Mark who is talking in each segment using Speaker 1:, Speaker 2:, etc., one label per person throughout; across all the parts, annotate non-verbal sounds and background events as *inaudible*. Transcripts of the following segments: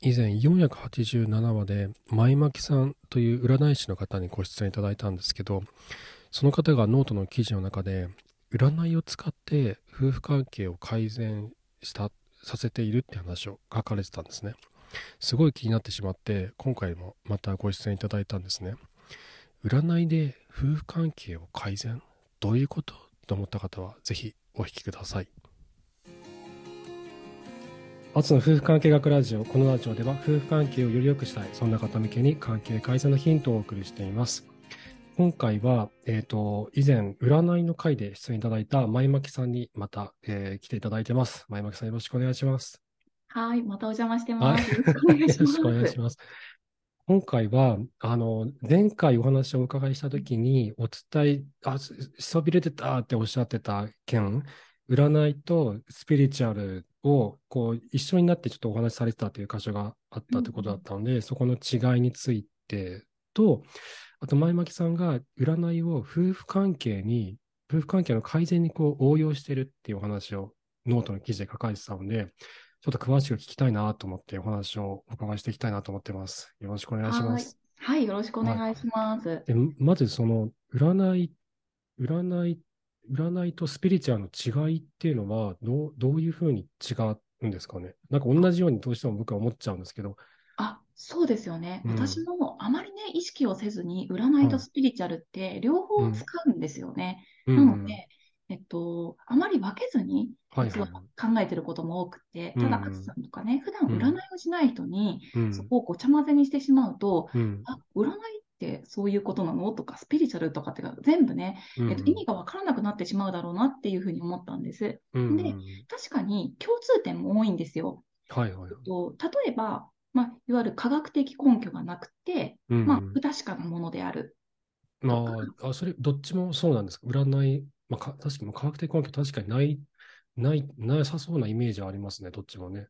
Speaker 1: 以前487話で舞巻さんという占い師の方にご出演いただいたんですけどその方がノートの記事の中で占いを使って夫婦関係を改善したさせているって話を書かれてたんですねすごい気になってしまって今回もまたご出演いただいたんですね占いで夫婦関係を改善どういうことと思った方はぜひお聞きください松の夫婦関係学ラジオこのラジオでは夫婦関係をより良くしたいそんな方向けに関係改善のヒントをお送りしています今回は、えっ、と、以前、占いの回で出演いただいた前巻さんにまた、えー来ていただいてます。前巻さんよろしくお願いします。
Speaker 2: はい、またお邪魔して
Speaker 1: は
Speaker 2: ま
Speaker 1: い
Speaker 2: す。よろしくお願いし
Speaker 1: よろ
Speaker 2: ま
Speaker 1: しくお願い
Speaker 2: す
Speaker 1: し。ます。今回は、あの、前回お話をお伺いしたときに、お伝え、あ、ししそびれてたっておっしゃってた件、占いとスピリチュアルを、こう、一緒になってちょっとお話しされてたという箇所があったということだったので、そこの違いについてと、あと、前巻さんが占いを夫婦関係に、夫婦関係の改善にこう応用してるっていうお話をノートの記事で書かれてたので、ちょっと詳しく聞きたいなと思ってお話をお伺いしていきたいなと思ってます。よろしくお願いしま
Speaker 2: はい
Speaker 1: す。、
Speaker 2: はい、よろしくお願いします。
Speaker 1: でまずその占い、占い、占いとスピリチュアルの違いっていうのはどう、どういうふうに違うんですかね。なんか同じようにどうしても僕は思っちゃうんですけど。
Speaker 2: あ、そうですよね。
Speaker 1: うん
Speaker 2: 私もあまりね、意識をせずに、占いとスピリチュアルって両
Speaker 1: う
Speaker 2: 方
Speaker 1: ん
Speaker 2: 使うんですよね。
Speaker 1: うん
Speaker 2: なので、えっと、あまり分けずに、
Speaker 1: はい
Speaker 2: 実
Speaker 1: は。
Speaker 2: はい考えてることも多くて、
Speaker 1: うん
Speaker 2: ただ、あつさんとかね、普段
Speaker 1: うん
Speaker 2: 占いをしない人に、
Speaker 1: うん
Speaker 2: そこをごちゃ混ぜにしてしまうと、
Speaker 1: うん
Speaker 2: あ、占いってそういうことなのとか、スピリチュアルとかって全部ね、
Speaker 1: うん
Speaker 2: えっと、意味が分からなくなってしまうだろうなっていうふうに思ったんです。
Speaker 1: うん
Speaker 2: で確かに共通点も多いんですよ。
Speaker 1: はいはい。
Speaker 2: と例えば、まあ、いわゆる科学的根拠がなくて、
Speaker 1: うん
Speaker 2: まあ、不確かなものである。
Speaker 1: まあ、あ、それ、どっちもそうなんですか。占い、まあ、か確かに、科学的根拠、確かにない、ない、なさそうなイメージはありますね、どっちもね。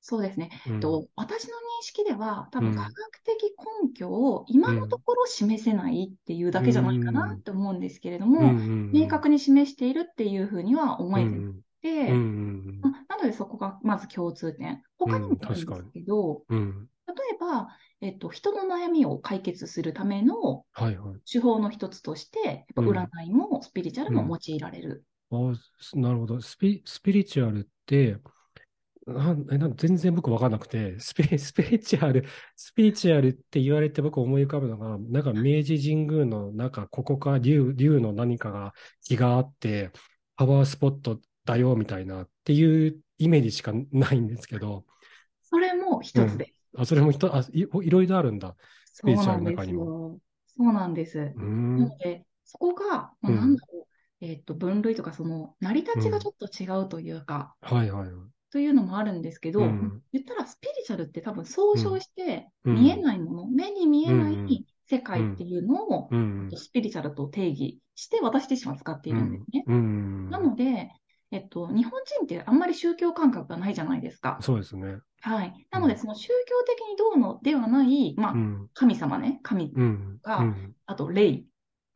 Speaker 2: そうですね。
Speaker 1: うん
Speaker 2: と私の認識では、多
Speaker 1: うん
Speaker 2: 分科学的根拠を今のところ示せないっていうだけじゃないかなって思うんですけれど
Speaker 1: うん
Speaker 2: も、
Speaker 1: うん
Speaker 2: 明確に示しているっていうふうには思
Speaker 1: う
Speaker 2: えてなん
Speaker 1: う
Speaker 2: く
Speaker 1: ん
Speaker 2: て、
Speaker 1: うん
Speaker 2: まあなのでそこがまず共通点。他にもあるんですけど、
Speaker 1: うんうん
Speaker 2: 例えば、えっと、人の悩みを解決するための
Speaker 1: はいはい。
Speaker 2: 手法の一つとして、やっぱ
Speaker 1: うん
Speaker 2: 占いもスピリチュアルも用いられる。
Speaker 1: あすなるほど。スピ、スピリチュアルって、なんえなん全然僕分かんなくて、スピ *laughs* リ、スピリチュアル、スピリチュアルって言われて僕思い浮かぶのが、なんか明治神宮のなんかここか竜、竜の何かが気があって、パワースポットだよみたいなっていうイメージしかないんですけど、
Speaker 2: それも一つで
Speaker 1: あ、それもひと、あ、い、いろいろあるんだ。
Speaker 2: す。
Speaker 1: うんスピリ
Speaker 2: そう
Speaker 1: チュアル
Speaker 2: なん
Speaker 1: の
Speaker 2: で
Speaker 1: 中
Speaker 2: す
Speaker 1: に
Speaker 2: よ。そうなんです。
Speaker 1: うー
Speaker 2: なんの。で、そこが、ま
Speaker 1: う
Speaker 2: あ
Speaker 1: ん
Speaker 2: なんだろう、えっと、分類とか、その、成り立ちがちょっと違うというか、
Speaker 1: はいはいはい。
Speaker 2: というのもあるんですけど、
Speaker 1: うん
Speaker 2: 言ったらスピリチュアルって多分総称して、
Speaker 1: うん
Speaker 2: 見えないもの、目に見えな
Speaker 1: うん
Speaker 2: い世界っていうのを、
Speaker 1: うん
Speaker 2: スピリチュアルと定義して、私自身は使っているんですね。
Speaker 1: うん。うん。
Speaker 2: なので、えっと、日本人ってあんまり宗教感覚がないじゃないですか。
Speaker 1: そうですね。
Speaker 2: はい。なので、その宗教的にどうのではない、まあ
Speaker 1: う、ん。
Speaker 2: 神様ね、神、
Speaker 1: うん。
Speaker 2: が
Speaker 1: うん。
Speaker 2: あと霊、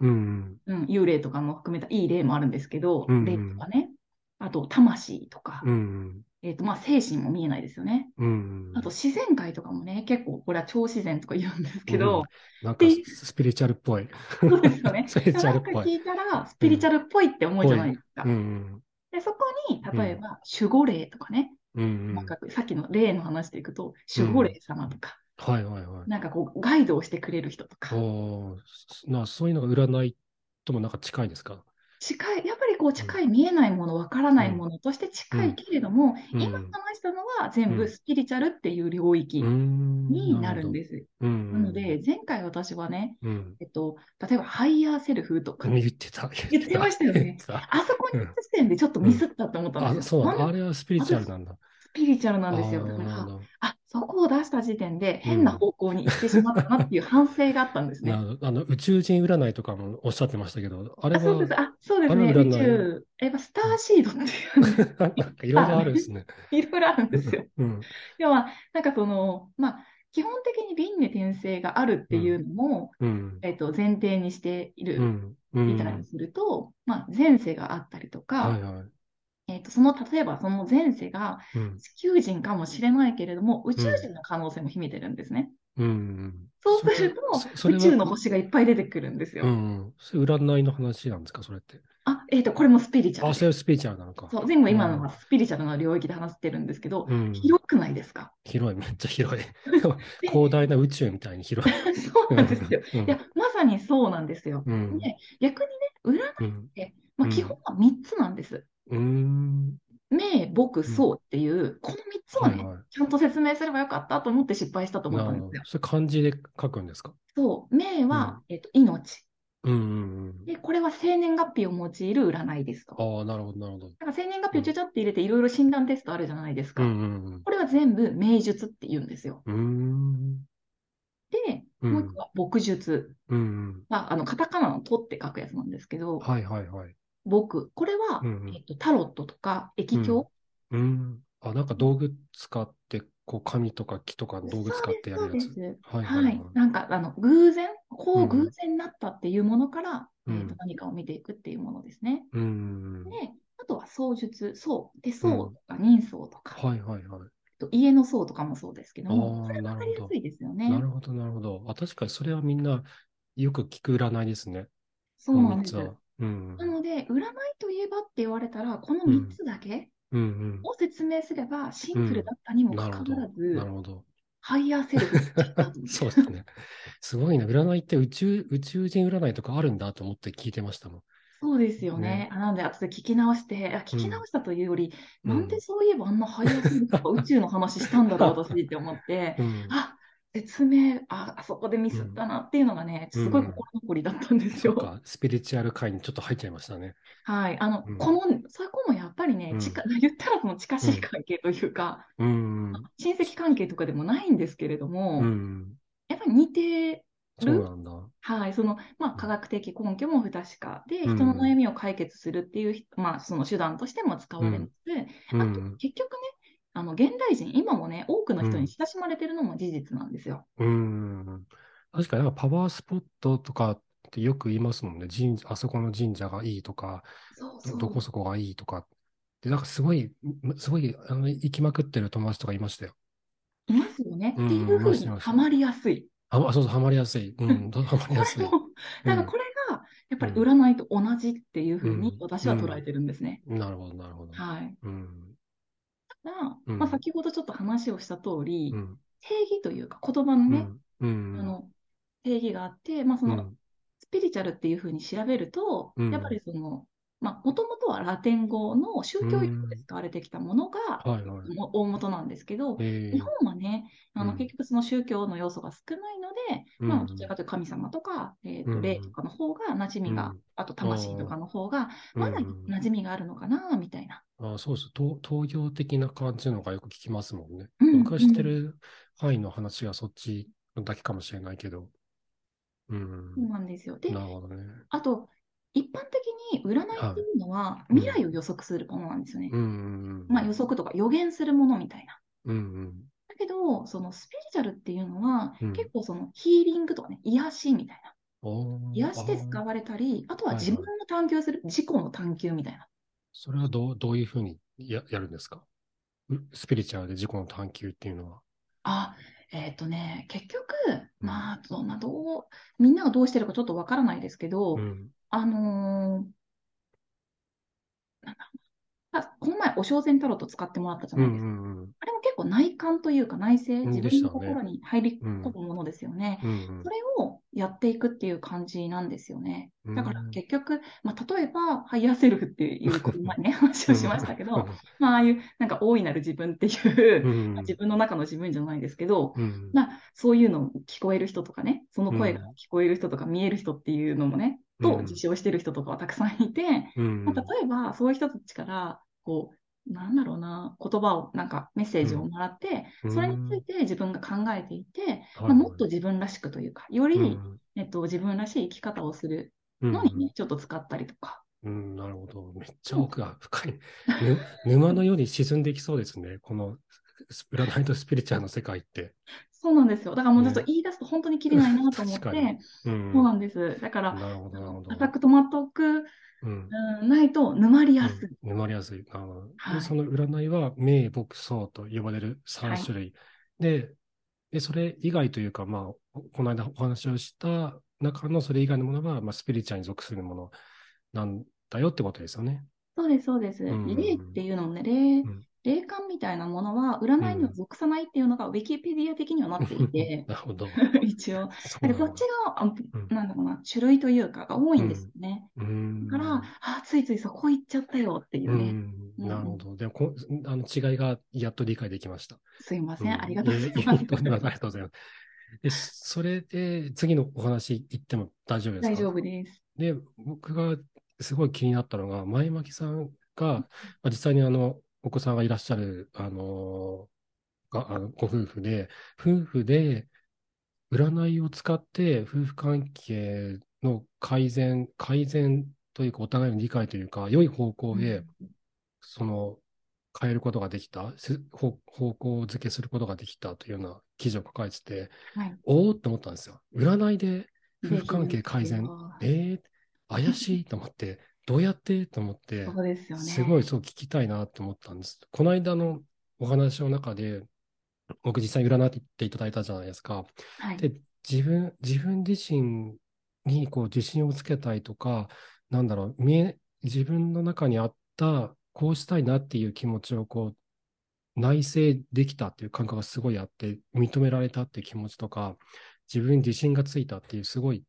Speaker 1: うん。
Speaker 2: うん、幽霊とかも含めたいい霊もあるんですけど、
Speaker 1: うんうん
Speaker 2: 霊とかね、あと魂とか、
Speaker 1: うん。
Speaker 2: えっと、まあ、精神も見えないですよね。
Speaker 1: うん。
Speaker 2: あと、自然界とかもね、結構、これは超自然とか言うんですけ
Speaker 1: うん
Speaker 2: ど、
Speaker 1: なんか
Speaker 2: で
Speaker 1: ススピリチュアルっぽい。
Speaker 2: そうです
Speaker 1: *laughs*。
Speaker 2: よね
Speaker 1: スピリチュア
Speaker 2: な
Speaker 1: ルっ
Speaker 2: んか
Speaker 1: ぽ
Speaker 2: 聞
Speaker 1: い。
Speaker 2: いたら、スピリチュアルっぽいって思うじゃないですか
Speaker 1: う。ん
Speaker 2: で、そこに、例えば、守護霊とかね、
Speaker 1: うん。うん
Speaker 2: なんかさっきの例の話でいくと、守護霊様とか、
Speaker 1: はいはいはい。
Speaker 2: なんかこう、ガイドをしてくれる人とか、
Speaker 1: おーすなそういうのが占いともなんか近いですか
Speaker 2: 近い、やっぱりこう、近い、見えないもの、わからないものとして近いけれども、
Speaker 1: うん
Speaker 2: 今話したのは全
Speaker 1: うん
Speaker 2: 部スピリチュアルっていう領域に
Speaker 1: に
Speaker 2: なるんです。
Speaker 1: す。うん
Speaker 2: なので、、前回私はね、
Speaker 1: うん。
Speaker 2: えっと、例えば、ハイヤーセルフとか、
Speaker 1: 言ってた。
Speaker 2: 言ってましたよね
Speaker 1: 言ってた
Speaker 2: あそこに行った時点でちょっとミスったと思ったん
Speaker 1: あ、
Speaker 2: です
Speaker 1: そ
Speaker 2: よ。
Speaker 1: うなんだ。
Speaker 2: なん
Speaker 1: あ
Speaker 2: で
Speaker 1: れはスピリチュアルなんだ。
Speaker 2: スピリチュアルなんですよ。
Speaker 1: あー
Speaker 2: だか
Speaker 1: なるほ
Speaker 2: ら、
Speaker 1: ど
Speaker 2: あ、そこを出した時点で変な方向に行ってしまったなっていう反省があったんですね
Speaker 1: な。るほどあの、宇宙人占いとかもおっしゃってましたけど、あれ
Speaker 2: あ、そうです。
Speaker 1: は、
Speaker 2: あ、そうです
Speaker 1: あれは
Speaker 2: ね。
Speaker 1: 占い
Speaker 2: 宇宙、やっぱスターシードっていうね、
Speaker 1: なんかいろいろあるんです
Speaker 2: *laughs*
Speaker 1: ね。
Speaker 2: いろいろあるんですよ。
Speaker 1: うん。
Speaker 2: 要は、なんかその、まあ、基本的に輪廻転生があるっていうのも、
Speaker 1: うん。
Speaker 2: えっと、前提にしている
Speaker 1: うん。うん
Speaker 2: みたいにすると、まあ、前世があったりとか、
Speaker 1: はいはい。
Speaker 2: えっと、その、例えばその前世が
Speaker 1: うん
Speaker 2: 地球人かもしれないけれども、宇宙人の可能性も秘めてるんですね。
Speaker 1: うん
Speaker 2: そうすると
Speaker 1: そそそれ
Speaker 2: 宇
Speaker 1: は
Speaker 2: 宙の星がいっぱい出てくるんですよ。
Speaker 1: うん。それ占いの話なんですか、それって。
Speaker 2: あ、えっと、これもスピリチュア
Speaker 1: あ、
Speaker 2: ル
Speaker 1: そ
Speaker 2: で
Speaker 1: れはスピーチャーなのか。
Speaker 2: そう、全部今のはスピリチュアルの領域で話してるんですけど、
Speaker 1: うん、
Speaker 2: 広くないですか *laughs*
Speaker 1: 広い、めっちゃ広い。広大な宇宙みたいに広
Speaker 2: *laughs*
Speaker 1: い。
Speaker 2: そうなんですよ。
Speaker 1: うん
Speaker 2: いや、まさにそうなんですよ。
Speaker 1: うん
Speaker 2: ね逆にね、占い、
Speaker 1: うん
Speaker 2: まあ、
Speaker 1: うん
Speaker 2: 基本は3つなんです。
Speaker 1: うん。
Speaker 2: 名、僕、想っていう、この3つを
Speaker 1: はい
Speaker 2: ね、
Speaker 1: はい。
Speaker 2: ちゃんと説明すればよかったと思って失敗したと思っ
Speaker 1: な
Speaker 2: た
Speaker 1: る
Speaker 2: ん
Speaker 1: ほ
Speaker 2: です
Speaker 1: どそ
Speaker 2: よ。。
Speaker 1: れ漢字で書くんですか
Speaker 2: そう、名は、えっと、命。
Speaker 1: うんうんうん。
Speaker 2: で、これは生年月日を用いる占いですと。
Speaker 1: ああ、なるほど、なるほど。
Speaker 2: だから生年月日をちゃちゃって入れていろいろ診断テストあるじゃないです
Speaker 1: う
Speaker 2: か。
Speaker 1: んうん
Speaker 2: これは全部名術って言うんですよ。
Speaker 1: うん。
Speaker 2: で、
Speaker 1: うーん。
Speaker 2: もう一個は牧術。
Speaker 1: うんうん。
Speaker 2: まあ、あの、カタカナのとって書くやつなんですけど、
Speaker 1: はいはいはい。
Speaker 2: 僕、これは、
Speaker 1: うんうん
Speaker 2: えっと、タロットとか、液鏡、
Speaker 1: うん。あ、なんか道具使って、こう、紙とか木とかの道具使ってやる
Speaker 2: そうで
Speaker 1: や
Speaker 2: す
Speaker 1: つ。
Speaker 2: そうです
Speaker 1: はいはい
Speaker 2: は
Speaker 1: はい
Speaker 2: い。。なんか、あの、偶然、こ
Speaker 1: う
Speaker 2: うん偶然なったっていうものから、
Speaker 1: うん
Speaker 2: えっと、何かを見ていくっていうものですね。
Speaker 1: うん。
Speaker 2: で、あとは、相術、相。手
Speaker 1: う
Speaker 2: 相
Speaker 1: ん
Speaker 2: とか、人相とか、
Speaker 1: はいはいはい。
Speaker 2: あと家の相とかもそうですけど
Speaker 1: あー
Speaker 2: も、これわかりやすいですよ
Speaker 1: な
Speaker 2: ね。
Speaker 1: るほど、なるほど。あ、確かにそれはみんなよく聞く占いですね。
Speaker 2: そう
Speaker 1: この
Speaker 2: なん
Speaker 1: 三
Speaker 2: です。
Speaker 1: つは。うん。
Speaker 2: なので、占いといえばって言われたら、この3つだけ
Speaker 1: うん
Speaker 2: を説明すれば、シンプルだったに
Speaker 1: う
Speaker 2: も
Speaker 1: ん。な
Speaker 2: か
Speaker 1: る
Speaker 2: か
Speaker 1: ほど。
Speaker 2: わら
Speaker 1: な
Speaker 2: ず
Speaker 1: る、ほど。 *laughs*
Speaker 2: ハイヤーセルフって聞いたと思う
Speaker 1: そうですね。すごいな。占いって宇宙、宇宙人占いとかあるんだと思って聞いてましたもん。
Speaker 2: そうですよね
Speaker 1: ね。
Speaker 2: あなんで、後で聞き直して、あ聞き直したというより、
Speaker 1: うん
Speaker 2: なんでそういえばあんなハイヤーセルフとか宇宙の話したんだろう、
Speaker 1: *laughs*
Speaker 2: 私って思って、
Speaker 1: うん。
Speaker 2: あ説明、あ、あそこでミスったなっていうのがね、
Speaker 1: うん
Speaker 2: すごい心残りだったんです
Speaker 1: そっ
Speaker 2: よ。
Speaker 1: か、スピリチュアル界にちょっと入っちゃいましたね。
Speaker 2: はい。あの、
Speaker 1: うん
Speaker 2: この、そこもやっぱりね
Speaker 1: う、ん
Speaker 2: 近言ったらその近しい関係というか、
Speaker 1: うん。
Speaker 2: 親戚関係とかでもないんですけれども、
Speaker 1: うん。
Speaker 2: やっぱり似て、
Speaker 1: そうなんだ。
Speaker 2: はい、その、まあ、科学的根拠も不確かで、
Speaker 1: うん
Speaker 2: 人の悩みを解決するっていう、まあ、その手段としても使われます。
Speaker 1: う
Speaker 2: あと、
Speaker 1: ん。
Speaker 2: 結局ね、あの、現代人、今もね、多くの人に親しまれてるのも事実なんですよ。
Speaker 1: うん。確かになんかパワースポットとかってよく言いますもんね。神あそこの神社がいいとか、
Speaker 2: そうそう。
Speaker 1: どこそこがいいとか。で、なんかすごい、すごい、あの、行きまくってる友達とかいましたよ。
Speaker 2: いますよね。
Speaker 1: うん
Speaker 2: っていうふう
Speaker 1: います
Speaker 2: に
Speaker 1: います
Speaker 2: ハマりやすい。
Speaker 1: あ、あそうそう、ハマりやすい。うん、ハマりやす
Speaker 2: *laughs*
Speaker 1: い。
Speaker 2: だから
Speaker 1: うん
Speaker 2: これが、やっぱり占いと同じっていうふうに
Speaker 1: うん
Speaker 2: 私は捉えてるんですね。
Speaker 1: なるほど、なるほど。
Speaker 2: はい。
Speaker 1: うん。
Speaker 2: ただ、
Speaker 1: うん
Speaker 2: まあ、先ほどちょっと話をした通り、
Speaker 1: うん。
Speaker 2: 定義というか、言葉のね、
Speaker 1: う
Speaker 2: あ
Speaker 1: ん。
Speaker 2: の、定義があって、まあ、その、
Speaker 1: うん
Speaker 2: スピリチュアルっていうふうに調べると、
Speaker 1: うん
Speaker 2: やっぱりその、まあ、もともとはラテン語の宗教用語で使われてきたものが、
Speaker 1: はいはい。
Speaker 2: も大元なんですけど、
Speaker 1: ええ
Speaker 2: 日本はね、あの
Speaker 1: うん
Speaker 2: 結局その宗教の要素が少ないので、
Speaker 1: うん
Speaker 2: まあ、どちらかというと神様とか、えー
Speaker 1: う
Speaker 2: と
Speaker 1: ん
Speaker 2: 霊とかの方が馴染みが、
Speaker 1: うん
Speaker 2: あと魂とかの方が、まだ
Speaker 1: うん
Speaker 2: 馴染みがあるのかな、みたいな。
Speaker 1: あそうです。東東洋的な感じのがよく聞きますもんね。
Speaker 2: うん
Speaker 1: 僕が知ってる範囲の話はそっちだけかもしれないけど。うん。
Speaker 2: そうなんですよ。で
Speaker 1: な、るほどね。
Speaker 2: あと、一般的に占いっていうのは、
Speaker 1: いうん
Speaker 2: 未来を予測するものなんですよね。
Speaker 1: うんうんうん。
Speaker 2: まあ、予測とか予言するものみたいな。
Speaker 1: うんうん。
Speaker 2: だけど、そのスピリチュアルっていうのは、
Speaker 1: うん
Speaker 2: 結構そのヒーリングとかね、癒しみたいな。
Speaker 1: おー
Speaker 2: 癒しで使
Speaker 1: あー
Speaker 2: われたり、あと
Speaker 1: は
Speaker 2: は
Speaker 1: いはい
Speaker 2: 自分の探求する、自己の探求みたいな。
Speaker 1: それはどうどういうふうにややるんですかうスピリチュアルで自己の探求っていうのは。
Speaker 2: あ、えっとね、結局、まあ、どうまあ、どう、みんながどうしてるかちょっとわからないですけど、
Speaker 1: うん。
Speaker 2: あのーなんだろうなあこの前、お正禅タロット使ってもらったじゃ
Speaker 1: う
Speaker 2: ない
Speaker 1: ん
Speaker 2: です
Speaker 1: う
Speaker 2: か。
Speaker 1: んうん。
Speaker 2: あれも結構内観というか内省、
Speaker 1: ん
Speaker 2: 自
Speaker 1: で
Speaker 2: 分
Speaker 1: した
Speaker 2: の
Speaker 1: ね
Speaker 2: 心に入り込むものですよね。
Speaker 1: うん
Speaker 2: それをやっていくっていう感じなんですよね。
Speaker 1: うん。
Speaker 2: だから
Speaker 1: うん
Speaker 2: 結局、まあ、例えば、ハイヤーセルフっていう、この前ね、話をしましたけど、まあ、ああいう、なんか大いなる自分っていう、
Speaker 1: うん
Speaker 2: 自分の中の自分じゃないですけど、
Speaker 1: うん。
Speaker 2: まあ、そういうのを聞こえる人とかね、その声が聞こえる人とか見える人っていうのもね、と
Speaker 1: うん
Speaker 2: 自称してる人とかはたくさんいて、
Speaker 1: うん
Speaker 2: まあ、例えば、そういう人たちから、こう、なんだろうな、言葉を、なんかメッセージをもらって、
Speaker 1: うん
Speaker 2: それについて自分が考えていて、ま
Speaker 1: は
Speaker 2: あ、
Speaker 1: い
Speaker 2: もっと自分らしくというか、よ
Speaker 1: う
Speaker 2: り、
Speaker 1: ん
Speaker 2: えっと、自分らしい生き方をする
Speaker 1: うん
Speaker 2: のにね、ちょっと使ったりとか。
Speaker 1: うん、なるほど。めっちゃ奥が深
Speaker 2: *laughs*
Speaker 1: い。ぬ沼のように沈んでいきそうですね。このす占いとスピリチュアルの世界って。
Speaker 2: そうなんですよ。だからもうちょっと言い出すと本当にきりないなと思って、
Speaker 1: 確かにうん、
Speaker 2: そうなんです。だから、
Speaker 1: なるほど、なるほど。
Speaker 2: 固く止まっておく
Speaker 1: うん。
Speaker 2: うん、ないと沼りやすい。
Speaker 1: うん沼りやすい。あの
Speaker 2: はい
Speaker 1: その占いは、名、木、相と呼ばれる3種類。でで、それ以外というか、まあ、この間お話をした中のそれ以外のものが、まあ、スピリチュアルに属するものなんだよってことですよね。
Speaker 2: そうです、そうです。
Speaker 1: うん
Speaker 2: で霊っていうのもね、霊
Speaker 1: うん、、
Speaker 2: 霊感みたいなものは占いには属さないっていうのがウィキペディア的にはなっていて
Speaker 1: *laughs* なる
Speaker 2: *laughs*
Speaker 1: ほど。
Speaker 2: 一応。
Speaker 1: そう
Speaker 2: だ
Speaker 1: な
Speaker 2: け
Speaker 1: ん
Speaker 2: どこっちが、あ
Speaker 1: うん
Speaker 2: なんだろうな、種類というかが多いんですよね。
Speaker 1: うん
Speaker 2: だから、あ、ついついそこ行っちゃったよっていううね。
Speaker 1: ん、なるほど。でもこ、あの違いがやっと理解できました。
Speaker 2: すいませ、
Speaker 1: うんん
Speaker 2: ありがとうござい
Speaker 1: ええ
Speaker 2: ま
Speaker 1: や
Speaker 2: す。
Speaker 1: とんでもないありがとうございます。で、それで、次のお話行っても大丈夫ですか
Speaker 2: 大丈夫です。
Speaker 1: で、僕がすごい気になったのが、前巻さんが、まあ、実際にあの、お子さんがいらっしゃる、あのがあのご夫婦で、夫婦で占いを使って、夫婦関係の改善、改善というか、お互いの理解というか、良い方向へ、その、変えることができた、す方方向づけすることができたというような記事を書かれてて、
Speaker 2: はい
Speaker 1: おおって思ったんですよ。占いで夫婦関
Speaker 2: でき
Speaker 1: 係
Speaker 2: る
Speaker 1: 改善
Speaker 2: っていうのは
Speaker 1: えー、怪し
Speaker 2: *laughs*
Speaker 1: いと思って、どうやってと思って、
Speaker 2: そうですよね。
Speaker 1: すごいそう聞きたいなと思ったんです。この間のお話の中で、僕実際に占っていただいたじゃないですか。
Speaker 2: はい。
Speaker 1: で、自分、自分自身にこう自信をつけたいとか、なんだろう、見え、自分の中にあった、こうしたいなっていう気持ちをこう、内省できたっていう感覚がすごいあって、認められたっていう気持ちとか、自分に自信がついたっていう、すごい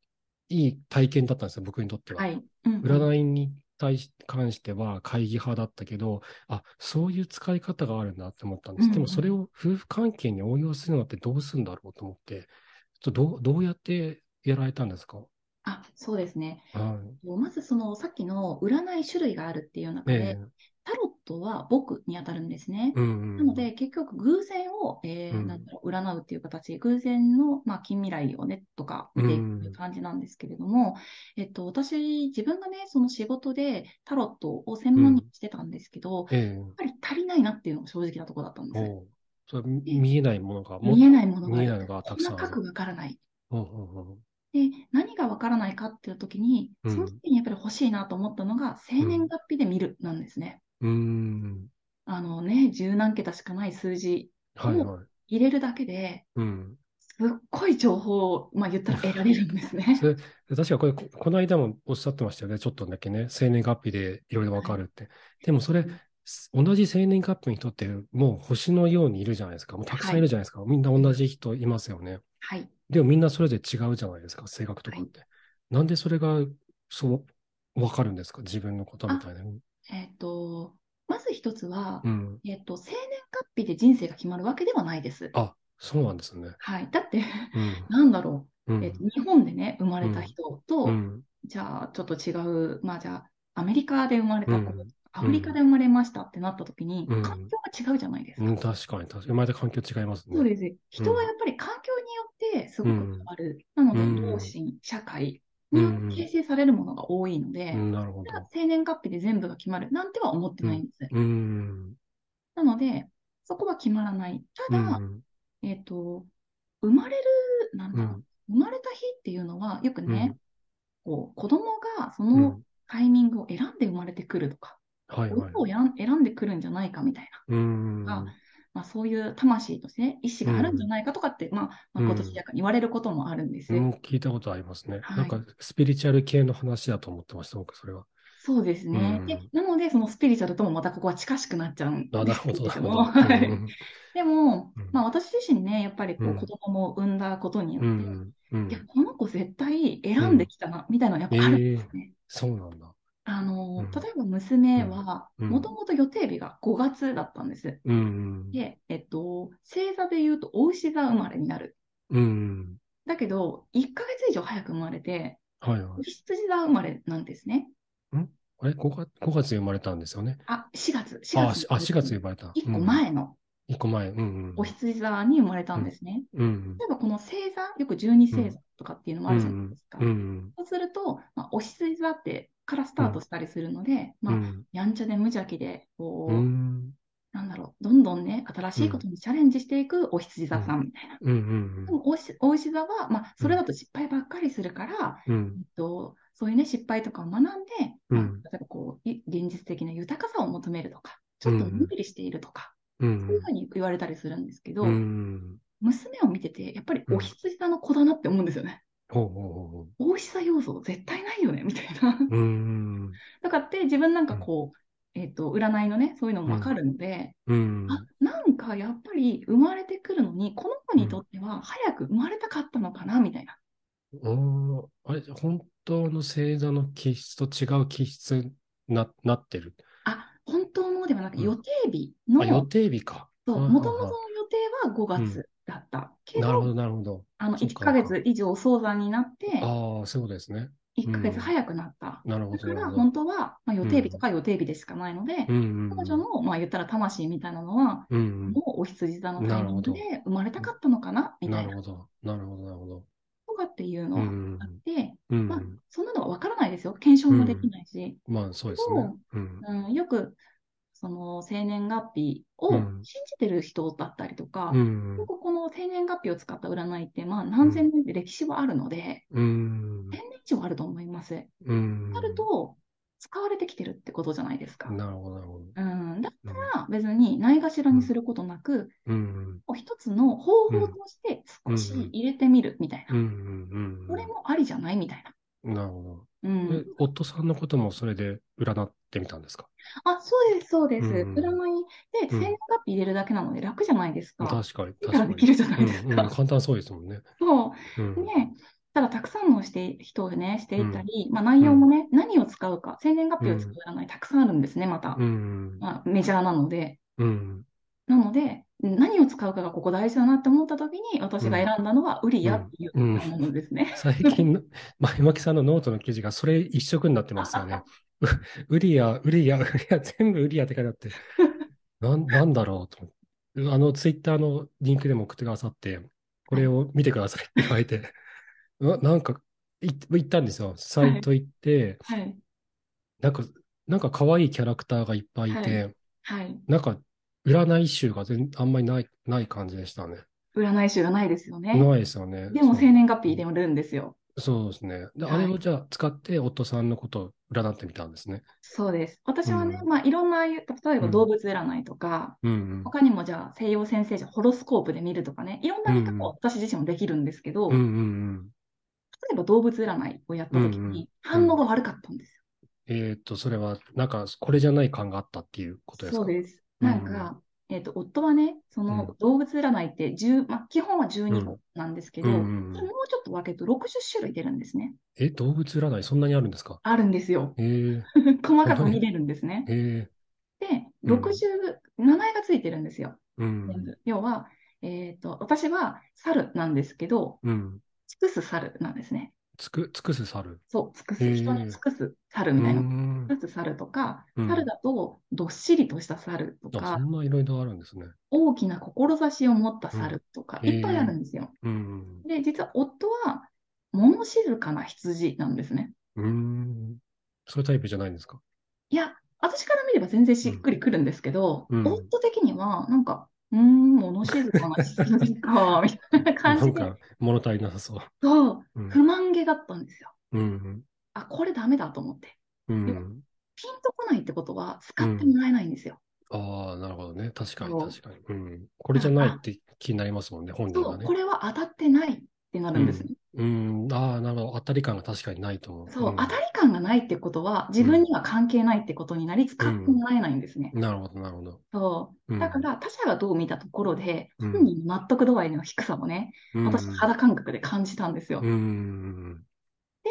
Speaker 1: いい体験だったんですよ、僕にとっては。
Speaker 2: はい。うんうん
Speaker 1: 占いに対し関しては会議派だったけど、あ、そういう使い方があるんだって思ったんです。
Speaker 2: うん
Speaker 1: で
Speaker 2: うん
Speaker 1: もそれを夫婦関係に応用するのってどうするんだろうと思って、ちょっとどうどうやってやられたんですか
Speaker 2: あ、そうですね。
Speaker 1: は
Speaker 2: まずそのさっきの占い種類があるっていう中
Speaker 1: い。
Speaker 2: で
Speaker 1: え、
Speaker 2: タロットは僕に当たるんですね。
Speaker 1: えうん
Speaker 2: なので、結局、偶然を、えー
Speaker 1: うん
Speaker 2: なんだろう、占うっていう形、偶然の、まあ、近未来をね、とか見ていくっていううん感じなんですけれども、えっと、私、自分がね、その仕事でタロットを専門にしてたんですけど、
Speaker 1: ええ
Speaker 2: やっぱり足りないなっていうのが正直なところだったんです。
Speaker 1: おうそれみ見えないものがもっ
Speaker 2: 見えないものがあ
Speaker 1: 見えな
Speaker 2: る
Speaker 1: いのがたくさんある
Speaker 2: 細かくわからない。
Speaker 1: うんうんうん
Speaker 2: で、何がわからないかっていう時に、
Speaker 1: うん
Speaker 2: その時にやっぱり欲しいなと思ったのが、生年月日で見るなんですね。
Speaker 1: うーん。
Speaker 2: あのね、十何桁しかない数字
Speaker 1: はいはい。
Speaker 2: 入れるだけで、
Speaker 1: うん。
Speaker 2: すっごい情報を、まあ、言ったら得られるんで
Speaker 1: *laughs*
Speaker 2: すね。
Speaker 1: それ確かこれ、ここの間もおっしゃってましたよね。ちょっとだけね、生年月日でいろいろわかるって。でもそれ、同じ生年月日の人って、もう星のようにいるじゃないですか。もうたくさんいるじゃないですか。みんな同じ人いますよね。
Speaker 2: はい。
Speaker 1: でもみんなそれぞれ違うじゃないですか、性格とかって。なんでそれが、そう、わかるんですか自分のことみたいな。
Speaker 2: えっ、と、まず一つは、
Speaker 1: うん。
Speaker 2: えっ、と、生年月日で人生が決まるわけではないです。
Speaker 1: あ、そうなんですね。
Speaker 2: はい。だって、 *laughs*
Speaker 1: うん。
Speaker 2: なんだろ
Speaker 1: う
Speaker 2: う、えっ
Speaker 1: ん
Speaker 2: と。日本でね、生まれた人と、
Speaker 1: うん。
Speaker 2: じゃあ、ちょっと違う、まあ、じゃあ、アメリカで生まれた
Speaker 1: う
Speaker 2: 子、
Speaker 1: ん。
Speaker 2: アフリカで生まれましたってなった時に、
Speaker 1: うん
Speaker 2: 環境が違うじゃないですか。
Speaker 1: うん、確かに、確かに。生まれた環境違いますね。
Speaker 2: そうです。人はやっぱり環境によってすごく変わる。なので、
Speaker 1: うん
Speaker 2: 両親、社会によって形成されるものが多いので、
Speaker 1: うん、なるほ
Speaker 2: だ
Speaker 1: ど
Speaker 2: か。ら生年月日で全部が決まるなんては思ってないんです。
Speaker 1: うん。
Speaker 2: なので、そこは決まらない。た
Speaker 1: う
Speaker 2: だ、
Speaker 1: ん。
Speaker 2: えっと、生まれる、なんだろう
Speaker 1: う
Speaker 2: 生まれた日っていうのは、よくね、こう、子供がそうの
Speaker 1: ん。
Speaker 2: タイミングを選んで生まれてくるとか、
Speaker 1: はいはい。
Speaker 2: 親をやん選んでくるんじゃないかみたいな、
Speaker 1: うん。
Speaker 2: まあ、そういう魂としてね、意志があるんじゃないかとかって、まあ、まあ
Speaker 1: うん
Speaker 2: ことしやかに言われることもあるんです。
Speaker 1: うん、聞いたことありますね。
Speaker 2: はい
Speaker 1: なんか、スピリチュアル系の話だと思ってました、僕、そ
Speaker 2: *laughs*
Speaker 1: れは。
Speaker 2: そうですね。
Speaker 1: うん
Speaker 2: でなので、そのスピリチュアルともまたここは近しくなっちゃうん
Speaker 1: あな
Speaker 2: で
Speaker 1: る
Speaker 2: す
Speaker 1: ほど、な
Speaker 2: け
Speaker 1: るほ
Speaker 2: ども
Speaker 1: ど。
Speaker 2: *laughs* はい
Speaker 1: うん
Speaker 2: でも
Speaker 1: うん、
Speaker 2: まあ、私自身ね、やっぱりこ
Speaker 1: うん
Speaker 2: う子供を産んだことによ
Speaker 1: う
Speaker 2: って、
Speaker 1: んうん
Speaker 2: いや、この子絶対選んできたな、みたいなのやっぱあるんですね。
Speaker 1: そうなんだ。
Speaker 2: あの
Speaker 1: うん
Speaker 2: ー、例えば娘は、
Speaker 1: うん
Speaker 2: もともと予定日が5月だったんです。
Speaker 1: うん。
Speaker 2: で、えっと、星座で言うと、お牛座生まれになる。
Speaker 1: うん。
Speaker 2: だけど、1ヶ月以上早く生まれて、
Speaker 1: はいはい
Speaker 2: お。羊座生まれなんですね。
Speaker 1: あれ、5月、5月に生まれたんですよね。
Speaker 2: あ、4月、4
Speaker 1: あ、
Speaker 2: 月
Speaker 1: しあ4月に生まれた。
Speaker 2: 1個。前の
Speaker 1: 1個前。うん。
Speaker 2: お羊座に生まれたんですね。
Speaker 1: うん。
Speaker 2: 例えば、この星座、よく十二星座とかっていうのもあるじゃないですか
Speaker 1: う。ん。
Speaker 2: そうすると、まあ、お羊座ってからスタートしたりするので、
Speaker 1: う
Speaker 2: まあ、
Speaker 1: ん。
Speaker 2: やんちゃで無邪気で、こう、
Speaker 1: うん。
Speaker 2: なんだろう、どんどんね、新しいことにチャレンジしていくお羊座さんみたいな。
Speaker 1: うん。
Speaker 2: でもおし、お牛座は、まあ、それだと失敗ばっかりするから、
Speaker 1: うん。
Speaker 2: えっと、そういうね、失敗とかを学んで、
Speaker 1: うん
Speaker 2: まあ例えばこう、い現実的な豊かさを求めるとか、ちょっと無理しているとか、
Speaker 1: うん
Speaker 2: そういうふうに言われたりするんですけど、
Speaker 1: うん。
Speaker 2: 娘を見てて、やっぱり
Speaker 1: うん
Speaker 2: お羊座の子だなって思うんですよね。
Speaker 1: ほうほうほうほ
Speaker 2: お羊座要素絶対ないよね、みたいな。
Speaker 1: う。うん。
Speaker 2: だからって自分なんかこう、えっと、占いのね、そういうのもわかるので、
Speaker 1: うん。
Speaker 2: あ、なんかやっぱり生まれてくるのに、この子にとっては早く生まれたかったのかな、みたいな。
Speaker 1: おーあれ、本当の星座の気質と違う気質にな、なってる。
Speaker 2: あ、本当のではなく
Speaker 1: うん
Speaker 2: 予定日
Speaker 1: あ、予
Speaker 2: の、
Speaker 1: 定日か。
Speaker 2: そう、
Speaker 1: はいはいはい
Speaker 2: もともとの予定は5月だったけ
Speaker 1: なるほ
Speaker 2: ど、
Speaker 1: ど、なるほど。
Speaker 2: あの、
Speaker 1: そう
Speaker 2: 1
Speaker 1: か
Speaker 2: ヶ月以上早産になって、
Speaker 1: ああ、そういうことですね。
Speaker 2: 1ヶ
Speaker 1: うん
Speaker 2: 月早くなった。
Speaker 1: なるほ
Speaker 2: だ
Speaker 1: ど、
Speaker 2: か
Speaker 1: なる
Speaker 2: ら
Speaker 1: ほど。
Speaker 2: 本当は、まあ、予定日とか予定日でしかないので、
Speaker 1: うん、
Speaker 2: 彼女の、まあ言ったら魂みたいなのは、
Speaker 1: うん、うん、
Speaker 2: もうお羊座のタイミングで生まれたかったのかな、みた
Speaker 1: ないる
Speaker 2: な
Speaker 1: ほど、なるほど、なるほど。
Speaker 2: とかっていうの
Speaker 1: う
Speaker 2: は
Speaker 1: ん
Speaker 2: あって、
Speaker 1: うん、うん、
Speaker 2: まあそんなのはわからないですよ。検証もできないし、
Speaker 1: まあ、そうですね。うん、
Speaker 2: うん、よく、その生年月日を
Speaker 1: うん
Speaker 2: 信じてる人だったりとか、
Speaker 1: うん、
Speaker 2: 結構この生年月日を使った占いって、まあ何千年って歴史はあるので、
Speaker 1: うん、
Speaker 2: 1000年以上あると思います。
Speaker 1: うん、
Speaker 2: なると、使われてきてるってことじゃないですか。
Speaker 1: なるほど、なるほど。
Speaker 2: うん、だったら別にないがしろにすることなく、
Speaker 1: うん、
Speaker 2: を一つの方法として少し入れてみるみたい
Speaker 1: うん、う
Speaker 2: な。
Speaker 1: ん、うん、
Speaker 2: これもありじゃないみたいな。
Speaker 1: なるほ
Speaker 2: う
Speaker 1: ど。え
Speaker 2: ん。
Speaker 1: 夫さんのこともそれで占ってみたんですか
Speaker 2: あ、そうです、そうです。
Speaker 1: うん
Speaker 2: 占いで
Speaker 1: うん
Speaker 2: 生年月日入れるだけなので楽じゃないですか。
Speaker 1: 確かに、確
Speaker 2: だか
Speaker 1: からに
Speaker 2: で。きるじゃないです
Speaker 1: うんうん、
Speaker 2: か。
Speaker 1: 簡単そうですもんね。
Speaker 2: そうう。
Speaker 1: ん。
Speaker 2: ね。ただ、たくさんのして人をね、していたり、まあ内容もね、何を使うか、生年月日を使う占いたくさんあるんですね、また
Speaker 1: う。ん。
Speaker 2: まあメジャーなので。
Speaker 1: うん。
Speaker 2: なので、何を使うかがここ大事だなって思った時に、私が選んだのはウリアっていうものですね。
Speaker 1: 最近の、前巻さんのノートの記事がそれ一色になってますよね。ウリア、ウリア、ウリア、全部ウリアって書いてあって、なんなんだろうと思って。あの、ツイッターのリンクでも送ってくださって、これを見てくださいって言われて、ななんか、い行ったんですよ。サイト行って、
Speaker 2: はい。
Speaker 1: なんか、なんか可愛いキャラクターがいっぱいいて、
Speaker 2: はい。
Speaker 1: なんか、占い集が全あんまりない、ない感じでしたね。
Speaker 2: 占い師がないですよね。
Speaker 1: ないですよね。
Speaker 2: でも
Speaker 1: そう
Speaker 2: 生年月日入れるんですよ。
Speaker 1: そうですね。で、
Speaker 2: はい
Speaker 1: あれをじゃあ使って、夫さんのことを占ってみたんですね。
Speaker 2: そうです。私はね、
Speaker 1: う
Speaker 2: まあいろんな、例えば動物占いとか、
Speaker 1: うん
Speaker 2: 他にもじゃあ西洋先生じゃホロスコープで見るとかね、いろんな見
Speaker 1: うん
Speaker 2: 方を私自身もできるんですけど、
Speaker 1: うん。う
Speaker 2: 例
Speaker 1: んうん
Speaker 2: えば動物占いをやった時
Speaker 1: うんうん
Speaker 2: に反応が悪かったんです
Speaker 1: うん。えっと、それは、なんか、これじゃない感があったっていうこと
Speaker 2: よ。
Speaker 1: です
Speaker 2: そ
Speaker 1: か
Speaker 2: うです。
Speaker 1: うん
Speaker 2: なんか、えっと、夫はね、そうの動物占いって10、まあ基本は12個なんですけど、
Speaker 1: う
Speaker 2: そ
Speaker 1: ん
Speaker 2: れ
Speaker 1: う
Speaker 2: も
Speaker 1: ん
Speaker 2: う
Speaker 1: うん
Speaker 2: ちょっと分けると60種類出るんですね。
Speaker 1: え、動物占い、そんなにあるんですか
Speaker 2: あるんで
Speaker 1: *laughs*
Speaker 2: すよ。
Speaker 1: えー、
Speaker 2: 細かく見れるんですね。
Speaker 1: え
Speaker 2: で、
Speaker 1: うん
Speaker 2: 60、名前がついてるんですよ。
Speaker 1: ー、うん。
Speaker 2: 全部要は、えっと、私は猿なんですけど、
Speaker 1: うん。
Speaker 2: 尽くす猿なんですね。
Speaker 1: つく、尽くす猿。
Speaker 2: そう、尽く
Speaker 1: へ
Speaker 2: す、
Speaker 1: え
Speaker 2: 人に尽くす猿
Speaker 1: う
Speaker 2: みたいな。
Speaker 1: ん。
Speaker 2: 尽くす猿とか、
Speaker 1: うん
Speaker 2: 猿だとどっしりとした猿と
Speaker 1: あ、そ
Speaker 2: か、
Speaker 1: んないろいろあるんですね。
Speaker 2: 大きな志を持った猿とか、
Speaker 1: うん
Speaker 2: いっぱいあるんですよ。
Speaker 1: うん。
Speaker 2: で、実は夫は物静かな羊なんですね。
Speaker 1: うん。そういうタイプじゃないんですか
Speaker 2: いや、私から見れば全然しっくりくるんですけど、
Speaker 1: うんうん
Speaker 2: 夫的には、なんか、うーん、物静かな羊か、みたいな感
Speaker 1: な
Speaker 2: じ
Speaker 1: ん
Speaker 2: で、
Speaker 1: か、物足りなさそう。
Speaker 2: そう、
Speaker 1: うん
Speaker 2: 不満げだったんですよ。
Speaker 1: うん。
Speaker 2: あ、これダメだと思って。
Speaker 1: うん。
Speaker 2: ピンとこないってことは使ってもらえないんですよ。
Speaker 1: ああ、なるほどね。確かに、
Speaker 2: そう
Speaker 1: 確かに。うん。これじゃないって気になりますもんね、本人
Speaker 2: そ
Speaker 1: が
Speaker 2: う、
Speaker 1: ね
Speaker 2: こ。れは当たってないってなるんですね。
Speaker 1: うん。ああ、なるほど。当たり感が確かにないと思う。
Speaker 2: そう、
Speaker 1: ん
Speaker 2: 当たり感がないってことは自分には関係ないってことになり使ってもらえないんですね。
Speaker 1: なるほど、なるほど。
Speaker 2: そうう。
Speaker 1: ん
Speaker 2: だから他者がどう見たところで、
Speaker 1: うん
Speaker 2: 本人の納得度合いの低さもね、
Speaker 1: うん
Speaker 2: 私肌感覚で感じたんですよ
Speaker 1: う。ん。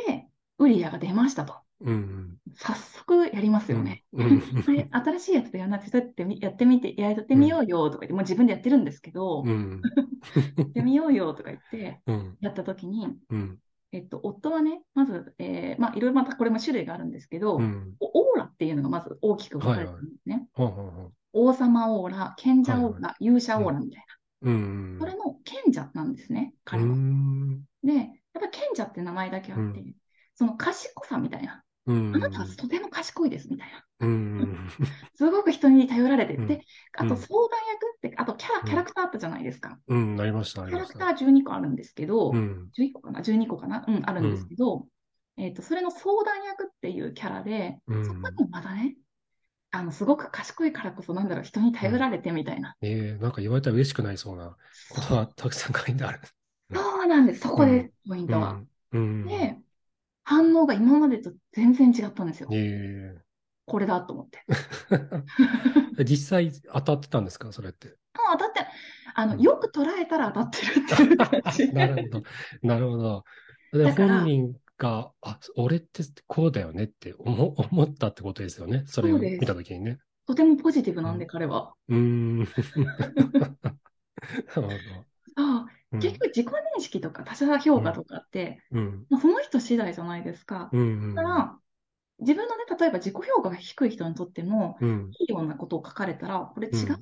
Speaker 2: で、ウリアが出ましたと。
Speaker 1: うん。
Speaker 2: 早速やりますよね。
Speaker 1: うん
Speaker 2: *laughs*
Speaker 1: うん
Speaker 2: これ新しいやつでやらなくて、ってみやってみて、やってみようよとか言って、もう自分でやってるんですけど、
Speaker 1: う
Speaker 2: や
Speaker 1: ん。
Speaker 2: ってみようよとか言って、
Speaker 1: うん。
Speaker 2: やった時に、
Speaker 1: うん。
Speaker 2: えっと、夫はね、まず、えーまあ、いろいろまたこれも種類があるんですけど、
Speaker 1: うん。
Speaker 2: オーラっていうのがまず大きく分かれてるんですね。
Speaker 1: はんはんはん
Speaker 2: 王様オーラ、賢者オーラ、
Speaker 1: は
Speaker 2: 勇者オーラみたい
Speaker 1: うん。
Speaker 2: な。それの賢者なんですね、彼は。
Speaker 1: うん。
Speaker 2: で、やっぱ賢者って名前だけあって、
Speaker 1: うん
Speaker 2: その賢さみたいな。
Speaker 1: うん
Speaker 2: あなたはとても賢いですみたいな。
Speaker 1: うん。
Speaker 2: すごく人に頼られてて、
Speaker 1: うん
Speaker 2: あ
Speaker 1: うん
Speaker 2: と相談役って、あとキャラ
Speaker 1: うん
Speaker 2: キャラクターあったじゃないですか。
Speaker 1: うん。なりました、な
Speaker 2: キ
Speaker 1: り
Speaker 2: ャ
Speaker 1: ま
Speaker 2: ラ
Speaker 1: し
Speaker 2: ク
Speaker 1: た。
Speaker 2: ター12個あるんですけど、
Speaker 1: うん。
Speaker 2: 11個かな ?12 個かなうん、あるんですけど、えっと、それの相談役っていうキャラで、
Speaker 1: うん
Speaker 2: そこにまだね、あの、すごく賢いからこそ、なんだろう、人に頼られてみたいな。
Speaker 1: えーなんか言われたら嬉しくなりそうなことはたくさん書いてある。
Speaker 2: そうなんです。そこ
Speaker 1: う
Speaker 2: で
Speaker 1: ん、
Speaker 2: ポイン
Speaker 1: う
Speaker 2: トは。
Speaker 1: ん。うん。
Speaker 2: で、反応が今までと全然違ったんですよ。
Speaker 1: え
Speaker 2: これだと思って。 *laughs*
Speaker 1: ー実際当たってたんですかそれって。
Speaker 2: あ、当たって、あ
Speaker 1: う
Speaker 2: の、
Speaker 1: ん
Speaker 2: よく捉えたら当たってるっていう感じ。
Speaker 1: なるほど。なるほど。で
Speaker 2: だから
Speaker 1: 本人が、あ、俺ってこうだよねって思思ったってことですよね。それを
Speaker 2: そうです
Speaker 1: 見たときにね。
Speaker 2: とてもポジティブなんで、彼は。
Speaker 1: うーん。な
Speaker 2: *laughs*
Speaker 1: るほど。
Speaker 2: あ
Speaker 1: うん
Speaker 2: 結局自己認識とか他者評価とかって、
Speaker 1: うん。
Speaker 2: まあ、その人次第じゃないですか。
Speaker 1: うん。
Speaker 2: だから、自分のね、例えば自己評価が低い人にとっても、
Speaker 1: うん。
Speaker 2: いいようなことを書かれたら、これ
Speaker 1: うん
Speaker 2: 違うなっ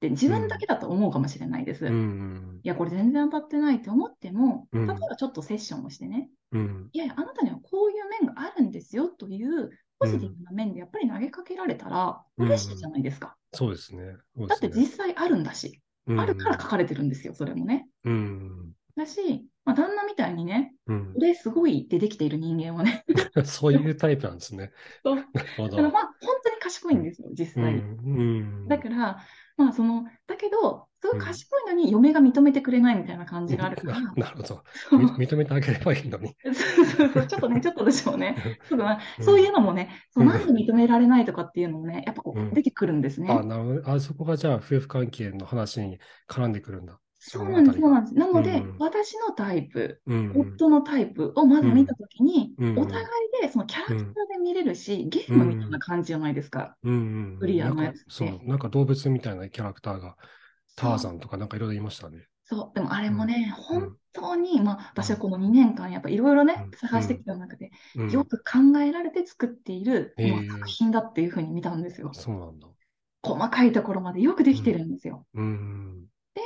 Speaker 2: て自分だけだと思うかもしれないです。
Speaker 1: う
Speaker 2: い
Speaker 1: ん。
Speaker 2: や、これ全然当たってないと思っても、
Speaker 1: う
Speaker 2: 例
Speaker 1: ん
Speaker 2: えばちょっとセッションをしてね、
Speaker 1: うん。
Speaker 2: いやいや、あなたにはこういう面があるんですよというポジティブな面でやっぱり投げかけられたら
Speaker 1: うん
Speaker 2: 嬉しいじゃないですか。
Speaker 1: そうですね。そうで
Speaker 2: だっ
Speaker 1: すね
Speaker 2: て実際あるんだし、あるから書かれてるんですよ、それもね。
Speaker 1: うん。
Speaker 2: だし、まあ、旦那みたいにね、
Speaker 1: うん。 *laughs*
Speaker 2: 俺すごいってできている人間はね、
Speaker 1: うんそういうタイプなんですね。
Speaker 2: そう
Speaker 1: なるほ
Speaker 2: だから
Speaker 1: ど。
Speaker 2: まあ本当に賢いんですよ、実
Speaker 1: う
Speaker 2: 際。
Speaker 1: ん。うん。
Speaker 2: だから、まあその、だけど、すごい賢いのに嫁が認めてくれないみたいな感じがあるから、
Speaker 1: な *laughs* なるほど。
Speaker 2: そう
Speaker 1: み認めてあげればいいのに。
Speaker 2: そうそうそうちょっ
Speaker 1: *laughs*
Speaker 2: とね、ちょっとでしょうね。ちょっとな
Speaker 1: うん
Speaker 2: そういうのもね、そう
Speaker 1: うん
Speaker 2: なんで認められないとかっていうのもね、やっぱこ
Speaker 1: うん
Speaker 2: う出てくるんですね。
Speaker 1: あ、なるほど。あそこがじゃあ、夫婦関係の話に絡んでくるんだ。
Speaker 2: そうなんです、そう
Speaker 1: の
Speaker 2: なんです。なので、
Speaker 1: うん
Speaker 2: 私のタイプ、
Speaker 1: あたりがうん
Speaker 2: 夫のタイプをまず見たときに、
Speaker 1: うん
Speaker 2: お互いでそのキャラクターで見れるし、ゲームみたいな感じじゃないですか。
Speaker 1: うん。うんうん。
Speaker 2: クリアの
Speaker 1: なん
Speaker 2: や
Speaker 1: か
Speaker 2: つって
Speaker 1: そう、なんか動物みたいなキャラクターが、ターザ
Speaker 2: ン。
Speaker 1: ンとかなんかいろいろ言いましたね。
Speaker 2: そう、でもあれもね、
Speaker 1: うん
Speaker 2: 本当に、まあ私はこの2年間、やっぱいろいろね
Speaker 1: う、ん
Speaker 2: 探してきた中で、
Speaker 1: うん
Speaker 2: よく考えられて作っている、
Speaker 1: へえ
Speaker 2: まあ作品だっていうふうに見たんですよ。
Speaker 1: そうなんだ。
Speaker 2: 細かいところまでよくできてるんですよ。
Speaker 1: うん。
Speaker 2: で、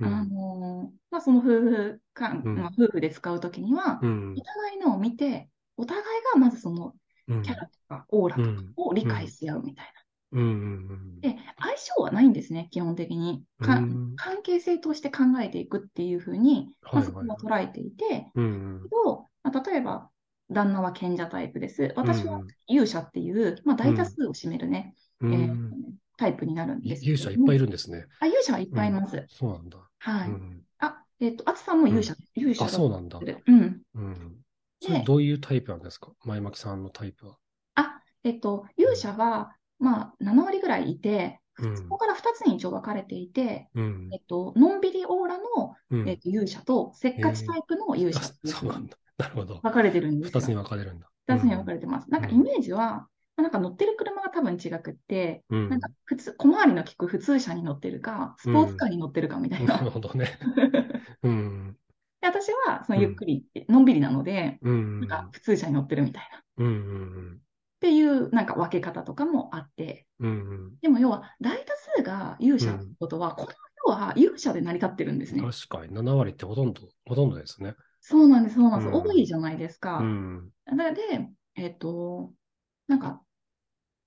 Speaker 1: う
Speaker 2: あ
Speaker 1: ん。
Speaker 2: のーまあ、その夫婦間、
Speaker 1: うん
Speaker 2: まあ、夫婦で使うときには、
Speaker 1: うん
Speaker 2: お。互いのを見て、お互いがまずその
Speaker 1: うん
Speaker 2: キャラとかオーラ
Speaker 1: う
Speaker 2: とか
Speaker 1: ん。
Speaker 2: を理解し合うみたい
Speaker 1: うんうん
Speaker 2: な。で、相性はないんですね、基本的に。か
Speaker 1: うん
Speaker 2: 関係性として考えていくっていうふうに、まあ、
Speaker 1: はい
Speaker 2: そこ
Speaker 1: はい
Speaker 2: も捉えていて、
Speaker 1: うん。うん
Speaker 2: とまあ、例えば、旦那は賢者タイプです。私
Speaker 1: う
Speaker 2: は
Speaker 1: ん
Speaker 2: 勇者っていう、まあ、大多数を占めるね、
Speaker 1: うん。
Speaker 2: え
Speaker 1: う
Speaker 2: ー
Speaker 1: ん
Speaker 2: タイプになるんですけ
Speaker 1: 勇
Speaker 2: れ
Speaker 1: 者いっ
Speaker 2: ども
Speaker 1: ぱいいるんですね。
Speaker 2: あ、勇者はいっぱいいます。
Speaker 1: そうなんだ。
Speaker 2: はい。
Speaker 1: うん。
Speaker 2: あ、えっと、あつさんも勇者、勇者
Speaker 1: あ、
Speaker 2: だ
Speaker 1: そうなんだ
Speaker 2: と。うん。
Speaker 1: うん。
Speaker 2: で
Speaker 1: それどういうタイプなんですか前巻さんのタイプは。
Speaker 2: あ、えっと、勇者は、まあ、7割ぐらいいて、
Speaker 1: うん
Speaker 2: そこから2つに一応分かれていて、
Speaker 1: うん
Speaker 2: え。っと、のんびりオーラの、
Speaker 1: うん
Speaker 2: えっと、勇者と、せっかちタイプの勇者
Speaker 1: あ
Speaker 2: っていう
Speaker 1: そうなんだ。なるほど。
Speaker 2: 分かれてるんです
Speaker 1: 二
Speaker 2: よ。
Speaker 1: つに分かれるんだ。
Speaker 2: 二つに分かれてます。なんか
Speaker 1: うん
Speaker 2: イメージは、まあなんか乗ってる車が多分違くって、
Speaker 1: うん。
Speaker 2: なんか普通、小回りの利く普通車に乗ってるか、スポーツカーに乗ってるかみたい
Speaker 1: なる
Speaker 2: な。
Speaker 1: ほど
Speaker 2: *laughs*
Speaker 1: ね。うん。
Speaker 2: で、私は、そのゆっくり、のんびりなので、
Speaker 1: うん。
Speaker 2: なんか普通車に乗ってるみたいな。っ
Speaker 1: うんうん
Speaker 2: ていう、なんか分け方とかもあって、
Speaker 1: うん。うん
Speaker 2: でも要は大多数が勇者ってことは、この世は勇者で成り立ってるんです
Speaker 1: うん。
Speaker 2: ね。
Speaker 1: 確かに、7割ってほとんど、ほとんどですね。
Speaker 2: そうなんです、そうなんです。
Speaker 1: うん
Speaker 2: 多いじゃないですか。
Speaker 1: うん。
Speaker 2: なので、えっと、なんか、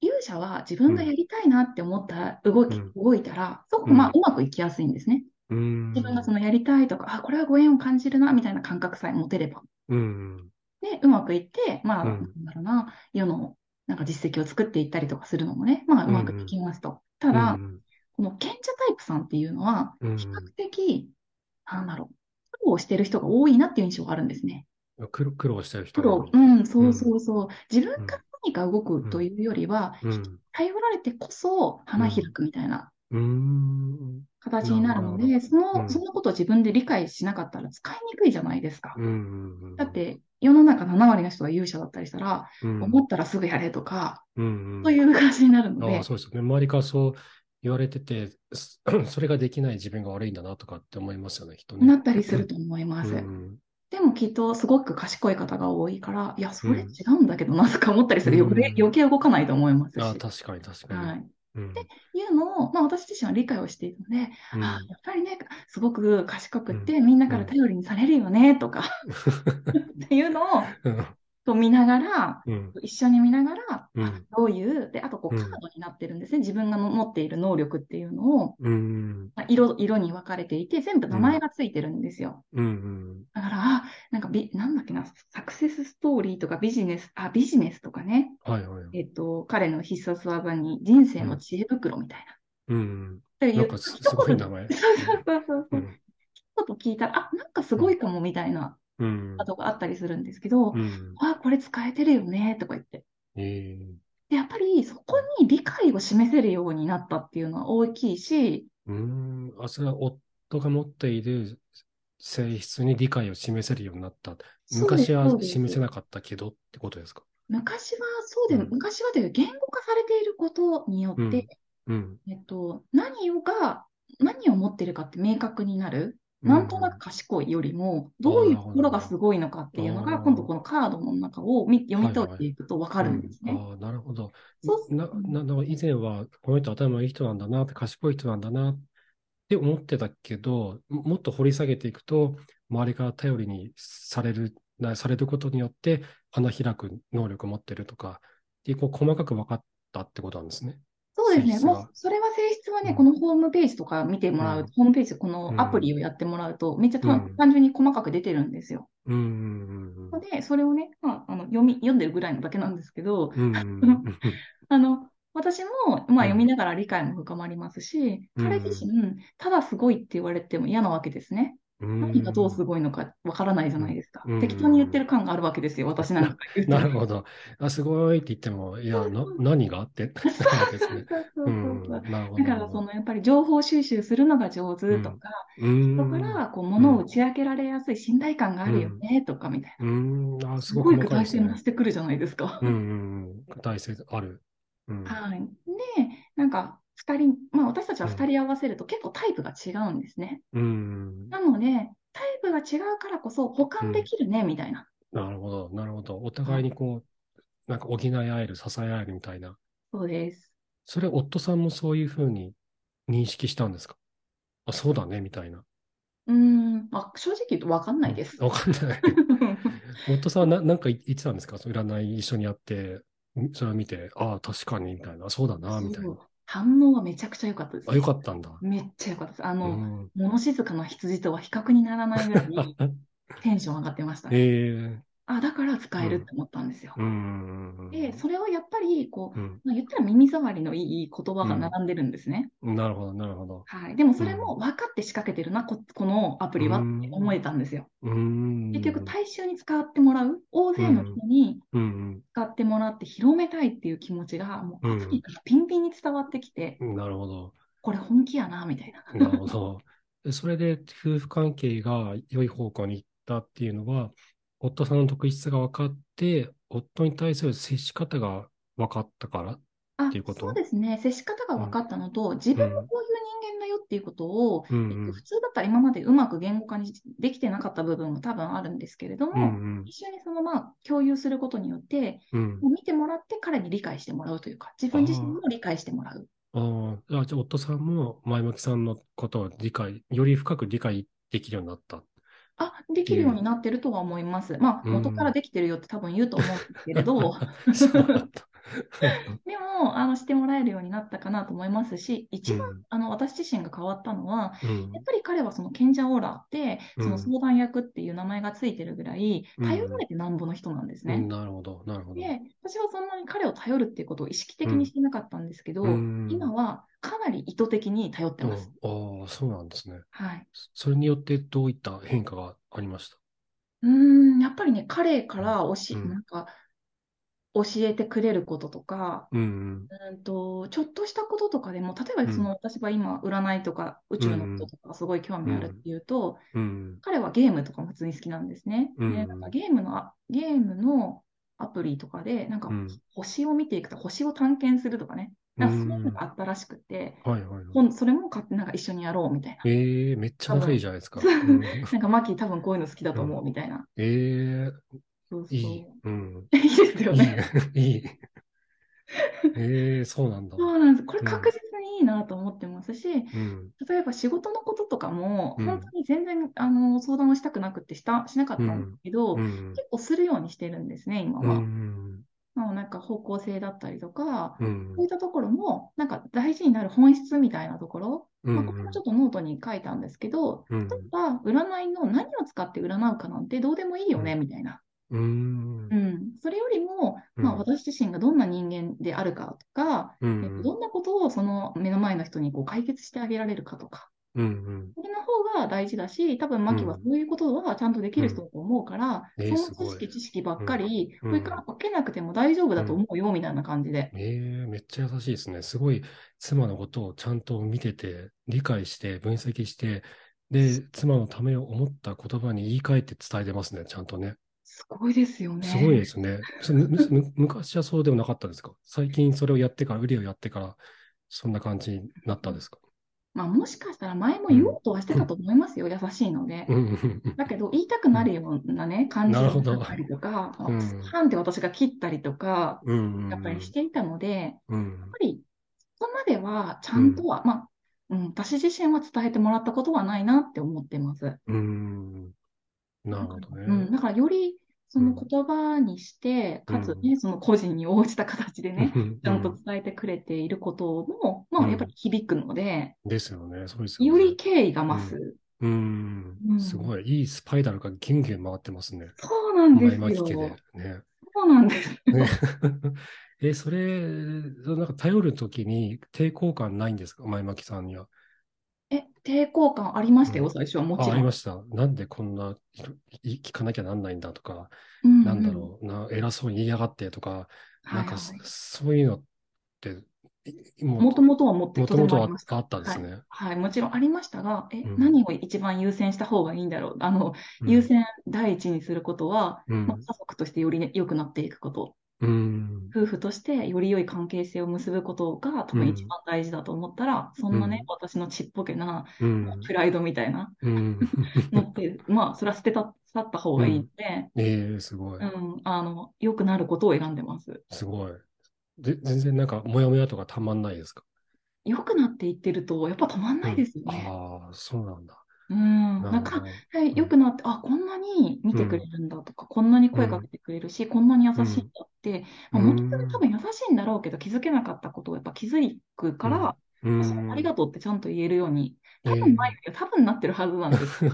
Speaker 2: 勇者は自分がやりたいなって思ったら動き、
Speaker 1: うん
Speaker 2: 動いたら、すご
Speaker 1: う
Speaker 2: く
Speaker 1: ん
Speaker 2: まあうまくいきやすいんですね。
Speaker 1: うん。
Speaker 2: 自分がそのやりたいとか、あ、これはご縁を感じるな、みたいな感覚さえ持てれば。
Speaker 1: うん。
Speaker 2: で、うまくいって、まあ、
Speaker 1: うん
Speaker 2: なんだろうな、世の、なんか実績を作っていったりとかするのもね、まあ、うまくいきますと。ただ、
Speaker 1: うん
Speaker 2: この賢者タイプさんっていうのは、
Speaker 1: うん
Speaker 2: 比較的、なんだろう、苦労してる人が多いなっていう印象があるんですね。
Speaker 1: 苦労苦労してる人
Speaker 2: 苦
Speaker 1: が
Speaker 2: 労
Speaker 1: 多い。、
Speaker 2: うん、そうそうそう。自分から何か動
Speaker 1: うん
Speaker 2: くというよりは、
Speaker 1: うん。
Speaker 2: 頼られてこそ花開くみたいな
Speaker 1: うん。
Speaker 2: 形になるの
Speaker 1: な
Speaker 2: で、そ
Speaker 1: うん
Speaker 2: の、そのことを自分で理解しなかったら使いにくいじゃないですか
Speaker 1: う。ん。
Speaker 2: だっ、て、世の中7割の人が勇者だったりしたら、
Speaker 1: うん。
Speaker 2: 思ったらすぐやれとか、
Speaker 1: うん。
Speaker 2: そういう感じになるの
Speaker 1: あ
Speaker 2: で
Speaker 1: あ、、そうですよね。周りからそう言われてて、 *clears throat* すそれができない自分が悪いんだなとかって思いますよね、人ね。
Speaker 2: なったりすると思います
Speaker 1: う。ん
Speaker 2: でもきっとすごく賢い方が多いから、いや、それ
Speaker 1: うん
Speaker 2: 違うんだけどなとか思ったりする。
Speaker 1: うん
Speaker 2: 余計余計動かないと思いますし。
Speaker 1: ああ、
Speaker 2: は
Speaker 1: 確かに確かに。
Speaker 2: い。
Speaker 1: うん
Speaker 2: いうのを、まあ私自身は理解をしているので、
Speaker 1: うん
Speaker 2: あやっぱりね、すごく
Speaker 1: *laughs*
Speaker 2: 賢くってみんなから頼りにされるよね、とか、っていうのを、
Speaker 1: うん
Speaker 2: と見ながら、
Speaker 1: うん。
Speaker 2: 一緒に見ながら、
Speaker 1: うん。
Speaker 2: どういう、で、あとこう
Speaker 1: うん
Speaker 2: カードになってるんですね。自分がの持っている能力っていうのを、
Speaker 1: うん。
Speaker 2: まあ色、色に分かれていて、全部名前がついてるんですよ。
Speaker 1: うん。
Speaker 2: だから、あなんかビ、なんだっけな、サクセスストーリーとかビジネス、あ、ビジネスとかね、
Speaker 1: はいはい。
Speaker 2: えっと、彼の必殺技に人生の知恵袋みたいな。
Speaker 1: うん。
Speaker 2: という
Speaker 1: なんかすすごい名前。
Speaker 2: そうそうそうそう。
Speaker 1: う。
Speaker 2: うんこと聞いたら、あ、なんかすごいかもみたいな
Speaker 1: うん
Speaker 2: ことがあったりするんですけど、
Speaker 1: うん。
Speaker 2: あ、これ使えてるよね、とか言って。
Speaker 1: ええ。
Speaker 2: で、やっぱりそこに理解を示せるようになったっていうのは大きいし、
Speaker 1: うーん、あ、それは夫が持っている性質に理解を示せるようになった。
Speaker 2: そうです
Speaker 1: 昔は
Speaker 2: そうです
Speaker 1: 示せなかったけどってことですか。
Speaker 2: 昔はそうで、
Speaker 1: うん
Speaker 2: 昔はというか言語化されていることによって、
Speaker 1: うんうん、
Speaker 2: えっと、何をが、何を持ってるかって明確になる。なんとなく賢いよりも、どういうところがすごいのかっていうの
Speaker 1: あ
Speaker 2: が、
Speaker 1: ー
Speaker 2: 今度このカードの中をみ読み取っていくと分
Speaker 1: う
Speaker 2: か
Speaker 1: ん
Speaker 2: るんですね。
Speaker 1: ああ、なるほど。
Speaker 2: そう
Speaker 1: な、な、なんか以前はこの人頭いい人なんだなって、賢い人なんだなって思ってたけど、ももっと掘り下げていくと、周りから頼りにされる、な、されることによって、花開く能力を持ってるとか、で、こう細かく分かったってことなんですね。
Speaker 2: そうですね。
Speaker 1: 性質が
Speaker 2: もう、それは性質は
Speaker 1: う
Speaker 2: ね、
Speaker 1: ん
Speaker 2: このホームページとか見てもら
Speaker 1: う
Speaker 2: うんと、ホームページ、このアプリをやってもらうと、めっちゃた
Speaker 1: うん
Speaker 2: 単純に細かく出てるんですよ。
Speaker 1: うんうんうん
Speaker 2: で、それをね、まあ、あの読み、読んでるぐらいのだけなんですけど、
Speaker 1: うん。うんうんうん
Speaker 2: あの、私も、まあ、
Speaker 1: うん
Speaker 2: 読みながら理解も深まりますし、
Speaker 1: うん
Speaker 2: 彼自身、ただすごいって言われても嫌なわけですね。何がどうすごいのかわからないじゃないですか
Speaker 1: うん。
Speaker 2: 適当に言ってる感があるわけですよ、私なんか言うと
Speaker 1: なるほど。あ、すごいって言っても、いや、な、何があってなるわけですね。*laughs* う、
Speaker 2: そうそうそうんそう
Speaker 1: なるほど。
Speaker 2: だから、その、やっぱり情報収集するのが上手とか、
Speaker 1: うーん、
Speaker 2: だから、こう、物を打ち明けられやすい信頼感があるよね、とかみたいうな。
Speaker 1: ーん、あ、す
Speaker 2: す
Speaker 1: ご
Speaker 2: ご
Speaker 1: く
Speaker 2: い
Speaker 1: 細
Speaker 2: 具
Speaker 1: かい
Speaker 2: 体
Speaker 1: です
Speaker 2: 性増
Speaker 1: ね
Speaker 2: し。てくるじゃないですか
Speaker 1: う。ん、うんうん、具体性ある。うん、
Speaker 2: はい。で、なんか、二人、まあ、私たちは二人合わせると結構タイプが違うんですね。
Speaker 1: うん、
Speaker 2: なので、タイプが違うからこそ補完できるね、みたいな。
Speaker 1: なるほど、なるほど。お互いにこう、なんか補い合える、支え合えるみたいな。
Speaker 2: そうです。
Speaker 1: それ、夫さんもそういうふうに認識したんですかあ、そうだね、みたいな。
Speaker 2: うーん、まあ、正直言うと分かんない *laughs* です。
Speaker 1: わかんない。夫さんはな、なんか言ってたんですかその占い一緒にやって、んそれを見て、ああ、確かに、みたいな、そうだな、みたい
Speaker 2: そう
Speaker 1: な。
Speaker 2: 反応はめちゃくちゃ良かったです
Speaker 1: あ、。よかったんだ。
Speaker 2: めっちゃ良かったです。あ
Speaker 1: う
Speaker 2: の、
Speaker 1: ん。
Speaker 2: 物静かな羊とは比較にならないぐらいに *laughs* テンション上がってましたね。
Speaker 1: ええ
Speaker 2: あ、だから使えるって思ったんですよ。
Speaker 1: うん。
Speaker 2: で、それをやっぱり、こう、
Speaker 1: うん。
Speaker 2: まあ、言ったら耳障りのいい言葉が並んでるんですね。
Speaker 1: なるほど、なるほど。
Speaker 2: はい。でもそれも分かって仕掛けてるな、こ、このアプリはって思えたんですよ。
Speaker 1: うーん。
Speaker 2: 結局、大衆に使ってもらう、大勢の人に
Speaker 1: うん
Speaker 2: 使ってもらって広めたいっていう気持ちが、もう、
Speaker 1: うん
Speaker 2: 熱いからピンピンに伝わってきて、
Speaker 1: うん。なるほど。
Speaker 2: これ本気やな、みたいな。
Speaker 1: なるほど。 *laughs* でそれで、夫婦関係が良い方向に行ったっていうのは、夫さんの特質が分かって、夫に対する接し方が分かったから。
Speaker 2: あ
Speaker 1: ていうこと
Speaker 2: そうですね。接し方が分かったのと、自分もこういう人間だよっていうことを、
Speaker 1: うん
Speaker 2: えっと普通だったら今までうまく言語化にできてなかった部分も多分あるんですけれど
Speaker 1: うん。う
Speaker 2: も、
Speaker 1: ん
Speaker 2: 一緒にそのまあ共有することによって、
Speaker 1: うん。
Speaker 2: 見てもらって彼に理解してもらうというか、自分自身も理解してもらう。
Speaker 1: うん。ああ、じゃあ、夫さんも前向きさんのことを理解、より深く理解できるようになった。
Speaker 2: あ、できるようになってるとは思います。まあ、
Speaker 1: うん
Speaker 2: 元からできてるよって多分言うと思うんですけれど、
Speaker 1: そうだ
Speaker 2: *laughs*
Speaker 1: った。
Speaker 2: でも、あの、してもらえるようになったかなと思いますし、
Speaker 1: う
Speaker 2: 一番、
Speaker 1: ん。
Speaker 2: あの、私自身が変わったのは、
Speaker 1: うん
Speaker 2: やっぱり彼はその賢者オーラって、
Speaker 1: うん
Speaker 2: その相談役っていう名前がついてるぐらい、
Speaker 1: うん
Speaker 2: 頼られてなんぼの人なんです
Speaker 1: うん
Speaker 2: ね。
Speaker 1: なるほど、なるほど。
Speaker 2: で、私はそんなに彼を頼るっていうことを意識的にしてなかったんですけど、
Speaker 1: うん
Speaker 2: 今はかなり意図的に頼って
Speaker 1: うん、
Speaker 2: ます。
Speaker 1: ああ、そうなんですね。
Speaker 2: はい。
Speaker 1: そそれによってどういった変化がありました
Speaker 2: うーん、やっぱりね、彼から教え、
Speaker 1: うん
Speaker 2: なんか、教えてくれることとか、
Speaker 1: うん
Speaker 2: うんと、ちょっとしたこととかでも、例えばその私は今、占いとか宇宙のこととかすごい興味あるっていうと、
Speaker 1: うん、うん、
Speaker 2: 彼はゲームとかも普通に好きなんですね。
Speaker 1: うん
Speaker 2: でなんかゲームのあ、ゲームのアプリとかで、なんか
Speaker 1: うん
Speaker 2: 星を見ていくとか、星を探検するとかね、なんかそういうのがあったらしくて、
Speaker 1: はいはいはい。
Speaker 2: 今それも買ってなんか一緒にやろうみたいな。
Speaker 1: ええめっちゃ仲いいじゃないですか。
Speaker 2: 多分
Speaker 1: うん
Speaker 2: なんかマキ多分こういうの好きだと思うみたいな。
Speaker 1: ええ
Speaker 2: そうそう。
Speaker 1: いい。うん。
Speaker 2: *laughs* いいですよ
Speaker 1: いい
Speaker 2: ね。
Speaker 1: ね。いい。へえ、そうなんだ。
Speaker 2: そうなんです。これ
Speaker 1: うん
Speaker 2: 確実にいいなと思ってますし、
Speaker 1: うん。
Speaker 2: 例えば仕事のこととかも、
Speaker 1: うん
Speaker 2: 本当に全然、あの、相談をしたくなくってした、しなかったんですけど、
Speaker 1: うん。
Speaker 2: 結構するようにしてるんですね、今
Speaker 1: う
Speaker 2: は。
Speaker 1: ん。
Speaker 2: まあなんか方向性だったりとか、
Speaker 1: うん
Speaker 2: そうい。ったところも、なんか大事になる本質みたいなところ、
Speaker 1: う
Speaker 2: まあ、これもちょっとノートに書いたんですけど、
Speaker 1: うん
Speaker 2: 例えば占いの何を使って占うかなんてどうでもいいよね、
Speaker 1: う
Speaker 2: みたいな。
Speaker 1: うん
Speaker 2: う。ん。それよりも、
Speaker 1: うん
Speaker 2: まあ私自身がどんな人間であるかとか、
Speaker 1: う
Speaker 2: えっ
Speaker 1: ん
Speaker 2: とどんなことをその目の前の人にこう解決してあげられるかとか、
Speaker 1: うん。
Speaker 2: それの方が大事だし、多分マキは
Speaker 1: うん
Speaker 2: そういうことはちゃんとできる人だと思うから、
Speaker 1: うんえー
Speaker 2: そ
Speaker 1: すご
Speaker 2: の
Speaker 1: い
Speaker 2: 知識、知識ばっかり、
Speaker 1: う
Speaker 2: こ
Speaker 1: ん
Speaker 2: れから受けなくても大丈夫だと思うよ、みたいな感じで。
Speaker 1: ええめっちゃ優しいですね。すごい妻のことをちゃんと見てて、理解して、分析して、で、妻のためを思った言葉に言い換えて伝えてますね、ちゃんとね。
Speaker 2: すごいですよね。
Speaker 1: すごいですね。そむむ昔はそうでもなかったですか *laughs* 最近それをやってから、売りをやってから、そんな感じになったんですか *laughs*
Speaker 2: まあ、もしかしたら前も言おうとはしてたと思いますよ、優しいので。
Speaker 1: うんうんうん
Speaker 2: だけど、言いたくなるようなね、感じ
Speaker 1: なるほど
Speaker 2: だったりとか、
Speaker 1: うん
Speaker 2: パンって私が切ったりとか、
Speaker 1: うんうん。
Speaker 2: やっぱりしていたので、やっ
Speaker 1: うん
Speaker 2: ぱり、そこまではちゃんとは、まあ、うん、私自身は伝えてもらったことはないなって思ってます。
Speaker 1: うん。なるほど
Speaker 2: う
Speaker 1: ね *laughs*
Speaker 2: ん、。だから、より、そ
Speaker 1: う
Speaker 2: の
Speaker 1: ん
Speaker 2: 言葉にして、かつ
Speaker 1: う
Speaker 2: ね、その個人に応じた形でね、
Speaker 1: うん
Speaker 2: ちゃんと伝えてくれていることも、ま
Speaker 1: う
Speaker 2: あ、
Speaker 1: ん
Speaker 2: やっぱり響くので、
Speaker 1: ですよね。そうですよ
Speaker 2: よ
Speaker 1: ね。
Speaker 2: り敬意が増す。
Speaker 1: うん
Speaker 2: う。ん
Speaker 1: すごい。いいスパイラルがギュンギュン回ってますね。
Speaker 2: そうなんです
Speaker 1: 前巻き家
Speaker 2: よ。
Speaker 1: で。ね。 *laughs*
Speaker 2: そうなんです。
Speaker 1: ねえ、それ、なんか頼るときに抵抗感ないんですか前巻きさんには。
Speaker 2: え、抵抗感ありました
Speaker 1: う
Speaker 2: よ、
Speaker 1: ん
Speaker 2: 最初はもち
Speaker 1: あ、あ
Speaker 2: ろ
Speaker 1: り
Speaker 2: ん。
Speaker 1: ました。なんでこんな、いい聞かなきゃなんないんだとか、
Speaker 2: うん
Speaker 1: なんだろうな、偉そうに言いやがってとか、
Speaker 2: うん。
Speaker 1: なん
Speaker 2: は
Speaker 1: か
Speaker 2: い
Speaker 1: そ
Speaker 2: はい
Speaker 1: そういうのって、いもう、
Speaker 2: もともとは持って
Speaker 1: もと
Speaker 2: とて
Speaker 1: も
Speaker 2: も
Speaker 1: と
Speaker 2: あ
Speaker 1: あ
Speaker 2: りました。
Speaker 1: あったですね。
Speaker 2: はい、はいもちろんありましたが、え、
Speaker 1: うん
Speaker 2: 何を一番優先した方がいいんだろう。あの、
Speaker 1: うん
Speaker 2: 優先第一にすることは、
Speaker 1: うん
Speaker 2: まあ、家族としてよりね良くなっていくこと、
Speaker 1: うん。
Speaker 2: 夫婦としてより良い関係性を結ぶことが多
Speaker 1: う
Speaker 2: 分
Speaker 1: ん
Speaker 2: 一番大事だと思ったら、そんな
Speaker 1: う
Speaker 2: ね
Speaker 1: ん、
Speaker 2: 私のちっぽけな
Speaker 1: うん。
Speaker 2: プライドみたいな
Speaker 1: うん。
Speaker 2: のって、 *laughs* まあ、それは捨てた、去った方がいいので、
Speaker 1: ええ、すごい。
Speaker 2: うん、あの、良くなることを選んでます。
Speaker 1: すごい。で、全然なんか、モヤモヤとかたまんないですか
Speaker 2: 良くなっていってると、やっぱ止まんないですよね。
Speaker 1: ああ、そうなんだ。
Speaker 2: うん。
Speaker 1: な
Speaker 2: な
Speaker 1: る
Speaker 2: ん
Speaker 1: ほ
Speaker 2: か、
Speaker 1: ど。
Speaker 2: はい、良くなって、あ、こんなに見てくれるんだとか、こんなに声かけてくれるし、こんなに優しいんだって、
Speaker 1: う
Speaker 2: ま
Speaker 1: ん
Speaker 2: あ、元から多分優しいんだろうけど、気づけなかったことをやっぱ気づくから、
Speaker 1: う
Speaker 2: その
Speaker 1: ん。
Speaker 2: ありがとうってちゃんと言えるように、
Speaker 1: え
Speaker 2: 多
Speaker 1: え
Speaker 2: 分前よりは多分なってるはずなん
Speaker 1: *laughs*
Speaker 2: です。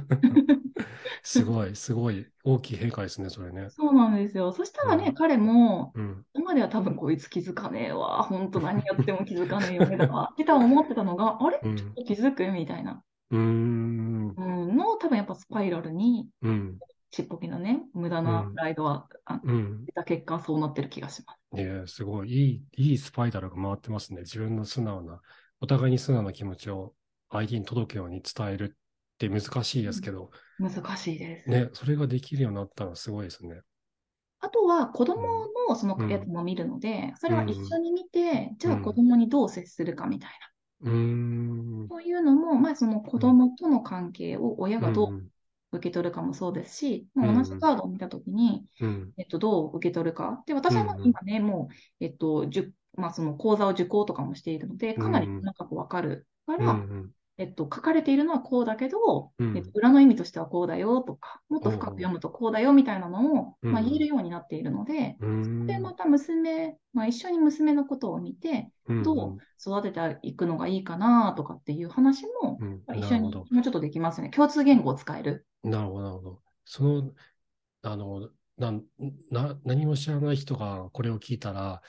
Speaker 1: すごい、すごい、大きい変化ですね、それね。
Speaker 2: そうなんですよ。そしたら
Speaker 1: う
Speaker 2: ね
Speaker 1: ん、
Speaker 2: 彼も、
Speaker 1: うん。
Speaker 2: 今では多分こいつ気づかねえわ、本当何やっても気づかねえよね、とか、って多分思ってた
Speaker 1: *laughs*
Speaker 2: のが、あれ
Speaker 1: う
Speaker 2: ちょ
Speaker 1: ん
Speaker 2: っと気づくみたいな。
Speaker 1: うん。
Speaker 2: うん、の多分やっぱスパイラルに
Speaker 1: うん。
Speaker 2: ちっぽけなね、無駄なプライドは、あ
Speaker 1: うん。
Speaker 2: 出た結果そうなってる気がします。
Speaker 1: ねえすごい、いい、いいスパイダルが回ってますね。自分の素直な、お互いに素直な気持ちを相手に届くように伝えるって難しいですけど、
Speaker 2: 難しいです。
Speaker 1: ね、それができるようになったのはすごいですね。
Speaker 2: あとは子供のその
Speaker 1: うん
Speaker 2: やつも見るので、それは一緒に見て、じゃあ子供にどう接するかみたいな。
Speaker 1: うん。
Speaker 2: そういうのも、まあその子供との関係を親がど
Speaker 1: う
Speaker 2: うん受け取るかもそうですし、
Speaker 1: ん
Speaker 2: まあ同じカードを見たときに、
Speaker 1: うん。
Speaker 2: えっと、どう受け取るか。で、私はまあ
Speaker 1: うんうん
Speaker 2: 今ね、もう、えっと、じゅまあその講座を受講とかもしているので、かなり
Speaker 1: うんうん
Speaker 2: なんかこうわかるか
Speaker 1: うんう
Speaker 2: ら、
Speaker 1: ん。
Speaker 2: えっと、書かれているのはこうだけど、
Speaker 1: うん
Speaker 2: えっと、裏の意味としてはこうだよとか、もっと深く読むとこうだよみたいなのを、
Speaker 1: うん
Speaker 2: まあ、言えるようになっているので、
Speaker 1: うん。
Speaker 2: で、また娘、まあ、一緒に娘のことを見て、
Speaker 1: うん、
Speaker 2: どう育てていくのがいいかなとかっていう話も、
Speaker 1: うん、うん。
Speaker 2: まあ一
Speaker 1: なる
Speaker 2: 緒に
Speaker 1: ほ
Speaker 2: もう
Speaker 1: ど。
Speaker 2: ちょっとできますよね。共通言語を使える。
Speaker 1: なるほど、なるほど。その、あの、なんな、何も知らない人がこれを聞いたら、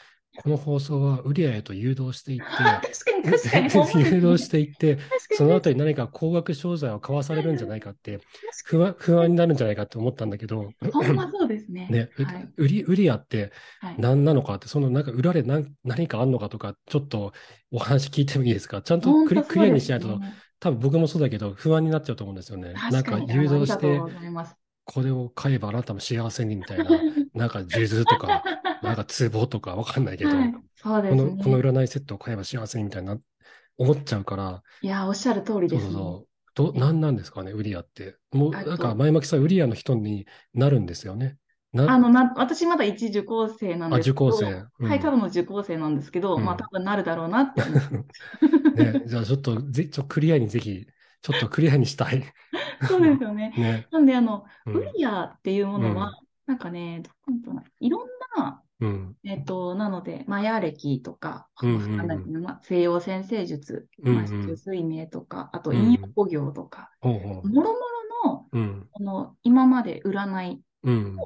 Speaker 1: この放送はウリアへと誘導していっ
Speaker 2: 確かに *laughs* 確かに。ほんま
Speaker 1: て、
Speaker 2: です
Speaker 1: *laughs*
Speaker 2: ね
Speaker 1: 誘導していって、
Speaker 2: 確かに
Speaker 1: そのあたり何か高額商材を買わされるんじゃないか
Speaker 2: *laughs*
Speaker 1: って、不安、不安になるんじゃないかって思ったんだけど、
Speaker 2: ほんまそうですね。
Speaker 1: ね、う
Speaker 2: はい。
Speaker 1: ウリ、ウリアって
Speaker 2: はい
Speaker 1: 何なのかって、そのなんか裏で何、何かあんのかとか、ちょっとお話聞いてもいいですかちゃんと
Speaker 2: ほん
Speaker 1: クリ、
Speaker 2: と
Speaker 1: ク
Speaker 2: そう
Speaker 1: リア
Speaker 2: で
Speaker 1: にし
Speaker 2: す
Speaker 1: ないと、多分僕もそうだけど、不安になっちゃうと思うんですよね。なんか
Speaker 2: 確かに。
Speaker 1: 誘
Speaker 2: あのあり
Speaker 1: 導
Speaker 2: が
Speaker 1: し
Speaker 2: とう
Speaker 1: て
Speaker 2: ご、ざいます。
Speaker 1: これを買えばあなたも幸せにみたい
Speaker 2: *laughs*
Speaker 1: な、なんか数珠とか、なんか壺とかわかんないけど、
Speaker 2: はい。そうで
Speaker 1: こ
Speaker 2: す
Speaker 1: の
Speaker 2: ね。
Speaker 1: この占いセットを買えば幸せにみたいな、思っちゃうから、
Speaker 2: いやー、おっしゃる通り
Speaker 1: そ
Speaker 2: で
Speaker 1: うそう
Speaker 2: すね。
Speaker 1: そう、ど、なんなんですかね、ウリアって。もう、
Speaker 2: あ
Speaker 1: なん
Speaker 2: そ
Speaker 1: か
Speaker 2: う
Speaker 1: 前巻きさん、ウリアの人になるんですよね。な
Speaker 2: あの、な、私まだ一受講生なん
Speaker 1: あ、
Speaker 2: です
Speaker 1: 受
Speaker 2: け
Speaker 1: 講
Speaker 2: ど、
Speaker 1: 生。う
Speaker 2: はい、た
Speaker 1: ん。
Speaker 2: だの受講生なんですけど、
Speaker 1: う
Speaker 2: まあ
Speaker 1: ん。
Speaker 2: 多分なるだろうなって思 *laughs* ってます。
Speaker 1: ね、じゃあちょっと、ぜ、ちょ、クリアにぜひ、ちょっとクリアにした
Speaker 2: *laughs*
Speaker 1: い。
Speaker 2: そうですよね。
Speaker 1: ね。
Speaker 2: なんで、あの、
Speaker 1: う
Speaker 2: ウ
Speaker 1: ん。
Speaker 2: リアっていうも
Speaker 1: う
Speaker 2: のは、
Speaker 1: ん。
Speaker 2: なんかね、どこだったかないろんな、
Speaker 1: うん。
Speaker 2: えっと、なので、マヤ歴とか、
Speaker 1: う
Speaker 2: わ
Speaker 1: ん。
Speaker 2: かんな
Speaker 1: う
Speaker 2: いけ
Speaker 1: ん。
Speaker 2: ど、まあ、西洋占星術、
Speaker 1: う
Speaker 2: まあ、風
Speaker 1: ん。
Speaker 2: 水明とか、あと
Speaker 1: うん。
Speaker 2: 陰陽
Speaker 1: うん
Speaker 2: 五行とか、
Speaker 1: ほうほう。
Speaker 2: もろもろの、
Speaker 1: うん。
Speaker 2: この、今まで占い、
Speaker 1: うん。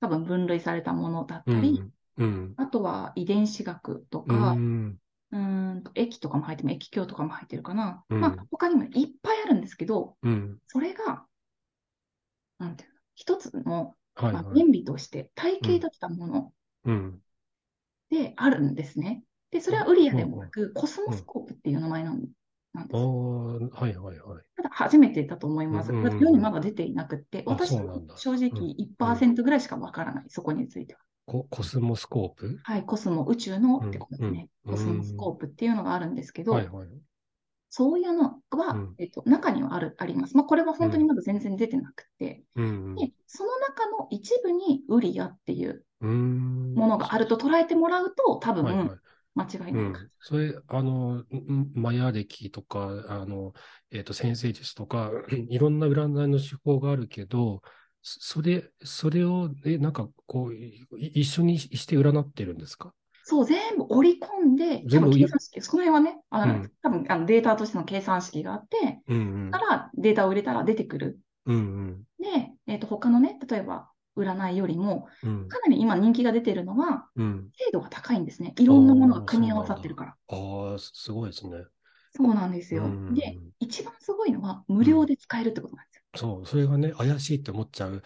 Speaker 2: 多分分類されたものだっ
Speaker 1: う
Speaker 2: たり、
Speaker 1: ん。うん。
Speaker 2: あとは遺伝子学と
Speaker 1: う
Speaker 2: か、
Speaker 1: ん。
Speaker 2: うーんと、液とかも入っても、液鏡とかも入ってるかな。
Speaker 1: う
Speaker 2: まあ、
Speaker 1: ん。
Speaker 2: 他にもいっぱいあるんですけど、
Speaker 1: うん。
Speaker 2: それが、なんていうの、一つの、
Speaker 1: はい
Speaker 2: まあ、
Speaker 1: はい。
Speaker 2: 原理として体
Speaker 1: う
Speaker 2: 系
Speaker 1: ん。
Speaker 2: だったもの
Speaker 1: うん。
Speaker 2: であるんですね。で、それは
Speaker 1: あ、
Speaker 2: ウリア
Speaker 1: ほ
Speaker 2: で
Speaker 1: う
Speaker 2: も
Speaker 1: ほ
Speaker 2: な
Speaker 1: う。
Speaker 2: く、コスモ
Speaker 1: う
Speaker 2: ス
Speaker 1: ん。
Speaker 2: コープっていう名前なん、なんで
Speaker 1: あ
Speaker 2: す。
Speaker 1: あ、はいはいはい。
Speaker 2: ただ、初めてだと思いうま
Speaker 1: ん。
Speaker 2: す。
Speaker 1: う
Speaker 2: だって
Speaker 1: ん。
Speaker 2: 世
Speaker 1: う
Speaker 2: にま
Speaker 1: ん。
Speaker 2: だ出ていなくって、
Speaker 1: あ、
Speaker 2: 私
Speaker 1: そうな
Speaker 2: も
Speaker 1: んだ。
Speaker 2: 正
Speaker 1: う
Speaker 2: 直
Speaker 1: ん。うん。
Speaker 2: 1%ぐらいしかわからない、そこについては。
Speaker 1: コ、コスモスコープ
Speaker 2: はい、コスモ、宇宙の
Speaker 1: う
Speaker 2: って
Speaker 1: ん。
Speaker 2: ことで
Speaker 1: う
Speaker 2: す
Speaker 1: ん。
Speaker 2: ね。
Speaker 1: う
Speaker 2: コスモス
Speaker 1: ん。
Speaker 2: コープっていうのがあるんですけ
Speaker 1: はい
Speaker 2: ど、
Speaker 1: はい。
Speaker 2: そういうの
Speaker 1: う
Speaker 2: は、
Speaker 1: ん。
Speaker 2: えっと、中にはある、あります。まあ、これは
Speaker 1: う
Speaker 2: 本当に
Speaker 1: ん。
Speaker 2: まだ全然出てなくて。
Speaker 1: うん。
Speaker 2: で、その中の一部にウリアっていう
Speaker 1: うん。うー
Speaker 2: も
Speaker 1: ん
Speaker 2: のがあると捉えてもらうと、多
Speaker 1: はい
Speaker 2: 分
Speaker 1: はい。
Speaker 2: 間違いうないか
Speaker 1: ん。それ、あの、んんマヤ暦とか、あの、えっと、占星術とか、 *clears throat* いろんな占いの手法があるけど、そそれ、それを、え、なんか、こう、い一緒にして占ってるんですか
Speaker 2: そう、全部織り込んで、多
Speaker 1: 全
Speaker 2: 分
Speaker 1: 部
Speaker 2: 計
Speaker 1: い、
Speaker 2: 算式、その辺はね、あ
Speaker 1: う
Speaker 2: の、
Speaker 1: ん、
Speaker 2: 多分あのデータとしての計算式があって、
Speaker 1: うん、う
Speaker 2: か
Speaker 1: ん、
Speaker 2: らデータを入れたら出てくる。
Speaker 1: うん、
Speaker 2: で、えっと、他のね、例えば占いよりも、
Speaker 1: うん、
Speaker 2: かなり今人気が出てるのは、
Speaker 1: うん。
Speaker 2: 精度が高いんですね。いろんなものが
Speaker 1: ああー、そ
Speaker 2: 組み
Speaker 1: う
Speaker 2: 合わ
Speaker 1: な
Speaker 2: さ
Speaker 1: ん
Speaker 2: っ
Speaker 1: だ。
Speaker 2: てるから。
Speaker 1: ああ、すすごいですね。
Speaker 2: そうなんです
Speaker 1: う
Speaker 2: よ。で、
Speaker 1: ん、
Speaker 2: 一番すごいのは、無
Speaker 1: う
Speaker 2: 料
Speaker 1: ん。
Speaker 2: で使えるってことなんですよ。
Speaker 1: そう、それがね、怪しいって思っちゃう、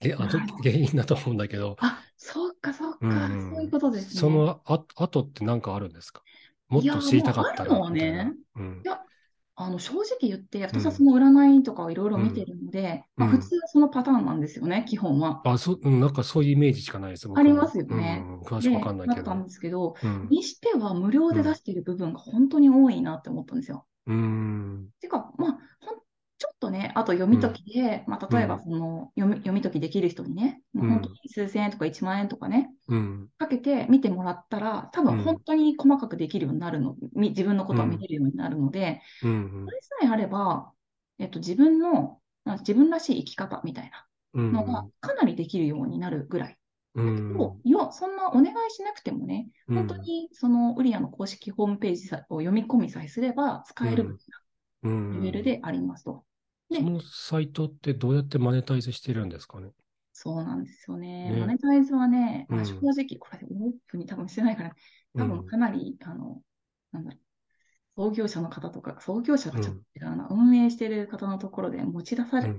Speaker 1: げ、あと、
Speaker 2: なるほど。
Speaker 1: 原因だと思うんだけど、
Speaker 2: あ、そうか、そう
Speaker 1: う
Speaker 2: か、そうい
Speaker 1: んう、
Speaker 2: うんことです
Speaker 1: そ
Speaker 2: ね。
Speaker 1: のあ、あとって何かあるんですかも
Speaker 2: い
Speaker 1: っ
Speaker 2: や
Speaker 1: と
Speaker 2: ー、
Speaker 1: 知り
Speaker 2: も
Speaker 1: た
Speaker 2: う
Speaker 1: か
Speaker 2: あ
Speaker 1: った
Speaker 2: るの
Speaker 1: ら、
Speaker 2: は
Speaker 1: みたい
Speaker 2: ね、
Speaker 1: な。うん、
Speaker 2: いや、あの、正直言って、
Speaker 1: う
Speaker 2: 私はそ
Speaker 1: ん、
Speaker 2: の占いとかをいろいろ
Speaker 1: う
Speaker 2: 見て
Speaker 1: ん、
Speaker 2: るので、
Speaker 1: う
Speaker 2: まあ、普通
Speaker 1: ん。
Speaker 2: はそのパターンなんですよね、基本は。
Speaker 1: あ、そう、うん、なんかそういうイメージしかないです、
Speaker 2: あ
Speaker 1: 僕
Speaker 2: りま
Speaker 1: も。
Speaker 2: すよ
Speaker 1: う
Speaker 2: ね。
Speaker 1: ん、詳しくわか
Speaker 2: で、
Speaker 1: んない
Speaker 2: だ
Speaker 1: け
Speaker 2: ったん
Speaker 1: ど。
Speaker 2: ですけど、
Speaker 1: うん、
Speaker 2: にしては無料
Speaker 1: う
Speaker 2: で出
Speaker 1: ん、
Speaker 2: している部分が本当に多いなって思ったんですよ。
Speaker 1: うん、
Speaker 2: てか、まあ、ほん、ちょっとね、あと読
Speaker 1: う
Speaker 2: み解
Speaker 1: ん、
Speaker 2: きで、まあ、
Speaker 1: う
Speaker 2: 例えば
Speaker 1: ん、
Speaker 2: その読み、読み解きできる人にね、もう
Speaker 1: う
Speaker 2: 本当
Speaker 1: ん、
Speaker 2: に数千円とか1万円とかね、
Speaker 1: うん、
Speaker 2: かけて見てもらったら、多
Speaker 1: う
Speaker 2: 分本
Speaker 1: ん、
Speaker 2: 当に細かくできるようになるの、み自分のこ
Speaker 1: う
Speaker 2: とが見
Speaker 1: ん、
Speaker 2: れるようになるので、
Speaker 1: う
Speaker 2: そ
Speaker 1: ん、
Speaker 2: れさえあれば、えっと、自分の、あ自分らしい生き方みたいな
Speaker 1: う
Speaker 2: のが
Speaker 1: ん、
Speaker 2: かなりできるようになるぐらい。
Speaker 1: う
Speaker 2: だけど、
Speaker 1: ん、
Speaker 2: よ、そんなお願いしなくてもね、
Speaker 1: う
Speaker 2: 本当
Speaker 1: ん、
Speaker 2: にそのウリアの公式ホームページさを読み込みさえすれば使
Speaker 1: う
Speaker 2: える
Speaker 1: ん、う
Speaker 2: レベル
Speaker 1: ん。
Speaker 2: でありますと。
Speaker 1: そ
Speaker 2: で、
Speaker 1: のサイトってどうやってマネタイズしてるんですかね。
Speaker 2: そうなんですよね。マ
Speaker 1: ね。
Speaker 2: ネタイズはね、
Speaker 1: う
Speaker 2: まあ、正
Speaker 1: ん、
Speaker 2: 直、これオープンに多分してないから、
Speaker 1: う
Speaker 2: 多分
Speaker 1: ん、
Speaker 2: かなり、あの、なんだろう、創業者の方とか、創業者
Speaker 1: う
Speaker 2: はちょっ
Speaker 1: ん、
Speaker 2: と違うな、運営してる方のところで持ち出さ
Speaker 1: う
Speaker 2: れ、
Speaker 1: ん。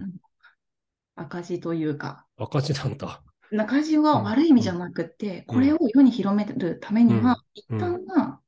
Speaker 2: 赤字というか、
Speaker 1: 赤字なんだ。
Speaker 2: 中地
Speaker 1: う
Speaker 2: は
Speaker 1: ん、
Speaker 2: 悪い意味
Speaker 1: う
Speaker 2: じゃ
Speaker 1: ん、
Speaker 2: なくて、
Speaker 1: う
Speaker 2: これを
Speaker 1: ん、
Speaker 2: 世に広めるため
Speaker 1: う
Speaker 2: には、
Speaker 1: ん、
Speaker 2: 一
Speaker 1: うん。
Speaker 2: 旦は、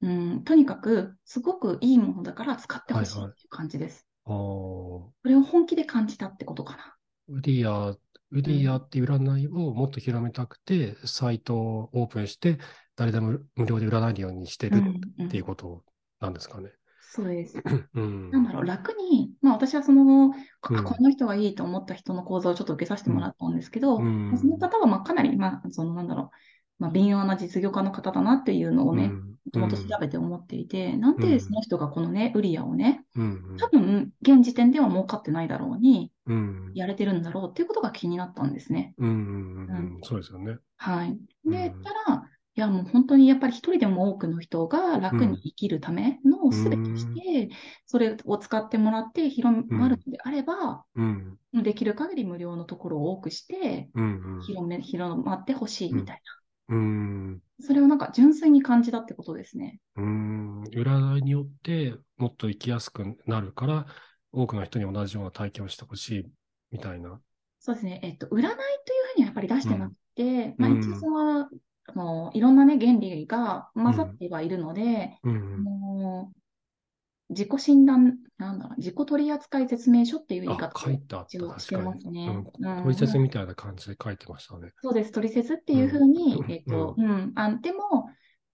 Speaker 2: うん、とにかく、すごくいいものだから使って
Speaker 1: は
Speaker 2: ほ
Speaker 1: い
Speaker 2: しいっ
Speaker 1: はい。
Speaker 2: ていう感じです。
Speaker 1: ああ、
Speaker 2: それを本気で感じたってことかな。
Speaker 1: ウリア、ウ
Speaker 2: う
Speaker 1: リア
Speaker 2: ん、
Speaker 1: っていう占いをもっと広めたくて、サイトをオープンして、誰でも無料で占えるようにして
Speaker 2: う
Speaker 1: るっ
Speaker 2: ん、う。
Speaker 1: ていうんことなんですかね。
Speaker 2: そうです。
Speaker 1: う
Speaker 2: なん
Speaker 1: ん、
Speaker 2: だろう、楽に、まあ私はその、こ
Speaker 1: う
Speaker 2: あ、こ
Speaker 1: ん、
Speaker 2: の人がいいと思った人の講座をちょっと受けさせて
Speaker 1: う
Speaker 2: もら
Speaker 1: ん、
Speaker 2: ったんですけ
Speaker 1: う
Speaker 2: ど、まあその
Speaker 1: ん、
Speaker 2: 方はまあかなり、まあ、そのなんだろう、まあ、微妙な実業家の方だなっていうのを
Speaker 1: う
Speaker 2: ね、
Speaker 1: ん、
Speaker 2: も
Speaker 1: う
Speaker 2: ともと調
Speaker 1: ん、
Speaker 2: べて思っていて、なん
Speaker 1: う
Speaker 2: でその
Speaker 1: ん、
Speaker 2: 人がこのね、ウリアをね、
Speaker 1: う
Speaker 2: 多
Speaker 1: ん、
Speaker 2: 分現時点では儲かってないだろうに、
Speaker 1: うん、
Speaker 2: やれてるんだろうっていうことが気になったんですね。
Speaker 1: う、
Speaker 2: うんん。
Speaker 1: そうですよね。
Speaker 2: はい。
Speaker 1: う
Speaker 2: で、た
Speaker 1: ん、
Speaker 2: ら、いや、もう本当にやっぱり一人でも多くの人が
Speaker 1: う
Speaker 2: 楽に
Speaker 1: ん、
Speaker 2: 生きるための
Speaker 1: う
Speaker 2: すべとし
Speaker 1: ん、
Speaker 2: て、それを使ってもらって広
Speaker 1: う
Speaker 2: まる
Speaker 1: ん、
Speaker 2: のであれば、
Speaker 1: うん、
Speaker 2: できる限り無料のところを多くして、
Speaker 1: うん、
Speaker 2: 広め、広まってほしいうみ
Speaker 1: ん、
Speaker 2: たい
Speaker 1: うん。
Speaker 2: な。それをなんか純粋に感じたってことですね。
Speaker 1: うーん、占いによってもっと生きやすくなるから、多くの人に同じような体験をしてほしいみたいな。
Speaker 2: そうですね。えっと、占いというふうにはやっぱり出し
Speaker 1: う
Speaker 2: てなく
Speaker 1: ん、
Speaker 2: て、
Speaker 1: う
Speaker 2: まあ一応そ
Speaker 1: ん、
Speaker 2: の、あの、いろんなね、原理が
Speaker 1: う
Speaker 2: 混ざっ
Speaker 1: ん、
Speaker 2: てはいるので、
Speaker 1: う
Speaker 2: あ
Speaker 1: ん。
Speaker 2: の自己診断、なんだろう、自己取扱説明書っていう言い
Speaker 1: あ、
Speaker 2: 方
Speaker 1: 書い
Speaker 2: を
Speaker 1: てあっ
Speaker 2: 一
Speaker 1: た、
Speaker 2: 応し
Speaker 1: 確
Speaker 2: て
Speaker 1: か
Speaker 2: ま
Speaker 1: に。
Speaker 2: す
Speaker 1: う
Speaker 2: ね。
Speaker 1: ん、
Speaker 2: う
Speaker 1: 取説
Speaker 2: ん、
Speaker 1: みたいな感じで書いてましたね。
Speaker 2: そうです、取説って
Speaker 1: う
Speaker 2: いうふ
Speaker 1: ん、
Speaker 2: うに、えっ
Speaker 1: う
Speaker 2: と、
Speaker 1: ん、
Speaker 2: うん、あ、でも、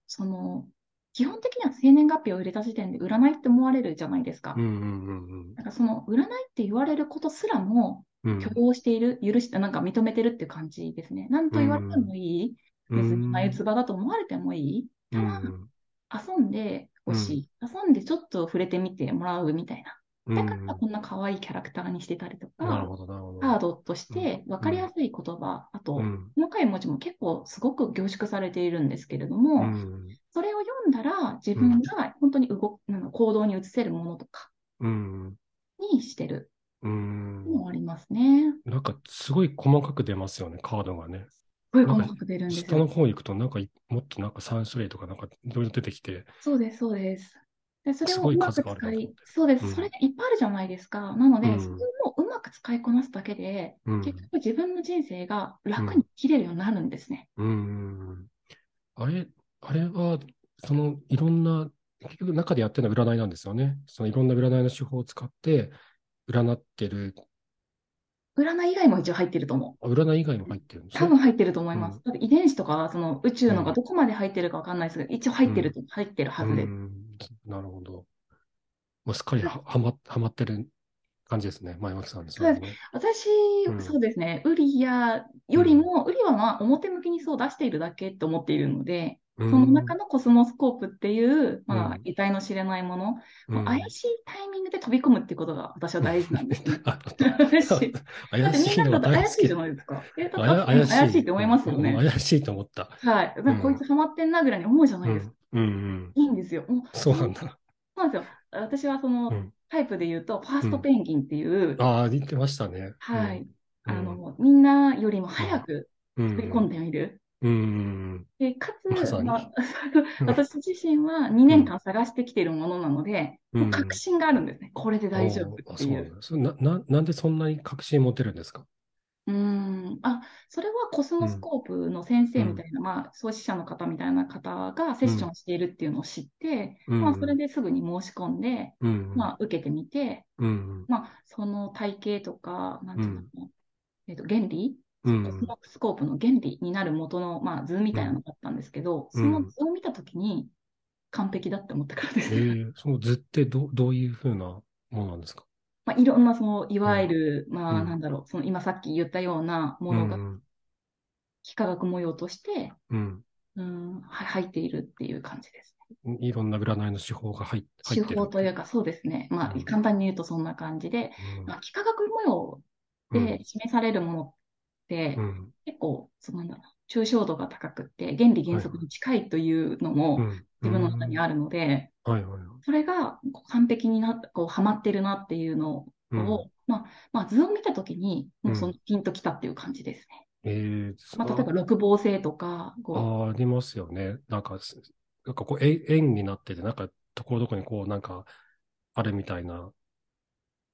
Speaker 2: その、基本的には生年月日を入れた時点で占いって思われるじゃないです
Speaker 1: う
Speaker 2: か。
Speaker 1: ん、うん、うん、
Speaker 2: なんかその占いって言われることすらも、
Speaker 1: うん
Speaker 2: 許容している、許して、なんか認めてるって感じですね。何と言われてもいい。別に眉唾だと思われてもいい。ただ、遊んでほしい。遊んでちょっと触れてみてもらうみたいな。
Speaker 1: うん
Speaker 2: だからこんな可愛いキャラクターにしてたりと
Speaker 1: うんなる
Speaker 2: か、
Speaker 1: ほど、なるほど。
Speaker 2: カードとして分かりやすい言葉、あと、
Speaker 1: うん
Speaker 2: 細かい文字も結構すごく凝縮されているんですけれど
Speaker 1: う
Speaker 2: も、
Speaker 1: ん
Speaker 2: それを読んだら自分が本当に動く、なんか行動に移せるものとか
Speaker 1: うん
Speaker 2: にしてる
Speaker 1: うん
Speaker 2: のもありますね。
Speaker 1: なんかすごい細かく出ますよね、カードがね。
Speaker 2: すごい細かく出るんです
Speaker 1: 下の
Speaker 2: よ。
Speaker 1: 方行くと、なんかいもっとなんか3種類とかなんかいろいろ出てきて、
Speaker 2: そうです、そうです。でそれ
Speaker 1: す
Speaker 2: を
Speaker 1: ご
Speaker 2: う
Speaker 1: い
Speaker 2: まく
Speaker 1: 数があるな
Speaker 2: 使
Speaker 1: と思っ
Speaker 2: い
Speaker 1: て、
Speaker 2: そうで
Speaker 1: うん
Speaker 2: す、それいっぱいあるじゃないですか。なので、
Speaker 1: うん
Speaker 2: それをうまく使いこなすだけで、
Speaker 1: うん
Speaker 2: 結局自分の人生が楽に切れるようになるんですね。
Speaker 1: うんあれ、あれは、そのいろんな、結局中でやってるのは占いなんですよね。そのいろんな占いの手法を使って、占ってる、
Speaker 2: 占い以外も一応入ってると思う。
Speaker 1: あ占い以外も入ってるんです
Speaker 2: 多分入ってると思いま
Speaker 1: う
Speaker 2: す
Speaker 1: ん。
Speaker 2: だって遺伝子とか、その宇宙の
Speaker 1: うん
Speaker 2: がどこまで入ってるかわかんないですけど、一応入ってると、入ってるはずで
Speaker 1: う
Speaker 2: す。
Speaker 1: んなるほど。もうすっかりははまはまってる感じですね、前脇さん
Speaker 2: そうです
Speaker 1: ね。
Speaker 2: 私、
Speaker 1: うん
Speaker 2: そうですね、ウリアよりも、ウリはまあ表向きにそう出しているだけって思っているので、
Speaker 1: そ
Speaker 2: その中のコスモスコープっていう、ま
Speaker 1: う
Speaker 2: あ
Speaker 1: ん、
Speaker 2: 得体の知れないもの、
Speaker 1: うん
Speaker 2: 怪しいタイミングで飛び込むってことが私は大事なんですね。
Speaker 1: *laughs* あ
Speaker 2: 私だっ
Speaker 1: 怪
Speaker 2: て
Speaker 1: し
Speaker 2: み
Speaker 1: い
Speaker 2: ん
Speaker 1: のが
Speaker 2: なだ
Speaker 1: 大
Speaker 2: と *laughs* 怪
Speaker 1: 好
Speaker 2: し
Speaker 1: き
Speaker 2: いじゃないですか。えだ
Speaker 1: あ
Speaker 2: って
Speaker 1: や怪しい。
Speaker 2: 怪しいって思いますよ
Speaker 1: うん
Speaker 2: ね。
Speaker 1: 怪しいと思った。
Speaker 2: はい。だからこいつハマってんなぐらいに思うじゃ
Speaker 1: う
Speaker 2: ないですか
Speaker 1: ん。。うんうん。
Speaker 2: いいんですよ。もう
Speaker 1: そうなんだ。
Speaker 2: そうなんですよ。私はその、
Speaker 1: うん
Speaker 2: タイプで言うと、ファーストペンギンっていう、
Speaker 1: ああ、言ってましたね。
Speaker 2: はい、
Speaker 1: うん
Speaker 2: あの、みんなよりも早く
Speaker 1: うん。
Speaker 2: 飛び込んでみる。
Speaker 1: うん。
Speaker 2: で、か
Speaker 1: ま
Speaker 2: つ、
Speaker 1: さに
Speaker 2: ま
Speaker 1: *laughs*
Speaker 2: あ私自身は2年間探してきてるものなので、
Speaker 1: うん
Speaker 2: もう確信があるんですね。これで大丈夫
Speaker 1: あ
Speaker 2: っ
Speaker 1: あ
Speaker 2: て
Speaker 1: そう
Speaker 2: い
Speaker 1: なん
Speaker 2: う。
Speaker 1: だそれなななんでそんなに確信持てるんですか
Speaker 2: うん。あ、それはコスモスコープの先生みたいな、まあ、創始者の方みたいな方がセッションしているっていうのを知って、
Speaker 1: うん
Speaker 2: まあ、それですぐに申し込んで、
Speaker 1: うん。
Speaker 2: まあ、受けてみて、
Speaker 1: うん。
Speaker 2: まあ、その体系とか、なんていうのかな、えっと、原理
Speaker 1: う
Speaker 2: コス
Speaker 1: ん。
Speaker 2: モスコープの原理になる元の、まあ、図みたいなのがあったんですけど、
Speaker 1: うん
Speaker 2: その図を見たときに完璧だって思ったからで
Speaker 1: え
Speaker 2: す。
Speaker 1: ー、その図ってどどういうふうなものなんですか
Speaker 2: まあ、いろんな、その、いわゆる、ま
Speaker 1: う
Speaker 2: あ、
Speaker 1: ん
Speaker 2: なんだろう、その、今さっき言ったようなものが
Speaker 1: うん
Speaker 2: 幾何学模様として、
Speaker 1: うん。
Speaker 2: うん、は入っているっていう感じですね。
Speaker 1: いろんな占いの手法が入っ入
Speaker 2: 手
Speaker 1: ってる。
Speaker 2: 法というか、そうですね。ま
Speaker 1: う
Speaker 2: あ
Speaker 1: ん、
Speaker 2: 簡単に言うとそんな感じで、まあ、幾何学模様
Speaker 1: うん、
Speaker 2: で示されるものって
Speaker 1: う、ん。
Speaker 2: 結構、そのなんだろう、抽象度が高くって、原理原則に近いというの
Speaker 1: う
Speaker 2: も
Speaker 1: ん。
Speaker 2: 自分の中にあるので、
Speaker 1: うん。はいはいはい。
Speaker 2: それがこう完璧になっこうハマってるなっていうのを、
Speaker 1: うん
Speaker 2: まあ、まあ、図を見たときに、もうその
Speaker 1: う
Speaker 2: ピンときたっていう感じですね。
Speaker 1: えー、
Speaker 2: まあ、例えば、六芒星とか、こ
Speaker 1: あありますよね。なんかす、なんかこう、え円になってて、なんか、ところどころにこう、なんか、あるみたいな。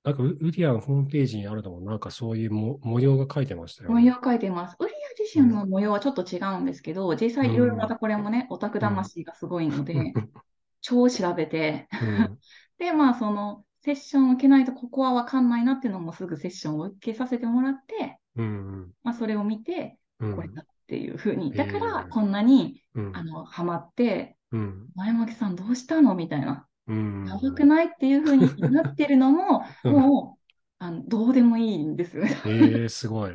Speaker 1: なんかウ、ウリアンホームページにあるのも、なんかそういうも模様が書いてました
Speaker 2: う、
Speaker 1: よ
Speaker 2: 模
Speaker 1: ね。
Speaker 2: 様を描いてます。ウリア自身の模様はちょっと違うんですけど、実際いろいろまたこれもね、オタク魂がすごいので、 *laughs* 超調べて、
Speaker 1: うん
Speaker 2: で、まあ、その、セッションを受けないとここはわかんないなっていうのもすぐセッションを受けさせてもらって、
Speaker 1: うん。
Speaker 2: まあ、それを見て、
Speaker 1: うん。
Speaker 2: これだっていうふうに。
Speaker 1: うん
Speaker 2: だから、
Speaker 1: えー
Speaker 2: こんなに、
Speaker 1: うん。
Speaker 2: あの、ハマって、
Speaker 1: うん。
Speaker 2: 前巻さんどうしたのみたいな。
Speaker 1: うん。
Speaker 2: やばくないっていうふうになってるのも、
Speaker 1: うん
Speaker 2: もうあの、どうでもいいんですよね。
Speaker 1: えー、すごい。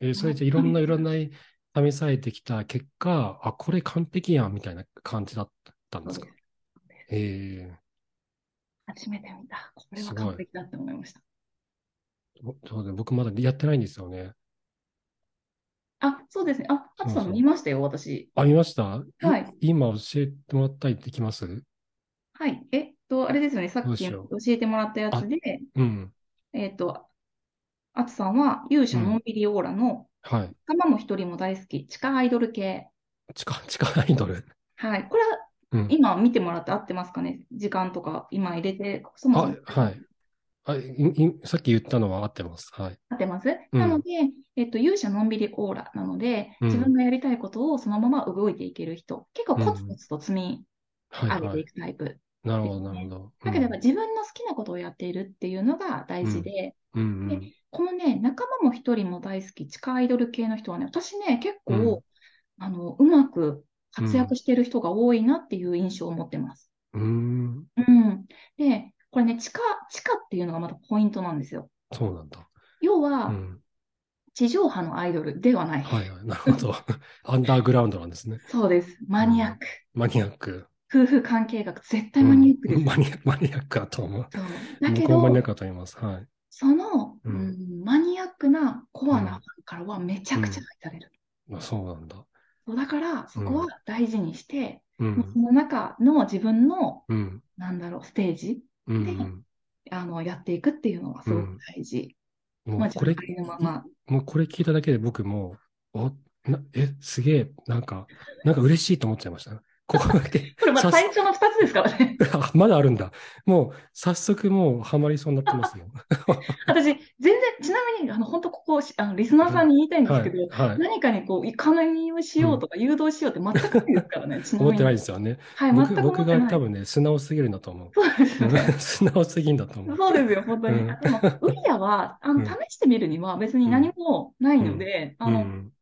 Speaker 1: えー、それじゃいろんな占い、試されてきた結果、あ、これ完璧やん、みたいな感じだったんですか。えー。
Speaker 2: 初めて見た。これ
Speaker 1: す
Speaker 2: は
Speaker 1: ごい
Speaker 2: 完璧だって思いました。
Speaker 1: おそうだね僕まだやってないんですよね。
Speaker 2: あ、そうですね。あ、ハチ
Speaker 1: そう
Speaker 2: さ
Speaker 1: んそう
Speaker 2: 見ましたよ、私。
Speaker 1: あ、見ました
Speaker 2: はい。
Speaker 1: い今教えてもらったりできます
Speaker 2: はい。えっと、あれですよね。さ
Speaker 1: ど
Speaker 2: っ
Speaker 1: うし
Speaker 2: き教
Speaker 1: よう
Speaker 2: えてもらったやつで、
Speaker 1: うん。
Speaker 2: えっと、ハチさんは勇者のんびりオーラの、
Speaker 1: はい。
Speaker 2: 仲間も一人も大好き、地下アイドル系。
Speaker 1: 地 *laughs* 下、地下アイドル。
Speaker 2: はい。これは
Speaker 1: うん
Speaker 2: 今見てもらって合ってますかね時間とか今入れて、そもそ
Speaker 1: あ
Speaker 2: も、
Speaker 1: はい。あ、いいさっき言ったのは合ってます。はい。
Speaker 2: 合ってます、
Speaker 1: うん
Speaker 2: なので、えっと、勇者のんびりオーラなので、
Speaker 1: うん
Speaker 2: 自分がやりたいことをそのまま動いていける人、結構コツコツと積み
Speaker 1: は
Speaker 2: 上
Speaker 1: い、
Speaker 2: げ
Speaker 1: は
Speaker 2: てい
Speaker 1: い。
Speaker 2: くタイプ。
Speaker 1: なるほど、なるほど。
Speaker 2: だけどやっぱ自分の好きなことをやっているっていうのが大事で、
Speaker 1: うん、うんうん。
Speaker 2: このね、仲間も一人も大好き、地下アイドル系の人はね、私ね、結構、あの、うまく活躍してる人が多いなっていう印象を持ってます。
Speaker 1: うーん、
Speaker 2: うん。で、これね、地下、地下っていうのがまたポイントなんですよ。
Speaker 1: そうなんだ。
Speaker 2: 要
Speaker 1: う
Speaker 2: は、
Speaker 1: ん。
Speaker 2: 地上波のアイドルではない。
Speaker 1: はいはい。なるほど。 *laughs* アンダーグラウンドなんですね。
Speaker 2: そうです。マニアック。
Speaker 1: マニアック。
Speaker 2: 夫婦関係学、絶対マニアックで
Speaker 1: うん
Speaker 2: す。
Speaker 1: マニアマニアックだと思う。
Speaker 2: そうだけ
Speaker 1: 僕もマニアッ
Speaker 2: ど、
Speaker 1: クだと思います。はい。
Speaker 2: その、
Speaker 1: うん
Speaker 2: うんマニアックなコアな
Speaker 1: うん
Speaker 2: ファンからはめちゃくちゃ愛される。
Speaker 1: まあ、そうなんだ。
Speaker 2: そうだから、そこは大事にして、
Speaker 1: う
Speaker 2: もうそ
Speaker 1: ん。
Speaker 2: の中の自分の、
Speaker 1: うん。
Speaker 2: なんだろう、ステージ、
Speaker 1: うん
Speaker 2: で
Speaker 1: うん。
Speaker 2: あの、やっていくっていうのはすごく大事。ま
Speaker 1: も
Speaker 2: あ、
Speaker 1: うこれ
Speaker 2: 自、分のまま。
Speaker 1: もうこれ聞いただけで僕も、お、な、え、すげえ、なんか、なんか嬉しいと思っちゃいました。ここだけ、
Speaker 2: これ、まあ、
Speaker 1: さす
Speaker 2: 最初の2つですからね。 *laughs*
Speaker 1: あまだあるんだ。もう、早速もう、ハマりそうになってますよ。
Speaker 2: 私、全然、ちなみに、あの、本当ここ、しあの、リスナーさんに言いたいんで
Speaker 1: は
Speaker 2: すけど、
Speaker 1: い。はい。
Speaker 2: 何かにこう、いかにをしようとか、誘導しようって全くないですから
Speaker 1: *laughs*
Speaker 2: ね、ちなみ
Speaker 1: 思
Speaker 2: に。
Speaker 1: ってないですよね。
Speaker 2: はい、全
Speaker 1: 僕、
Speaker 2: く思
Speaker 1: 僕
Speaker 2: って
Speaker 1: が
Speaker 2: ない。
Speaker 1: 多分ね、素直すぎるんだと
Speaker 2: *laughs*
Speaker 1: 思う。
Speaker 2: そうですよね。
Speaker 1: 素直すぎんだと思う。
Speaker 2: そうですよ、本当に。
Speaker 1: うん
Speaker 2: あでも、ウリアは、あ
Speaker 1: うん
Speaker 2: の、試してみるには別に何もないので、
Speaker 1: う
Speaker 2: あの、
Speaker 1: ん。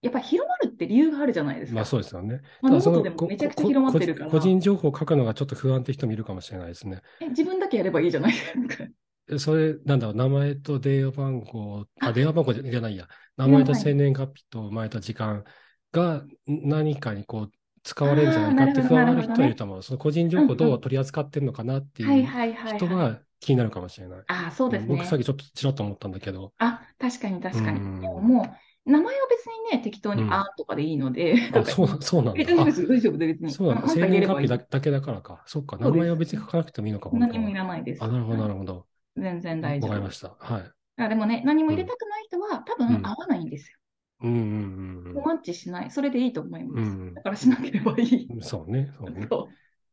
Speaker 2: やっぱり広まるって理由があるじゃないです
Speaker 1: まあ
Speaker 2: か。
Speaker 1: そうですよね。た
Speaker 2: まあ、ノ
Speaker 1: だ
Speaker 2: ー
Speaker 1: その
Speaker 2: トでも
Speaker 1: こ
Speaker 2: めちゃくちゃ
Speaker 1: こ
Speaker 2: 広まってるから、
Speaker 1: 個人情報を書くのがちょっと不安って人もいるかもしれないですね。
Speaker 2: え自分だけやればいいじゃないですか。
Speaker 1: えそれ、なんだろう、名前と電話番号、あ、
Speaker 2: あ
Speaker 1: 電話番号じゃじゃないや。名
Speaker 2: 電話
Speaker 1: 前
Speaker 2: 番
Speaker 1: と
Speaker 2: 号
Speaker 1: 生年月日と生まれた時間がん何かにこう使われるんじゃないかって
Speaker 2: あーなるほ
Speaker 1: 不安がある
Speaker 2: どなるほど
Speaker 1: 人はいると思う。その個人情報を
Speaker 2: うん
Speaker 1: ど
Speaker 2: う
Speaker 1: う取り扱ってるのかなって
Speaker 2: はい
Speaker 1: いう
Speaker 2: はいはい、
Speaker 1: 人
Speaker 2: はい。
Speaker 1: が気になるかもしれない。
Speaker 2: ああ、そうです
Speaker 1: 僕
Speaker 2: ね
Speaker 1: さっ。きちょっとちらっと思ったんだけど。
Speaker 2: あ、確かに確かに。
Speaker 1: うん
Speaker 2: でももう、名前は別にね、適当に
Speaker 1: うん
Speaker 2: あーとかでいいので、な
Speaker 1: あ、
Speaker 2: んか
Speaker 1: そう、そうなんだ。
Speaker 2: 別に
Speaker 1: あ
Speaker 2: 別に大丈夫です、別に。
Speaker 1: そうなんだ。
Speaker 2: あなん
Speaker 1: 生
Speaker 2: か入れ
Speaker 1: 年
Speaker 2: れば
Speaker 1: 月
Speaker 2: い
Speaker 1: 日
Speaker 2: い。
Speaker 1: だだけだからか。そっか、
Speaker 2: そ
Speaker 1: 名
Speaker 2: うです
Speaker 1: 前は別に書かなくてもいいのか、本当
Speaker 2: 何も。
Speaker 1: はい
Speaker 2: らないです。
Speaker 1: あ、なるほど、なる
Speaker 2: はい
Speaker 1: ほど。
Speaker 2: 全然
Speaker 1: わ
Speaker 2: 大丈
Speaker 1: かり
Speaker 2: 夫
Speaker 1: ま。した。はい。
Speaker 2: あ、でもね、何も入れたくない人は、多
Speaker 1: うん
Speaker 2: 分合わないんですよ。
Speaker 1: うんうんうん
Speaker 2: マッチしない。それでいいと思い
Speaker 1: うん。う
Speaker 2: ます。
Speaker 1: ん
Speaker 2: だからしなければいい。
Speaker 1: うん。そうね、そうね。
Speaker 2: そ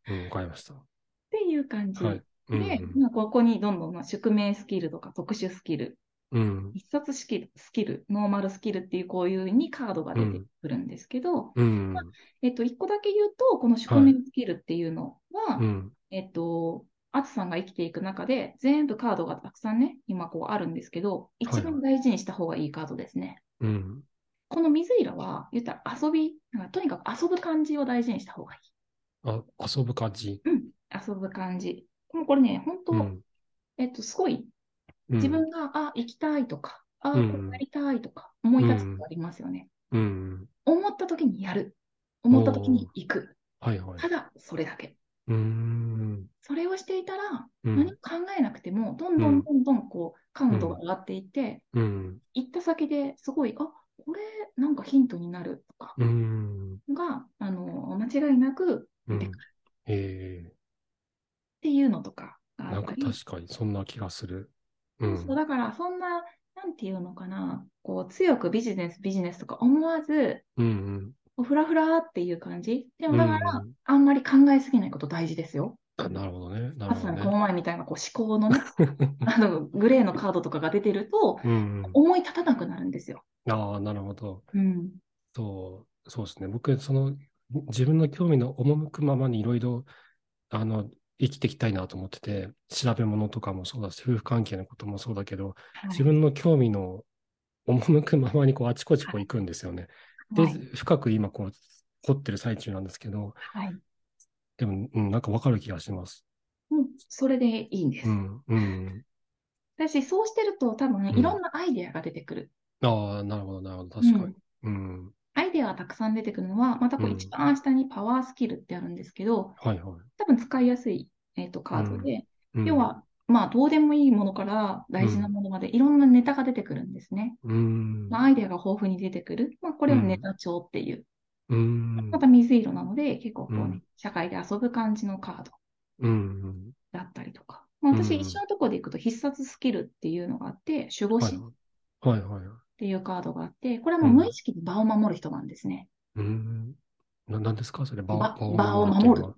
Speaker 2: う。っ
Speaker 1: うん、わかりました。
Speaker 2: ていう感じ。
Speaker 1: はい。うん
Speaker 2: で、まあ、ここにどんどんまあ宿命スキルとか特殊スキル、
Speaker 1: うん。うん。
Speaker 2: 必殺スキル、スキル、ノーマルスキルっていうこういうにカードが出てくるんですけど、
Speaker 1: うん。
Speaker 2: えっと、一個だけ言うと、この宿命スキルっていうのは、
Speaker 1: うん。
Speaker 2: えっと、アツさんが生きていく中で、全部カードがたくさんね、今こうあるんですけど、一番大事にした方がいいカードですね。
Speaker 1: うん。
Speaker 2: この水色は、言ったら遊び、なんかとにかく遊ぶ感じを大事にした方がい
Speaker 1: あ、遊ぶ感じ。
Speaker 2: い。うん、遊ぶ感じ。もうこれね、本当、
Speaker 1: うん。
Speaker 2: えっと、すごい
Speaker 1: うん
Speaker 2: 自分が、あ、行きたいとか、あ、こ
Speaker 1: うん
Speaker 2: うなりたいとか、思い立つことありますよね。
Speaker 1: うん。
Speaker 2: 思った時にやる。思った時に行く。
Speaker 1: はいはい
Speaker 2: た。だ、それだけ。
Speaker 1: うん。
Speaker 2: それをしていたら、
Speaker 1: う
Speaker 2: 何も
Speaker 1: ん。
Speaker 2: 考えなくても、どんどんどんどんこう、感度が上がっていって、
Speaker 1: うん。
Speaker 2: 行った先ですごい、あ、これ、なんかヒントになるとか
Speaker 1: うん。
Speaker 2: が、あの、間違いなく
Speaker 1: う
Speaker 2: 出
Speaker 1: ん
Speaker 2: てくるっ
Speaker 1: え
Speaker 2: ていうのとかが
Speaker 1: え。
Speaker 2: あ
Speaker 1: な
Speaker 2: っ
Speaker 1: んか
Speaker 2: たり、
Speaker 1: 確かにそんな気がする。うん
Speaker 2: そう。だから、そんな、なんていうのかな、こう、強くビジネス、ビジネスとか思わず、
Speaker 1: うん。
Speaker 2: こうフラフラっていう感じ。で
Speaker 1: う
Speaker 2: も
Speaker 1: ん。
Speaker 2: だから、あんまり考えすぎないこと大事ですよ。
Speaker 1: あ、なるほどね。な
Speaker 2: ま
Speaker 1: る
Speaker 2: さ
Speaker 1: ほ
Speaker 2: に
Speaker 1: ど
Speaker 2: この
Speaker 1: ね。
Speaker 2: 前みたいなこう思
Speaker 1: *laughs*
Speaker 2: 考のね、あのグレーのカードとかが出てると、
Speaker 1: うん。
Speaker 2: 思い立たなくなるんですよ。
Speaker 1: ああ、なるほど。
Speaker 2: うん。
Speaker 1: そう、そうですね。僕、その、自分の興味の赴くままにいろいろ、あの、生きていきたいなと思ってて、調べ物とかもそうだし、夫婦関係のこともそうだけど、
Speaker 2: はい
Speaker 1: 自分の興味の赴くままに、こう、あちこちこう行くんですよね。で、
Speaker 2: はい。
Speaker 1: 深く今、こう、掘ってる最中なんですけど、
Speaker 2: はい。
Speaker 1: でも、うん、なんかわかる気がします。
Speaker 2: もう、それでいいんで
Speaker 1: う
Speaker 2: す。
Speaker 1: ん、うん。
Speaker 2: だし、そうしてると多分、
Speaker 1: うん
Speaker 2: いろんなアイデアが出てくる。
Speaker 1: ああ、なるほど、なるほど。確か
Speaker 2: う
Speaker 1: に
Speaker 2: ん。
Speaker 1: うん。
Speaker 2: アイデアがたくさん出てくるのは、またこ
Speaker 1: う
Speaker 2: うん一番下にパワースキルってあるんですけど、
Speaker 1: はい、はい。
Speaker 2: 多分使いやすい、えっと、カードで、
Speaker 1: うん
Speaker 2: 要、は、まあ、どうでもいいものから大事なものまで、いろんなネタが出てくるんですね。
Speaker 1: うん、
Speaker 2: まあ、アイデアが豊富に出てくる。まあ、これをネタ帳っていう。
Speaker 1: うん
Speaker 2: ま、た水色なので、結構こうね、
Speaker 1: うん
Speaker 2: 社会で遊ぶ感じのカード
Speaker 1: うん、
Speaker 2: だったりとか。まあ、私、
Speaker 1: うん
Speaker 2: 一緒のところでいくと必殺スキルっていうのがあって、守護
Speaker 1: はい、
Speaker 2: 神
Speaker 1: は
Speaker 2: っ
Speaker 1: い、はいはい。
Speaker 2: ていうカードがあって、これはもう無意識に場を守る人なんですね。
Speaker 1: うーん。な、なんですかそれ、場
Speaker 2: ば
Speaker 1: を、
Speaker 2: 場を
Speaker 1: っていうの
Speaker 2: 守る
Speaker 1: は。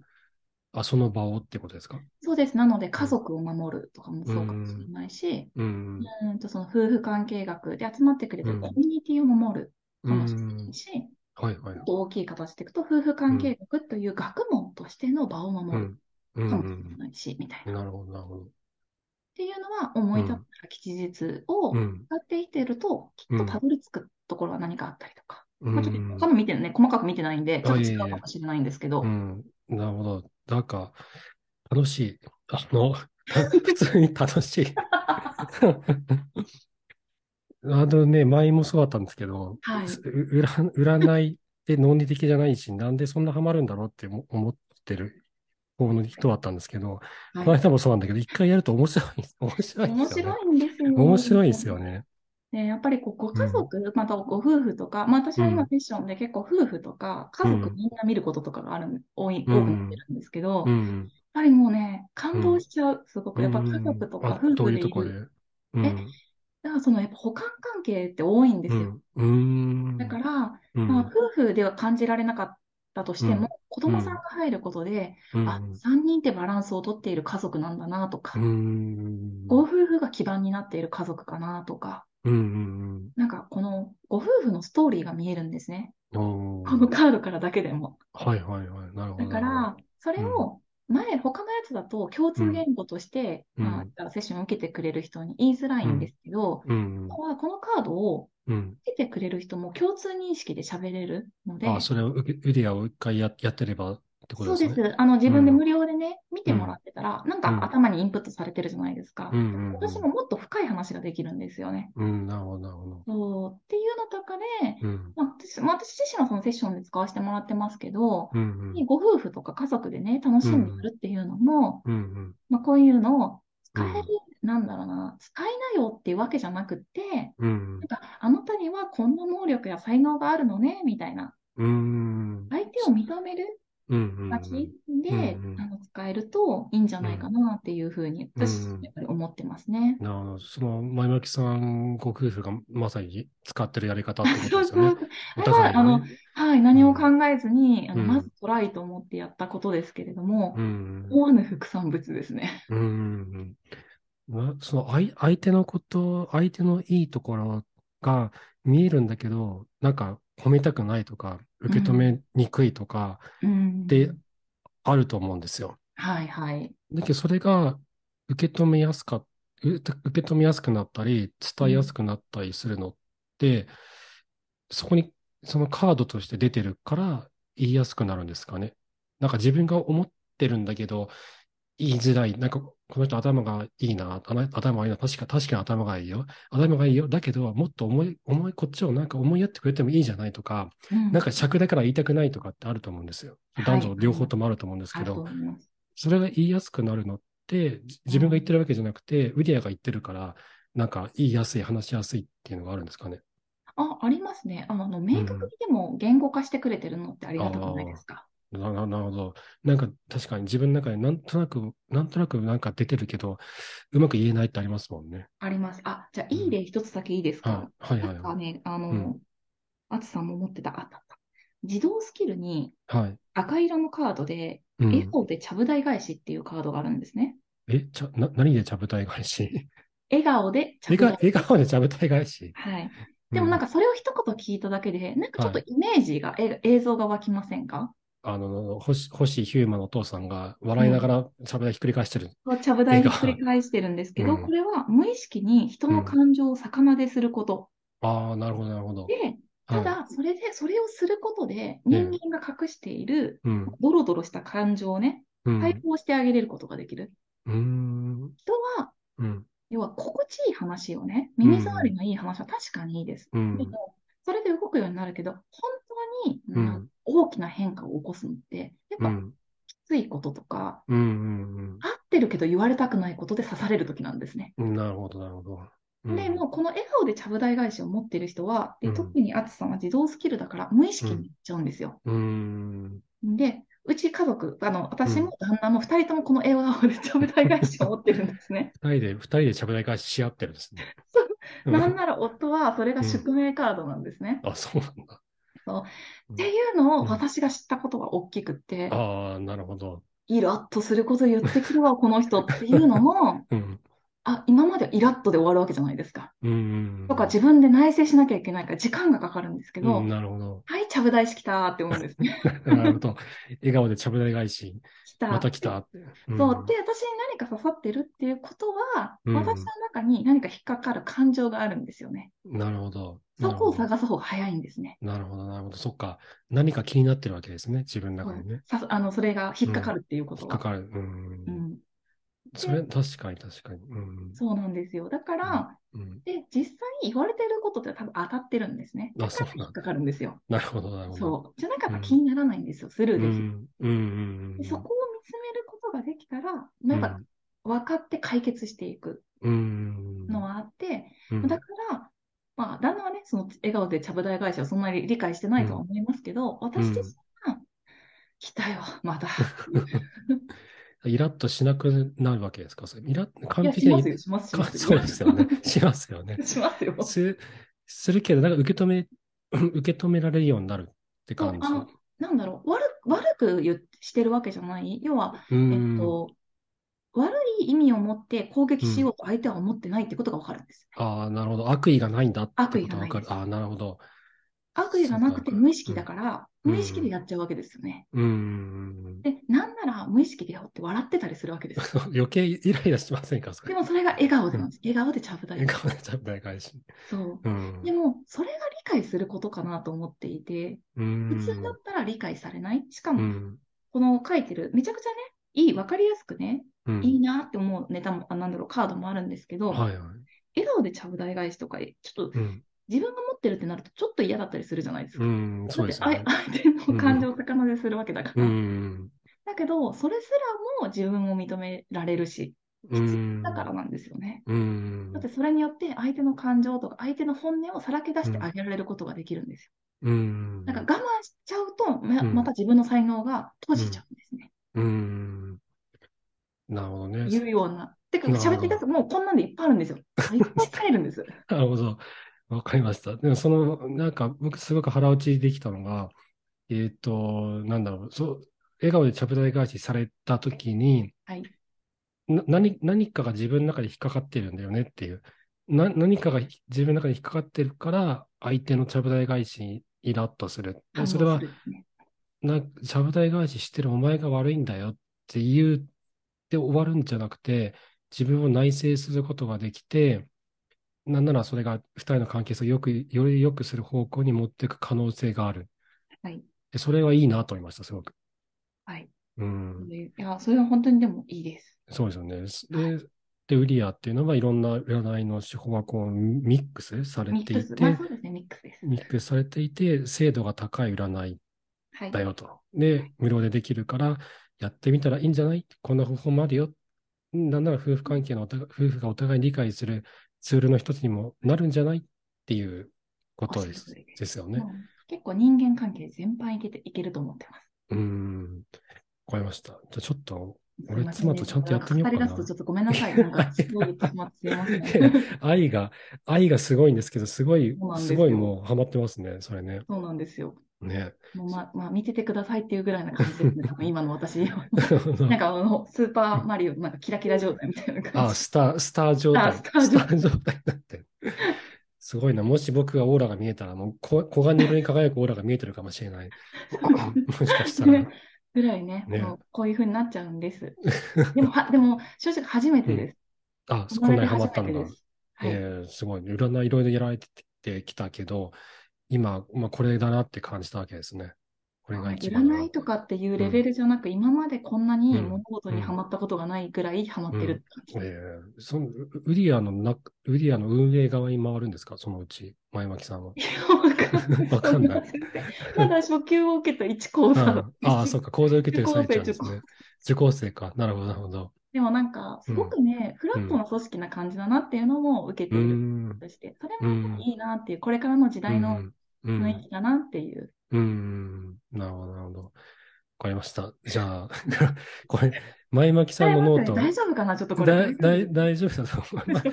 Speaker 1: あ、その場をってことですか
Speaker 2: そうです。なので、家族を守るとかもそうかもしれないし、
Speaker 1: うーん。
Speaker 2: うーんとその夫婦関係学で集まってくれて
Speaker 1: う
Speaker 2: る
Speaker 1: ん
Speaker 2: コミュニティを守る
Speaker 1: う
Speaker 2: か
Speaker 1: ー。
Speaker 2: もしれなんいし、
Speaker 1: はいはい
Speaker 2: もっ。と大きい形でいくと、夫婦関係学という学問としての場を
Speaker 1: う
Speaker 2: 守る
Speaker 1: ん。うん。
Speaker 2: かもしれないし、みたいな。
Speaker 1: うんなるほど、なるほど。
Speaker 2: っていうのは思い立った吉日を
Speaker 1: う
Speaker 2: 使
Speaker 1: ん。
Speaker 2: っていてると、きっ
Speaker 1: う
Speaker 2: と
Speaker 1: ん
Speaker 2: たどり着くところは何かあったりとか、
Speaker 1: う
Speaker 2: まあ、ちょっと
Speaker 1: ん
Speaker 2: 他の見てね、細かく見てないんで、ちょっと違う
Speaker 1: あいえいえ
Speaker 2: かもしれないんですけど、
Speaker 1: うん。なるほど。なんか、楽 *laughs* しい。あの、普通に楽しい。 *laughs* あのね、前もそうだったんですけど、
Speaker 2: はいう
Speaker 1: うら占いって論理的じゃないし、なんでそんなハマるんだろうって思思ってる方の人だったんですけど、
Speaker 2: はい
Speaker 1: この間もそうなんだけど、一回やると面
Speaker 2: *laughs*
Speaker 1: 白い、面白い
Speaker 2: 面
Speaker 1: ですよね
Speaker 2: 白。いんですよ。
Speaker 1: 面白いですよね。
Speaker 2: ね、やっぱりこうご家族、またご夫婦とか、まあ、私は
Speaker 1: う
Speaker 2: 今
Speaker 1: ん
Speaker 2: セッションで結構夫婦とか家族みんな見ることとかがある、多い、多
Speaker 1: うん
Speaker 2: くなってるんですけど、
Speaker 1: う
Speaker 2: やっ
Speaker 1: ん。
Speaker 2: ぱりもうね、感動しちゃう、すごく。やっぱ家族と
Speaker 1: うん
Speaker 2: か
Speaker 1: あ
Speaker 2: 夫
Speaker 1: どう
Speaker 2: 婦
Speaker 1: いう
Speaker 2: で
Speaker 1: と
Speaker 2: い
Speaker 1: こ
Speaker 2: る。
Speaker 1: でうん。
Speaker 2: だからそのやっぱ補完関係って多いんですよ。
Speaker 1: うん。うん
Speaker 2: だから、
Speaker 1: うん
Speaker 2: まあ、夫婦では感じられなかったとしても、子供さんが入ることで、
Speaker 1: うん
Speaker 2: あ、3人ってバランスをとっている家族なんだなとか、
Speaker 1: うん
Speaker 2: ご夫婦が基盤になっている家族かなとか、
Speaker 1: うん
Speaker 2: なんかこのご夫婦のストーリーが見えるんですね。
Speaker 1: うんお
Speaker 2: この
Speaker 1: ー
Speaker 2: カードからだけでも。
Speaker 1: はいはいはい。なるほ
Speaker 2: だ
Speaker 1: ど。
Speaker 2: から、それを前、他のやつだと共通言語として、
Speaker 1: うん
Speaker 2: まあ、だからセッションを受けてくれる人に言いづらいんですけど、
Speaker 1: うん
Speaker 2: 今はこのカードを
Speaker 1: うん。
Speaker 2: 受けてくれる人も共通認識で喋れるので、
Speaker 1: あ、それをウディアを一回ややってればってこと
Speaker 2: そう
Speaker 1: です
Speaker 2: で
Speaker 1: ね。
Speaker 2: す。あの、自分で
Speaker 1: うん
Speaker 2: 無料でね、見てもらってたら、なん
Speaker 1: うん
Speaker 2: か頭にインプットされてるじゃないですか
Speaker 1: う。んうんうん
Speaker 2: 私ももっと深い話ができるんですよね。
Speaker 1: うん、なるほど、なるほど。
Speaker 2: そう、っていうのとか
Speaker 1: う
Speaker 2: で、
Speaker 1: ん。
Speaker 2: まあ、私まあ私自身はそのセッションで使わせてもらってますけど、
Speaker 1: うんうん。
Speaker 2: ご夫婦とか家族でね、楽しんでやるっていうのも、
Speaker 1: うんうん。
Speaker 2: まあ、こういうのを使える
Speaker 1: うん、
Speaker 2: なんだろうな、使いなよっていうわけじゃなくって、
Speaker 1: うん
Speaker 2: なんか、あなたにはこんな能力や才能があるのね、みたいな。
Speaker 1: うん。
Speaker 2: 相手を認める
Speaker 1: うんうん
Speaker 2: 感じ
Speaker 1: うん
Speaker 2: で
Speaker 1: うんう、ん
Speaker 2: あの、使えるといいんじゃないかなっていうふうに、
Speaker 1: うん
Speaker 2: 私、やっぱり思ってますね。
Speaker 1: なるほど。その、前巻さんご夫婦がまさに使ってるやり方ってこと
Speaker 2: *laughs* そう
Speaker 1: です
Speaker 2: そ
Speaker 1: よね。
Speaker 2: う。
Speaker 1: お互い
Speaker 2: あれはあ
Speaker 1: の
Speaker 2: の
Speaker 1: ね。
Speaker 2: はい、何も考えずに、あの、
Speaker 1: うん
Speaker 2: まずトライと思ってやったことですけれども、
Speaker 1: うん
Speaker 2: 思わぬ副産物ですね。
Speaker 1: うん。うんうんうん。まその、相相手のこと、相手のいいところが見えるんだけど、なんか褒めたくないとか、受け止めにくいとか、
Speaker 2: うん。
Speaker 1: であると思うんですよ。
Speaker 2: はいはい。
Speaker 1: だけどそれが受け止めやすか、う受け止めやすくなったり、伝えやすくなったりするのって、そこにそのカードとして出てるから言いやすくなるんですかね。なんか自分が思ってるんだけど、言いづらい。なんかこの人頭がいいな、あの頭がいいな、確か、確かに頭がいいよ。頭がいいよ。だけど、もっと思い、思い、こっちをなんか思いやってくれてもいいじゃないとか、
Speaker 2: うん
Speaker 1: なんか尺だから言いたくないとかってあると思うんですよ。
Speaker 2: はい
Speaker 1: 男女両方ともあると思うんですけ
Speaker 2: ある
Speaker 1: ど
Speaker 2: と。思います。
Speaker 1: それが言いやすくなるのって、じ自分が言ってるわけじゃなくて、ウディアが言ってるから、なんか言いやすい、話しやすいっていうのがあるんですかね。
Speaker 2: あ、ありますね。あの、あの明確にでも言語化してくれてるのってありがたくないですか。
Speaker 1: なななるほど。なんか確かに自分の中でなんとなく、なんとなくなんか出てるけど、うまく言えないってありますもんね。
Speaker 2: あります。あ、じゃあ、いい例一つだけいいですか。
Speaker 1: あはい
Speaker 2: な
Speaker 1: はい
Speaker 2: ん
Speaker 1: は
Speaker 2: か
Speaker 1: い。
Speaker 2: ね、あ
Speaker 1: う
Speaker 2: の
Speaker 1: ん、
Speaker 2: あつさんも持ってた、あったあった。自動スキルに
Speaker 1: はい。
Speaker 2: 赤色のカードで、
Speaker 1: う
Speaker 2: エ
Speaker 1: ん、
Speaker 2: コーでちゃぶ台返しっていうカードがあるんですね。
Speaker 1: え、ちゃ、な、何でちゃぶ台返し
Speaker 2: 笑顔でちゃ
Speaker 1: 笑
Speaker 2: ぶ
Speaker 1: 顔
Speaker 2: 台。
Speaker 1: 笑顔でちゃぶ台返し。
Speaker 2: はい。でもなんかそれを一言聞いただけで、なんかちょっと
Speaker 1: は
Speaker 2: イメージが、え映像が湧きませんか
Speaker 1: あの、星、星ヒューマのお父さんが笑いながらちゃぶ台ひっくり返してる。
Speaker 2: こうちゃぶ台に繰り返してるんですけど、
Speaker 1: うん
Speaker 2: これは無意識に人の感情を逆なですること。
Speaker 1: ああ、なるほど、なるほど。
Speaker 2: で、た
Speaker 1: はい、
Speaker 2: だ、それで、それをすることで、
Speaker 1: うん
Speaker 2: 人間が隠している、
Speaker 1: うん、
Speaker 2: ドロドロした感情をね、
Speaker 1: うん、
Speaker 2: 解放してあげれることができる。
Speaker 1: うーん、
Speaker 2: 人は、
Speaker 1: うん、
Speaker 2: 要は心地いい話をね、耳障りのいい話は確かにいいです。
Speaker 1: うん
Speaker 2: で。も、それで動くようになるけど、本当に、
Speaker 1: うん
Speaker 2: なんか大きな変化を起こすのって、やっ
Speaker 1: う
Speaker 2: ぱ
Speaker 1: ん、
Speaker 2: きついこととか、
Speaker 1: うん、うん
Speaker 2: 合ってるけど言われたくないことで刺される時なんですね。
Speaker 1: うん。なるほど、なるほど。うん
Speaker 2: で、もうこの笑顔でちゃぶ台返しを持ってる人は、で
Speaker 1: うん
Speaker 2: 特にあつさんは自動スキルだから無意識に言っちゃうんですよ。
Speaker 1: うーん。
Speaker 2: で、うち家族、あの私も旦那も2人ともこの笑顔でちゃぶ台返しを持ってるんですね。
Speaker 1: 二人で、二人でしゃべり返しし合ってるんです
Speaker 2: *laughs*
Speaker 1: ね。うん
Speaker 2: なんなら夫はそれが宿命カードなんですね。
Speaker 1: あ、そうなんだ。うん
Speaker 2: っていうのを私が知ったことは大きくって、
Speaker 1: ああ、なるほど。
Speaker 2: イラッとすること言ってくるわ、この人っていう
Speaker 1: *laughs*
Speaker 2: のも、
Speaker 1: うん。
Speaker 2: あ、今までイラッとで終わるわけじゃないですか。
Speaker 1: うん。
Speaker 2: とか自分で内省しなきゃいけないから時間がかかるんですけ
Speaker 1: う
Speaker 2: ど
Speaker 1: ん、、なるほど。
Speaker 2: はい、ちゃぶ台しきたーって思うんですね。
Speaker 1: なるほど。笑顔でしゃべり返し、
Speaker 2: 来た
Speaker 1: *laughs* また来たって。うん
Speaker 2: そう。で、私に何か刺さってるっていうことは、
Speaker 1: うん
Speaker 2: 私の中に何か引っかかる感情があるんですよね。
Speaker 1: なるほど。
Speaker 2: そこを
Speaker 1: なるほど
Speaker 2: 探す方が早いんですね。
Speaker 1: なるほど、なるほど。そっか。何か気になってるわけですね。自分の中でね。
Speaker 2: さあの、それが引っかかるっていうこ
Speaker 1: 引
Speaker 2: と
Speaker 1: っか
Speaker 2: は。
Speaker 1: かる。うん
Speaker 2: う。ん、
Speaker 1: それ、確かに、確かに。うん。
Speaker 2: そうなんですよ。だから、
Speaker 1: うん。
Speaker 2: で、実際に言われてることって多分当たってるんですね。
Speaker 1: あそうなんだ
Speaker 2: 引っかかるんですよ。
Speaker 1: なるほど、なるほど。
Speaker 2: そう。じゃなかったら
Speaker 1: うん
Speaker 2: 気にならないんですよ。スル
Speaker 1: うん。
Speaker 2: ーで
Speaker 1: う
Speaker 2: きる。
Speaker 1: ん。うん。
Speaker 2: でそこを見つめることができたら、なんか分かって解決していく
Speaker 1: うん。
Speaker 2: のはあって、
Speaker 1: うん、
Speaker 2: だから、まあ、旦那はね、その笑顔でちゃぶ台返しはそんなに理解してないとは思いますけど、私自身は、来たよ、ま
Speaker 1: *laughs*
Speaker 2: だ。
Speaker 1: イラッとしなくなるわけですかそれイラッ、
Speaker 2: い
Speaker 1: 完
Speaker 2: や、
Speaker 1: 璧
Speaker 2: し
Speaker 1: に
Speaker 2: ますよ、します、しま
Speaker 1: か *laughs*
Speaker 2: す。
Speaker 1: そうですよね。しますよね。
Speaker 2: *laughs* しますよ。
Speaker 1: す、するけど、なんか受け止め、受け止められるようになるって
Speaker 2: そう
Speaker 1: 感じ
Speaker 2: あ。のなんだろう、悪悪く言っしてるわけじゃない。要は、
Speaker 1: う
Speaker 2: えっ
Speaker 1: ん。
Speaker 2: と、悪い意味を持って攻撃しようと相手は思ってないってことが分かるんです。
Speaker 1: ああ、なるほど。悪意がないんだって
Speaker 2: 悪
Speaker 1: こ
Speaker 2: 意
Speaker 1: とわ
Speaker 2: がない
Speaker 1: かる。ああ、なるほど。
Speaker 2: 悪意がなく
Speaker 1: そ
Speaker 2: て
Speaker 1: うか
Speaker 2: 無意識だから、
Speaker 1: うん
Speaker 2: 無意識でやっちゃうわけですよね。
Speaker 1: うん。
Speaker 2: で、なんなら無意識でやって笑ってたりするわ
Speaker 1: *laughs*
Speaker 2: けですよ。
Speaker 1: 余計イライラしませんかそ
Speaker 2: で
Speaker 1: れ。
Speaker 2: もそれが笑顔でなんです。笑顔でちゃぶ台
Speaker 1: 笑
Speaker 2: です。
Speaker 1: 顔でちゃぶ台返し。
Speaker 2: そう。
Speaker 1: うん
Speaker 2: で。も、それが理解することかなと思っていて、
Speaker 1: うん。
Speaker 2: 普通だったら理解されない。しか
Speaker 1: う
Speaker 2: も、
Speaker 1: ん。
Speaker 2: この書いてる、めちゃくちゃね、いい、わかりやすくね、
Speaker 1: うん。
Speaker 2: いいなって思うネタも、あなんだろう、カードもあるんですけど、
Speaker 1: はいはい。
Speaker 2: 笑顔でちゃぶ台返しとか、ちょっ
Speaker 1: う
Speaker 2: と
Speaker 1: ん。
Speaker 2: 自分が持ってるってなると、ちょっと嫌だったりするじゃないですか。
Speaker 1: うん。そうですよ
Speaker 2: だっ
Speaker 1: ね
Speaker 2: て。あ相手の感情を逆なでするわけだか
Speaker 1: う
Speaker 2: ら。
Speaker 1: ん。
Speaker 2: だけど、それすらも自分を認められるし、
Speaker 1: うん。
Speaker 2: だからなんですよね。
Speaker 1: うん
Speaker 2: だってそれによって相手の感情とか相手の本音をさらけ出してあげられることができるんですよ
Speaker 1: うん。
Speaker 2: なんか我慢しちゃうと、ま
Speaker 1: うん
Speaker 2: また自分の才能が閉じちゃうんですね。
Speaker 1: うん。なるほどね。
Speaker 2: いうような。てか、
Speaker 1: なるほど
Speaker 2: 喋ってたらもうこんなんでいっぱいあるんですよ。いっぱい入るん
Speaker 1: *laughs*
Speaker 2: です。
Speaker 1: なるほど。わかりました。でも、その、なんか、僕、すごく腹落ちできたのが、えっと、なんだろう、そう、笑顔でちゃぶ台返しされたときに、
Speaker 2: はい
Speaker 1: な何、何かが自分の中で引っかかってるんだよねっていう、な、何かがひ自分の中で引っかかってるから、相手のちゃぶ台返しにイラッとする。でそれ
Speaker 2: 反応
Speaker 1: は
Speaker 2: す、るんですね
Speaker 1: な、ちゃぶ台返ししてるお前が悪いんだよって言うって終わるんじゃなくて、自分を内省することができて、なんならそれが二人の関係性をよく、より良くする方向に持っていく可能性がある。
Speaker 2: はい
Speaker 1: で、それはいいなと思いました、すごく。
Speaker 2: はい。
Speaker 1: うん。
Speaker 2: いや、それは本当にでもいいです。
Speaker 1: そうですよね。で、で、ウリアっていうのはいろんな占いの手法がこうミックスされ
Speaker 2: ミ
Speaker 1: て
Speaker 2: ック
Speaker 1: い
Speaker 2: ス。まあ
Speaker 1: て、
Speaker 2: そうですね、ミックスです。
Speaker 1: ミックスされていて、精度が高い占い
Speaker 2: はい。
Speaker 1: だよと。で、無料でできるから、やってみたらいいんじゃないこんな方法もあるよ。なんなら夫婦関係のお互い夫婦がお互いに理解するツールの一つにもなるんじゃないっていうことで
Speaker 2: おっしゃ
Speaker 1: す
Speaker 2: る通りです
Speaker 1: ですよね
Speaker 2: も。う結構人間関係全般いけていけると思ってます。
Speaker 1: うーん。わかりました。じゃあちょっと、俺
Speaker 2: すい
Speaker 1: 妻
Speaker 2: ませ
Speaker 1: とちゃんとやってみようかな
Speaker 2: 語り出すとちょっとごめんなさい。なんか、すごい言ってしまってすいません。
Speaker 1: *laughs* 愛が、愛がすごいんですけど、すごい
Speaker 2: そうな、んです
Speaker 1: す
Speaker 2: よ
Speaker 1: ごいもうハマってますね、それね。
Speaker 2: そうなんですよ。 *laughs*
Speaker 1: ね。
Speaker 2: もうま、まあ、見ててくださいっていうぐらいな感じですね。多分今の私。なんかあの、スーパーマリオ、なんかキラキラ状態みたいな
Speaker 1: *laughs*
Speaker 2: 感
Speaker 1: あ、
Speaker 2: じ。
Speaker 1: スター、スター状態。
Speaker 2: スタースター
Speaker 1: スター状態になってる。すごいな。もし僕がオーラが見えたら、もうこ黄金色に輝くオーラが見えてるかもしれ
Speaker 2: *laughs*
Speaker 1: ない。もしかしたら。
Speaker 2: ぐらいね、
Speaker 1: ね
Speaker 2: もうこういう風になっちゃう
Speaker 1: *laughs*
Speaker 2: んです。でも、はでも正直初めてで
Speaker 1: あ、
Speaker 2: す。
Speaker 1: こんなにハマった
Speaker 2: 生
Speaker 1: んだ
Speaker 2: まれて初めてで。す。はい、
Speaker 1: えーすごい。占いいろいろやられてきたけど、今、まあ、これだなって感じたわけですね。これが一番だな。
Speaker 2: 占いとかっていうレベルじゃなく、今までこんなに物事にハマったことがないぐらいハマってるって感じ。
Speaker 1: えーそのウウリアのな、ウリアの運営側に回るんですかそのうち、前巻さんは。
Speaker 2: *laughs*
Speaker 1: わかんない。
Speaker 2: まだ初級を受けた1講座だ
Speaker 1: ああー、そう
Speaker 2: *laughs*
Speaker 1: か、講座受けてる最中なんで
Speaker 2: 受
Speaker 1: す
Speaker 2: 講生
Speaker 1: ね。受講生か。なるほど、なるほど。
Speaker 2: でもなんか、すごくね、フラットな組織な感じだなっていうのも受
Speaker 1: う
Speaker 2: けて
Speaker 1: ー
Speaker 2: いる。
Speaker 1: ん。
Speaker 2: として、それもやっぱりいいなっていう、これからの時代の
Speaker 1: うん、うん
Speaker 2: 雰囲気だなっていう。
Speaker 1: うん。なるほど、なるほど。わかりました。じゃあ、 *laughs* これ、前巻さんのノート。
Speaker 2: 大丈夫かな、ちょっとこ
Speaker 1: だ
Speaker 2: れ。
Speaker 1: いだい大丈夫だと思います。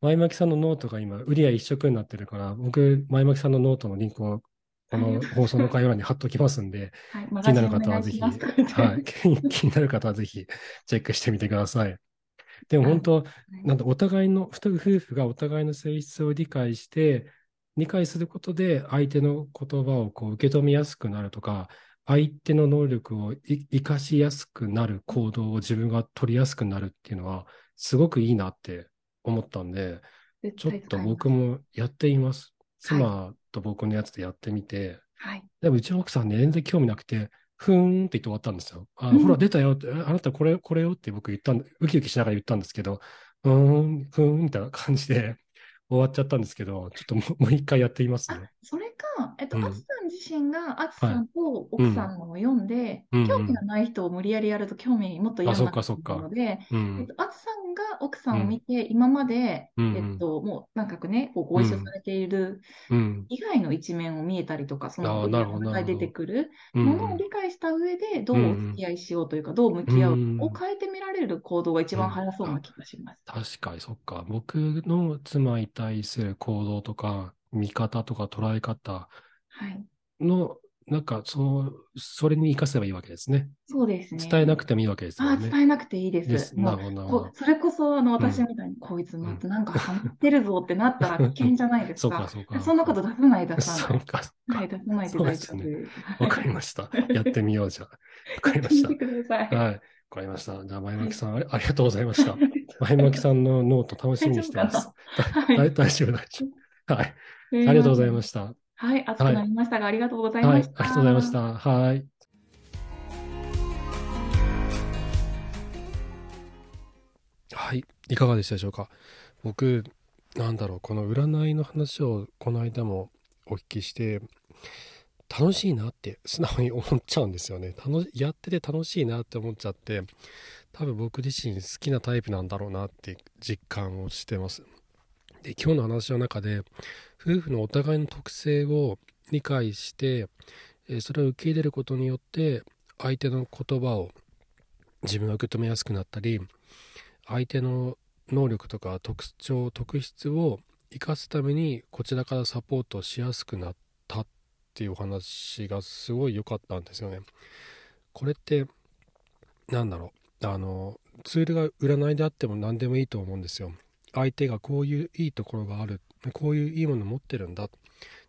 Speaker 1: 前巻さんのノートが今、売り合い一色になってるから、僕、前巻さんのノートのリンクを、こ
Speaker 2: あり
Speaker 1: の
Speaker 2: がとう
Speaker 1: 放送の概要欄に貼っときますんで、
Speaker 2: はい、マ
Speaker 1: 気になる
Speaker 2: ガジンお
Speaker 1: 方
Speaker 2: 願
Speaker 1: はいぜ
Speaker 2: し
Speaker 1: ひ、
Speaker 2: ますとか言って *laughs*
Speaker 1: はい、気に気になる方はぜひ、チェックしてみてください。でも本当、なんだ、お互いの、ふた夫婦がお互いの性質を理解して、理解することで、相手の言葉をこう受け止めやすくなるとか、相手の能力をい生かしやすくなる行動を自分が取りやすくなるっていうのは、すごくいいなって思ったんで、ちょっと僕。もやってみます。
Speaker 2: はい
Speaker 1: 妻と僕のやつでやってみて、
Speaker 2: はい、
Speaker 1: でもうちの奥さんね、全然興味なくて、ふーんって言って終わったんですよ。あ、
Speaker 2: うん
Speaker 1: ほら、出たよって、ああなたこれ、これよって僕言ったん、ウキウキしながら言ったんですけど、うーん、ふーんみたいな感じで終わっちゃったんですけど、ちょっともうもう一回やってみますね。
Speaker 2: それか、えっと、
Speaker 1: うん
Speaker 2: アツさん自身が、アツさんと奥さんのを読んで、
Speaker 1: うんうん
Speaker 2: 興味がない人を無理やりやると興味もっと嫌にな
Speaker 1: あそっかそっか
Speaker 2: ので、
Speaker 1: う
Speaker 2: えっ
Speaker 1: ん。
Speaker 2: と、アツさんが奥さんを見て、今まで、
Speaker 1: うん
Speaker 2: えっと、もうなんかね、こうご一緒されている
Speaker 1: うん。
Speaker 2: 以外の一面を見えたりとか、そ
Speaker 1: あ
Speaker 2: の
Speaker 1: ーなるほど
Speaker 2: 中で出てくる
Speaker 1: う
Speaker 2: ものを
Speaker 1: ん。
Speaker 2: 理解した上で、どうお付き合いしようというか、どう向き合うかを変えてみられる行動が一番早そうな気がします。
Speaker 1: 確かに、そっか。僕の妻に対する行動とか、見方とか捉え方
Speaker 2: はい。
Speaker 1: の、なんか、その、それに活かせばいいわけですね。
Speaker 2: そうですね。
Speaker 1: 伝えなくてもいいわけです
Speaker 2: あ
Speaker 1: よ
Speaker 2: あ、
Speaker 1: ね。
Speaker 2: 伝えなくていいです。
Speaker 1: です。
Speaker 2: も
Speaker 1: な
Speaker 2: う
Speaker 1: るほど、なるほ
Speaker 2: こ
Speaker 1: ど。
Speaker 2: それこそ、あの、
Speaker 1: ん
Speaker 2: 私みたいに、こいつ、またなんかハマってるぞってな
Speaker 1: *laughs*
Speaker 2: ったら危険じゃないです
Speaker 1: そう
Speaker 2: か。
Speaker 1: か、そうか。
Speaker 2: そんなこと出さない、出さ
Speaker 1: *laughs* そ
Speaker 2: な
Speaker 1: う
Speaker 2: い。
Speaker 1: か、そう
Speaker 2: は
Speaker 1: か
Speaker 2: い、。出さないで
Speaker 1: そうで
Speaker 2: 大
Speaker 1: す
Speaker 2: 丈
Speaker 1: ね
Speaker 2: 夫。
Speaker 1: わかりました。やってみようじゃ。わかりまし
Speaker 2: *laughs* *laughs* 聞いてくださ
Speaker 1: た。
Speaker 2: い。
Speaker 1: はい。わかりました。じゃあ、前巻さん、ありありがとうございました。前巻さんのノート楽しみにしてます。
Speaker 2: はい。
Speaker 1: はい、大丈夫、大丈夫。はい。
Speaker 2: あ
Speaker 1: ありがとうございま
Speaker 2: し
Speaker 1: した。はい、
Speaker 2: た。はい、熱くなりましたが、ありがとうござい
Speaker 1: あ
Speaker 2: ま
Speaker 1: り
Speaker 2: した。
Speaker 1: がとうございました。はい。はい、いかがでしたでしょうか。僕、なんだろう、この占いの話をこの間もお聞きして、楽しいなって素直に思っちゃうんですよね。楽しやってて楽しいなって思っちゃって、多分僕自身好きなタイプなんだろうなって実感をしてます。で、今日の話の中で、夫婦のお互いの特性を理解して、えーそれを受け入れることによって、相手の言葉を自分が受け止めやすくなったり、相手の能力とか特徴特質を生かすためにこちらからサポートしやすくなったっていうお話がすごい良かったんですよね。これってなんだろうあのツールが占いであっても何でもいいと思うんですよ。相手がこういういいところがあるこういういいもの持ってるんだ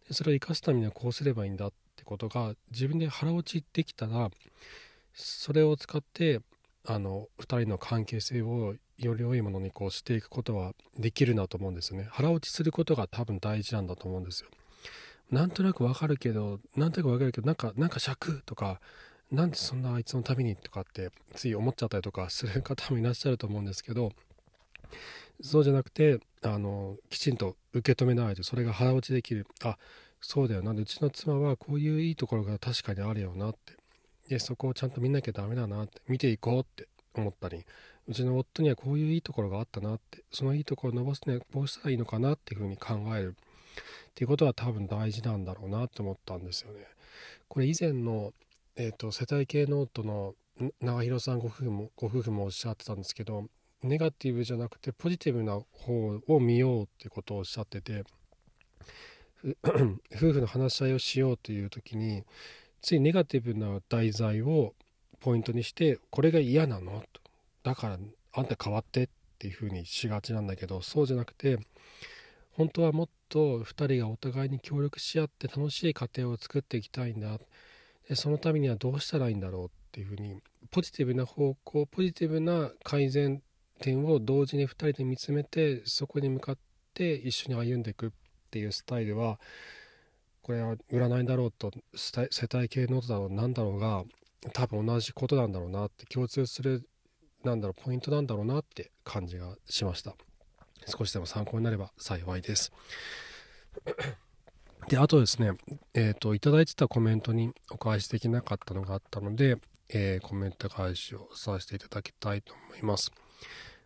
Speaker 1: でそれを生かすためにはこうすればいいんだってことが自分で腹落ちできたらそれを使ってあの2人の関係性をより良いものにこうしていくことはできるなと思うんですよね腹落ちすることが多分大事なんだと思うんですよなんとなくわかるけどなんとなくわかるけどなんかなんか尺とかなんでそんなあいつのためにとかってつい思っちゃったりとかする方もいらっしゃると思うんですけどそうじゃなくてあのきちんと受け止めないとそれが腹落ちできるあそうだよなでうちの妻はこういういいところが確かにあるよなってでそこをちゃんと見なきゃダメだなって見ていこうって思ったりうちの夫にはこういういいところがあったなってそのいいところを伸ばすにはこうしたらいいのかなっていうふうに考えるっていうことは多分大事なんだろうなって思ったんですよね。これ以前の、えー、と世帯系ノートのん長弘さんご夫婦もご夫婦もおっしゃってたんですけどネガティブじゃなくてポジティブな方を見ようってことをおっしゃっててふ *clears throat* 夫婦の話し合いをしようという時についネガティブな題材をポイントにしてこれが嫌なのとだからあんた変わってっていうふうにしがちなんだけどそうじゃなくて本当はもっと2人がお互いに協力し合って楽しい家庭を作っていきたいんだでそのためにはどうしたらいいんだろうっていうふうにポジティブな方向ポジティブな改善点を同時に2人で見つめてそこに向かって一緒に歩んでいくっていうスタイルはこれは占いだろうと世帯系ノートだろうなんだろうが多分同じことなんだろうなって共通するなんだろうポイントなんだろうなって感じがしました少しでも参考になれば幸いですであとですねえっ、といただいてたコメントにお返しできなかったのがあったので、えーコメント返しをさせていただきたいと思います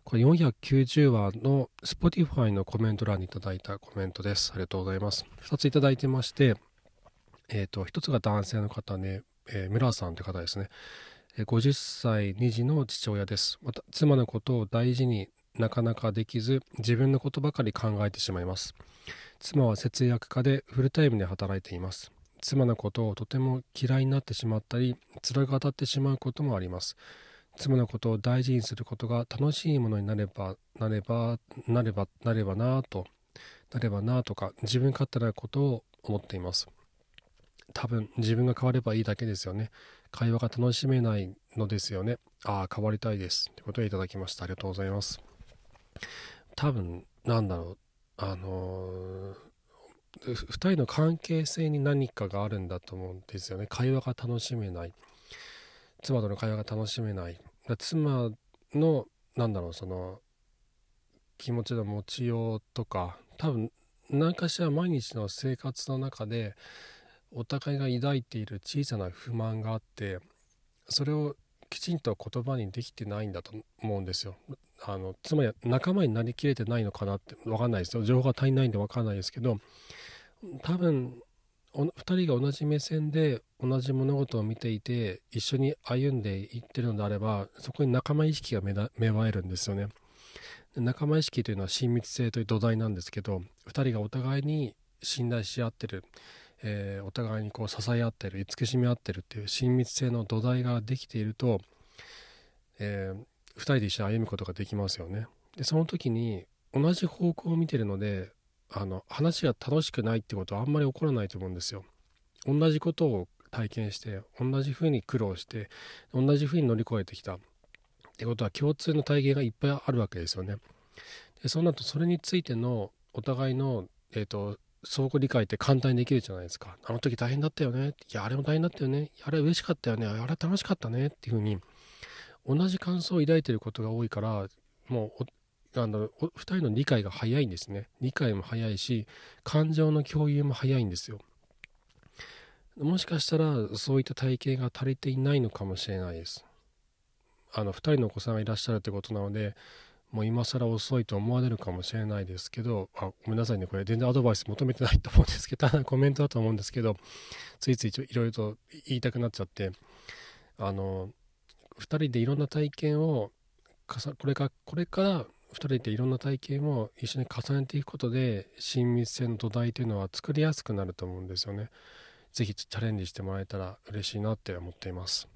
Speaker 1: これ490話の Spotify のコメント欄にいただいたコメントです。ありがとうございます。2ついただいてまして、えっ、と、1つが男性の方ね、えー、村さんという方ですね。えー50歳2児の父親です。また、妻のことを大事になかなかできず、自分のことばかり考えてしまいます。妻は節約家でフルタイムで働いています。妻のことをとても嫌いになってしまったり、辛く当たってしまうこともあります。妻のことを大事にすることが楽しいものになればなればなればなればなぁとなればなぁとか自分勝手なことを思っています多分自分が変わればいいだけですよね会話が楽しめないのですよねああ変わりたいですということでいただきましたありがとうございます多分なんだろうあのーふ二人の関係性に何かがあるんだと思うんですよね会話が楽しめない妻との会話が楽しめないだから妻のなんだろうその気持ちの持ちようとか多分何かしら毎日の生活の中でお互いが抱いている小さな不満があってそれをきちんと言葉にできてないんだと思うんですよ。あのつまり仲間になりきれてないのかなって分かんないですよ情報が足りないんで分かんないですけど多分お2人が同じ目線で同じ物事を見ていて一緒に歩んでいってるのであればそこに仲間意識が芽だ芽生えるんですよね。で仲間意識というのは親密性という土台なんですけど2人がお互いに信頼し合ってる、えーお互いにこう支え合ってる慈しみ合ってるっていう親密性の土台ができていると、えー2人で一緒に歩むことができますよね。でその時に同じ方向を見てるのであの話が楽しくないってことはあんまり起こらないと思うんですよ。同じことを体験して同じ風に苦労して同じ風に乗り越えてきたってことは共通の体験がいっぱいあるわけですよね。でそうなるとそれについてのお互いの、えー、と相互理解って簡単にできるじゃないですか。あの時大変だったよね。いやあれも大変だったよね。あれ嬉しかったよね。あれ楽しかったねっていうふうに同じ感想を抱いてることが多いからもうおあのお2人の理解が早いんですね理解も早いし感情の共有も早いんですよもしかしたらそういった体系が足りていないのかもしれないですあの2人のお子さんがいらっしゃるということなのでもう今更遅いと思われるかもしれないですけどあごめんなさいねこれ全然アドバイス求めてないと思うんですけど *laughs* ただコメントだと思うんですけどついついちょいろいろと言いたくなっちゃってあの2人でいろんな体験を重これからこれから2人でいろんな体験を一緒に重ねていくことで親密性の土台というのは作りやすくなると思うんですよね。ぜひチャレンジしてもらえたら嬉しいなって思っています。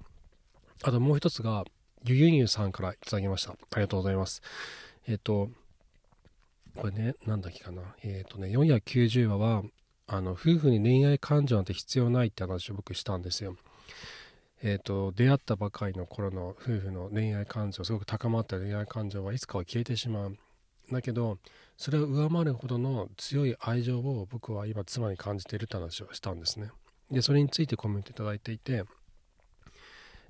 Speaker 1: あともう一つがゆゆゆさんからいただきました。ありがとうございます。えっ、とこれねなんだっけかなえっ、とね490話はあの夫婦に恋愛感情なんて必要ないって話を僕したんですよ。えー、と出会ったばかりの頃の夫婦の恋愛感情すごく高まった恋愛感情はいつかは消えてしまうだけどそれを上回るほどの強い愛情を僕は今妻に感じているって話をしたんですねでそれについてコメントいただいていて、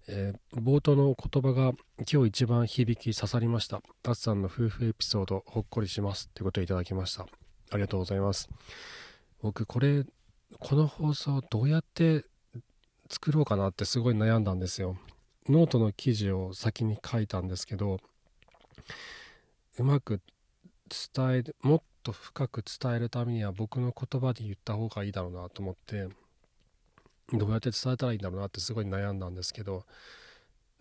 Speaker 1: えー冒頭の言葉が今日一番響き刺さりました達さんの夫婦エピソードほっこりしますってことをいただきましたありがとうございます僕これこの放送どうやって作ろうかなってすごい悩んだんですよ。ノートの記事を先に書いたんですけどうまく伝えるもっと深く伝えるためには僕の言葉で言った方がいいだろうなと思ってどうやって伝えたらいいんだろうなってすごい悩んだんですけど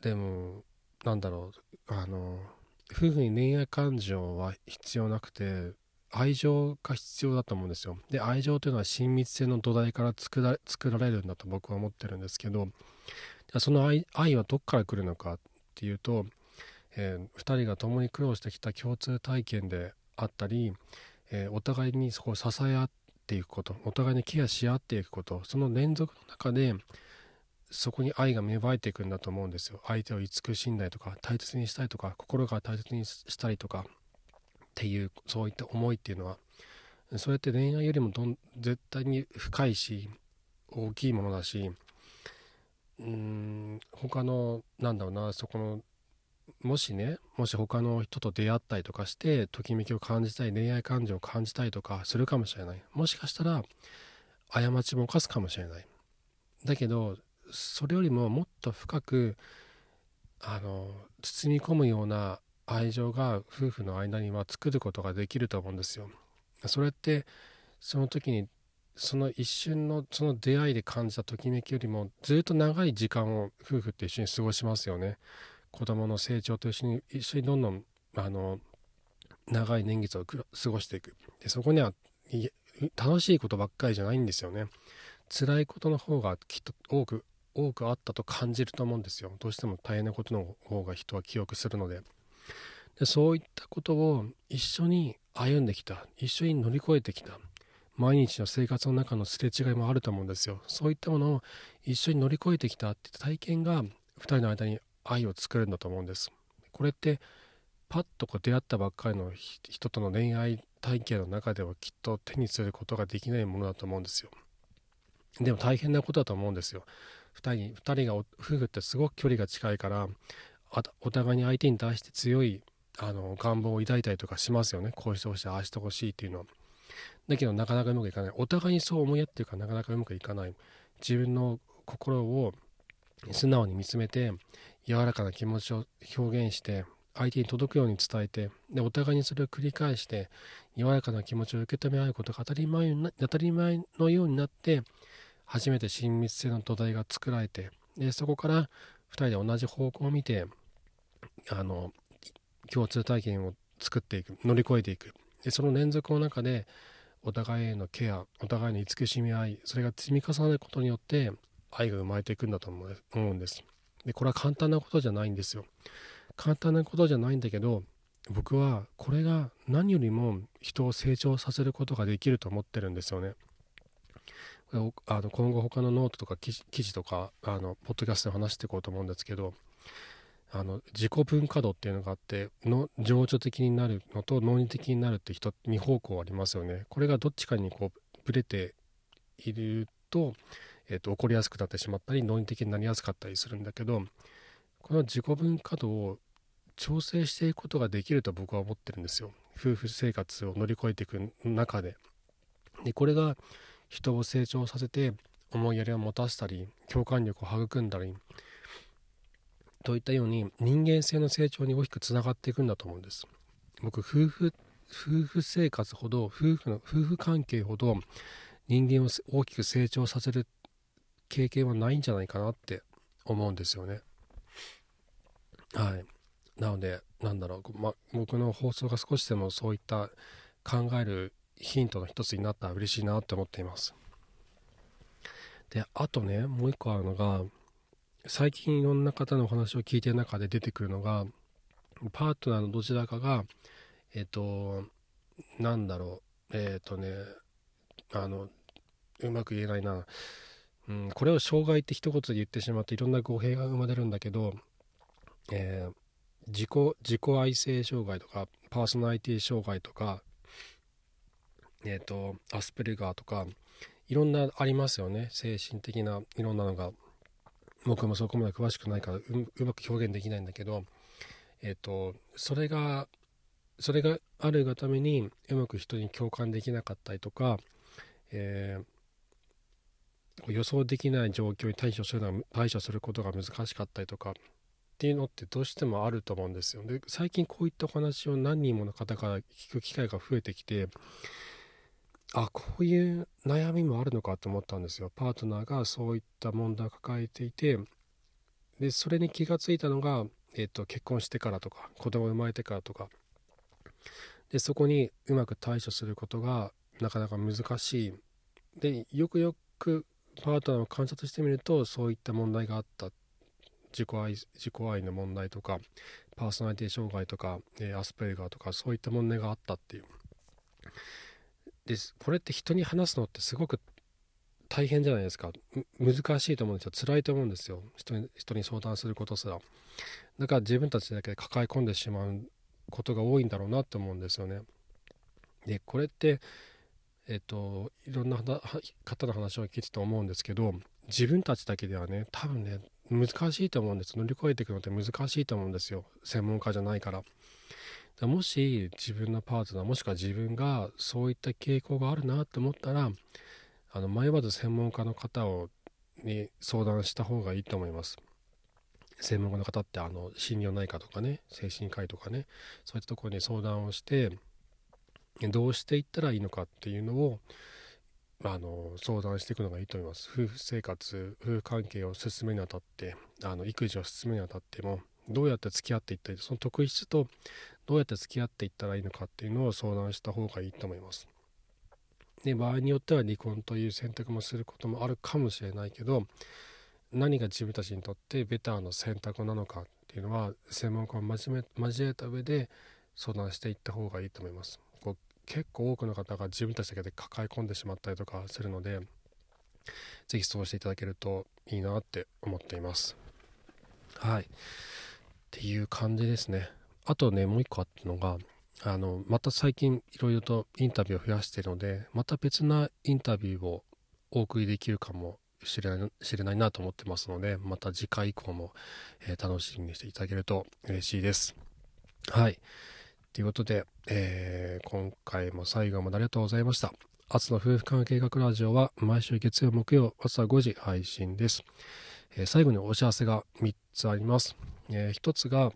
Speaker 1: でもなんだろうあの夫婦に恋愛感情は必要なくて愛情が必要だと思うんですよ。で愛情というのは親密性の土台から作ら作られるんだと僕は思ってるんですけどじゃあその愛愛はどっから来るのかっていうと、えー、2人が共に苦労してきた共通体験であったり、えーお互いにそこを支え合っていくことお互いにケアし合っていくことその連続の中でそこに愛が芽生えていくんだと思うんですよ。相手を慈しんだりとか大切にしたりとか心が大切にしたりとかっていうそういった思いっていうのはそれって恋愛よりもどん絶対に深いし大きいものだしうーん他のなんだろうなそこのもしねもし他の人と出会ったりとかしてときめきを感じたり恋愛感情を感じたりとかするかもしれないもしかしたら過ちも犯すかもしれないだけどそれよりももっと深くあの包み込むような愛情が夫婦の間には作ることができると思うんですよ。それってその時にその一瞬のその出会いで感じたときめきよりもずっと長い時間を夫婦って一緒に過ごしますよね。子供の成長と一緒に一緒にどんどんあの長い年月をくら過ごしていく。でそこにはい楽しいことばっかりじゃないんですよね。辛いことの方がきっと多く多くあったと感じると思うんですよ。どうしても大変なことの方が人は記憶するので。でそういったことを一緒に歩んできた一緒に乗り越えてきた毎日の生活の中のすれ違いもあると思うんですよそういったものを一緒に乗り越えてきたって体験が2人の間に愛を作るんだと思うんですこれってパッとこう出会ったばっかりのひ人との恋愛体験の中ではきっと手にすることができないものだと思うんですよでも大変なことだと思うんですよ2人二人がお夫婦ってすごく距離が近いからあお互いに相手に対して強いあの願望を抱いたりとかしますよねこうしてほしいああしてほしいっていうのはだけどなかなかうまくいかない。お互いにそう思いやってるからなかなかうまくいかない。自分の心を素直に見つめて、柔らかな気持ちを表現して、相手に届くように伝えて、で、お互いにそれを繰り返して、柔らかな気持ちを受け止め合うことが当たり前にな当たり前のようになって、初めて親密性の土台が作られて、で、そこから2人で同じ方向を見て、あの、共通体験を作っていく、乗り越えていく。で、その連続の中で、お互いへのケア、お互いの慈しみ合い、それが積み重なることによって、愛が生まれていくんだと思うんです。で、これは簡単なことじゃないんですよ。簡単なことじゃないんだけど、僕はこれが何よりも人を成長させることができると思ってるんですよね。あの今後他のノートとか記事とかあのポッドキャストで話していこうと思うんですけどあの自己分化度っていうのがあっての情緒的になるのと脳理的になるって人2方向ありますよね。これがどっちかにこうぶれていると,、えー、と起こりやすくなってしまったり脳理的になりやすかったりするんだけどこの自己分化度を調整していくことができると僕は思ってるんですよ。夫婦生活を乗り越えていく中で。でこれが人を成長させて思いやりを持たせたり共感力を育んだりといったように人間性の成長に大きくつながっていくんだと思うんです僕夫婦夫婦生活ほど夫婦の夫婦関係ほど人間を大きく成長させる経験はないんじゃないかなって思うんですよねはいなのでなんだろう、ま、僕の放送が少しでもそういった考えるヒントの一つになったら嬉しいなって思っています。で、あとね、もう一個あるのが、最近いろんな方のお話を聞いてる中で出てくるのが、パートナーのどちらかが、えっ、ー、と、なんだろう、えっ、ー、とね、あの、うまく言えないな、うん、これを障害って一言で言ってしまっていろんな語弊が生まれるんだけど、えー、自己、自己愛性障害とか、パーソナリティ障害とか、えーと、とアスペルガーとかいろんなありますよね精神的ないろんなのが僕もそこまで詳しくないからうまく表現できないんだけど、えーと、とそれがそれがあるがためにうまく人に共感できなかったりとか、えー、予想できない状況に対処するのは対処することが難しかったりとかっていうのってどうしてもあると思うんですよ。で最近こういったお話を何人もの方から聞く機会が増えてきてあこういう悩みもあるのかと思ったんですよパートナーがそういった問題を抱えていてでそれに気がついたのが、えーと、と結婚してからとか子供生まれてからとかでそこにうまく対処することがなかなか難しいでよくよくパートナーを観察してみるとそういった問題があった自己愛自己愛の問題とかパーソナリティ障害とか、えー、アスペルガーとかそういった問題があったっていう。でこれって人に話すのってすごく大変じゃないですか難しいと思うんですよ辛いと思うんですよ人に人に相談することすらだから自分たちだけで抱え込んでしまうことが多いんだろうなと思うんですよねでこれってえっといろんな方の話を聞いてて思うんですけど自分たちだけではね多分ね難しいと思うんです乗り越えていくのって難しいと思うんですよ専門家じゃないから。もし自分のパートナーもしくは自分がそういった傾向があるなと思ったらあの迷わず専門家の方をに相談した方がいいと思います。専門家の方ってあの心療内科とかね精神科医とかねそういったところに相談をしてどうしていったらいいのかっていうのをあの相談していくのがいいと思います。夫婦生活夫婦関係を進めにあたってあの育児を進めにあたってもどうやって付き合っていったりその特質とどうやって付き合っていったらいいのかっていうのを相談した方がいいと思います。で場合によっては離婚という選択もすることもあるかもしれないけど何が自分たちにとってベターの選択なのかっていうのは専門家を交め交えた上で相談していった方がいいと思います。こう結構多くの方が自分たちだけで抱え込んでしまったりとかするので是非そうしていただけるといいなって思っています。はい。っていう感じですね。あとね、もう一個あったのが、あの、また最近いろいろとインタビューを増やしているので、また別なインタビューをお送りできるかもしれないしれないなと思ってますので、また次回以降も、えー、楽しみにしていただけると嬉しいです。はい。っということで、えー今回も最後までありがとうございました。アツの夫婦関係学ラジオは毎週月曜、木曜朝5時配信です。えー最後にお知らせが3つあります。え1つが、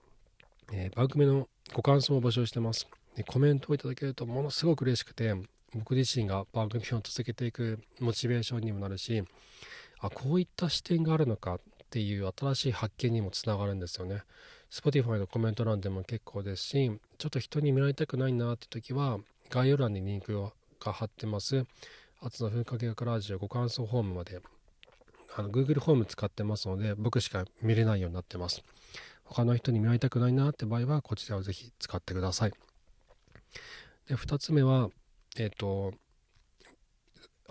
Speaker 1: えー番組のご感想を募集してます。でコメントをいただけるとものすごく嬉しくて、僕自身が番組を続けていくモチベーションにもなるし、あ、こういった視点があるのかっていう新しい発見にもつながるんですよね。Spotify のコメント欄でも結構ですし、ちょっと人に見られたくないなって時は、概要欄にリンクが貼ってます。あつの風景学ラジオご感想ホームまで、あの Google ホーム使ってますので、僕しか見れないようになってます。他の人に見られたくないなって場合は、こちらをぜひ使ってください。で、2つ目は、えっ、と、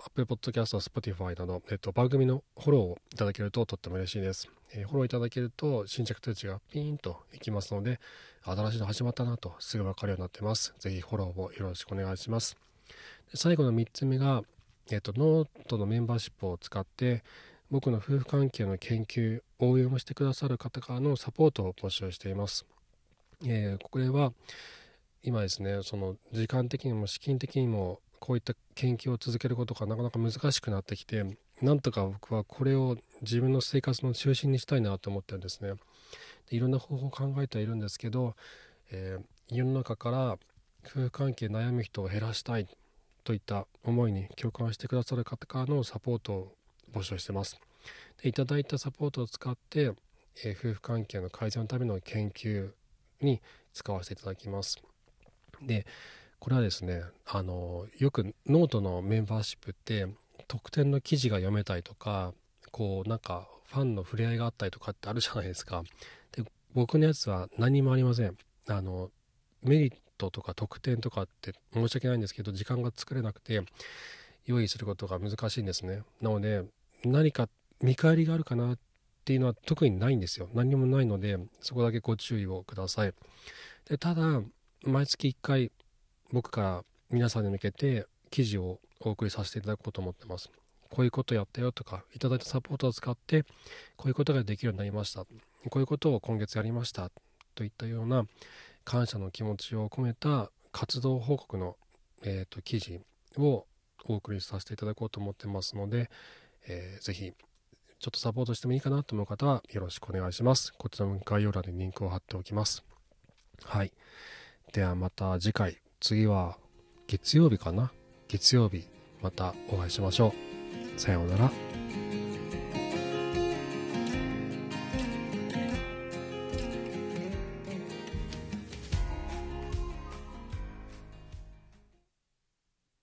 Speaker 1: Apple Podcast、Spotify など、えっと、番組のフォローをいただけるととっても嬉しいです。えーフォローいただけると新着通知がピーンといきますので、新しいの始まったなとすぐ分かるようになってます。ぜひフォローをよろしくお願いします。で最後の3つ目が、えっと、ノートのメンバーシップを使って、僕の夫婦関係の研究、応用もしてくださる方からのサポートを募集しています。えーこれは、今ですねその時間的にも資金的にもこういった研究を続けることがなかなか難しくなってきてなんとか僕はこれを自分の生活の中心にしたいなと思ってるんですね。でいろんな方法を考えてはいるんですけど、えー世の中から夫婦関係悩む人を減らしたいといった思いに共感してくださる方からのサポートを募集してます。でいただいたサポートを使って、えー夫婦関係の改善のための研究に使わせていただきます。でこれはですねあのよくノートのメンバーシップって特典の記事が読めたりとかこうなんかファンの触れ合いがあったりとかってあるじゃないですかで僕のやつは何もありませんあのメリットとか特典とかって申し訳ないんですけど時間が作れなくて用意することが難しいんですねなので何か見返りがあるかなっていうのは特にないんですよ何もないのでそこだけご注意をくださいでただ毎月1回僕から皆さんに向けて記事をお送りさせていただこうと思ってます。こういうことやったよとか、いただいたサポートを使って、こういうことができるようになりました。こういうことを今月やりました。といったような感謝の気持ちを込めた活動報告の、えーと記事をお送りさせていただこうと思ってますので、えーぜひちょっとサポートしてもいいかなと思う方はよろしくお願いします。こちらも概要欄にリンクを貼っておきます。はい。ではまた次回次は月曜日かな月曜日またお会いしましょうさようなら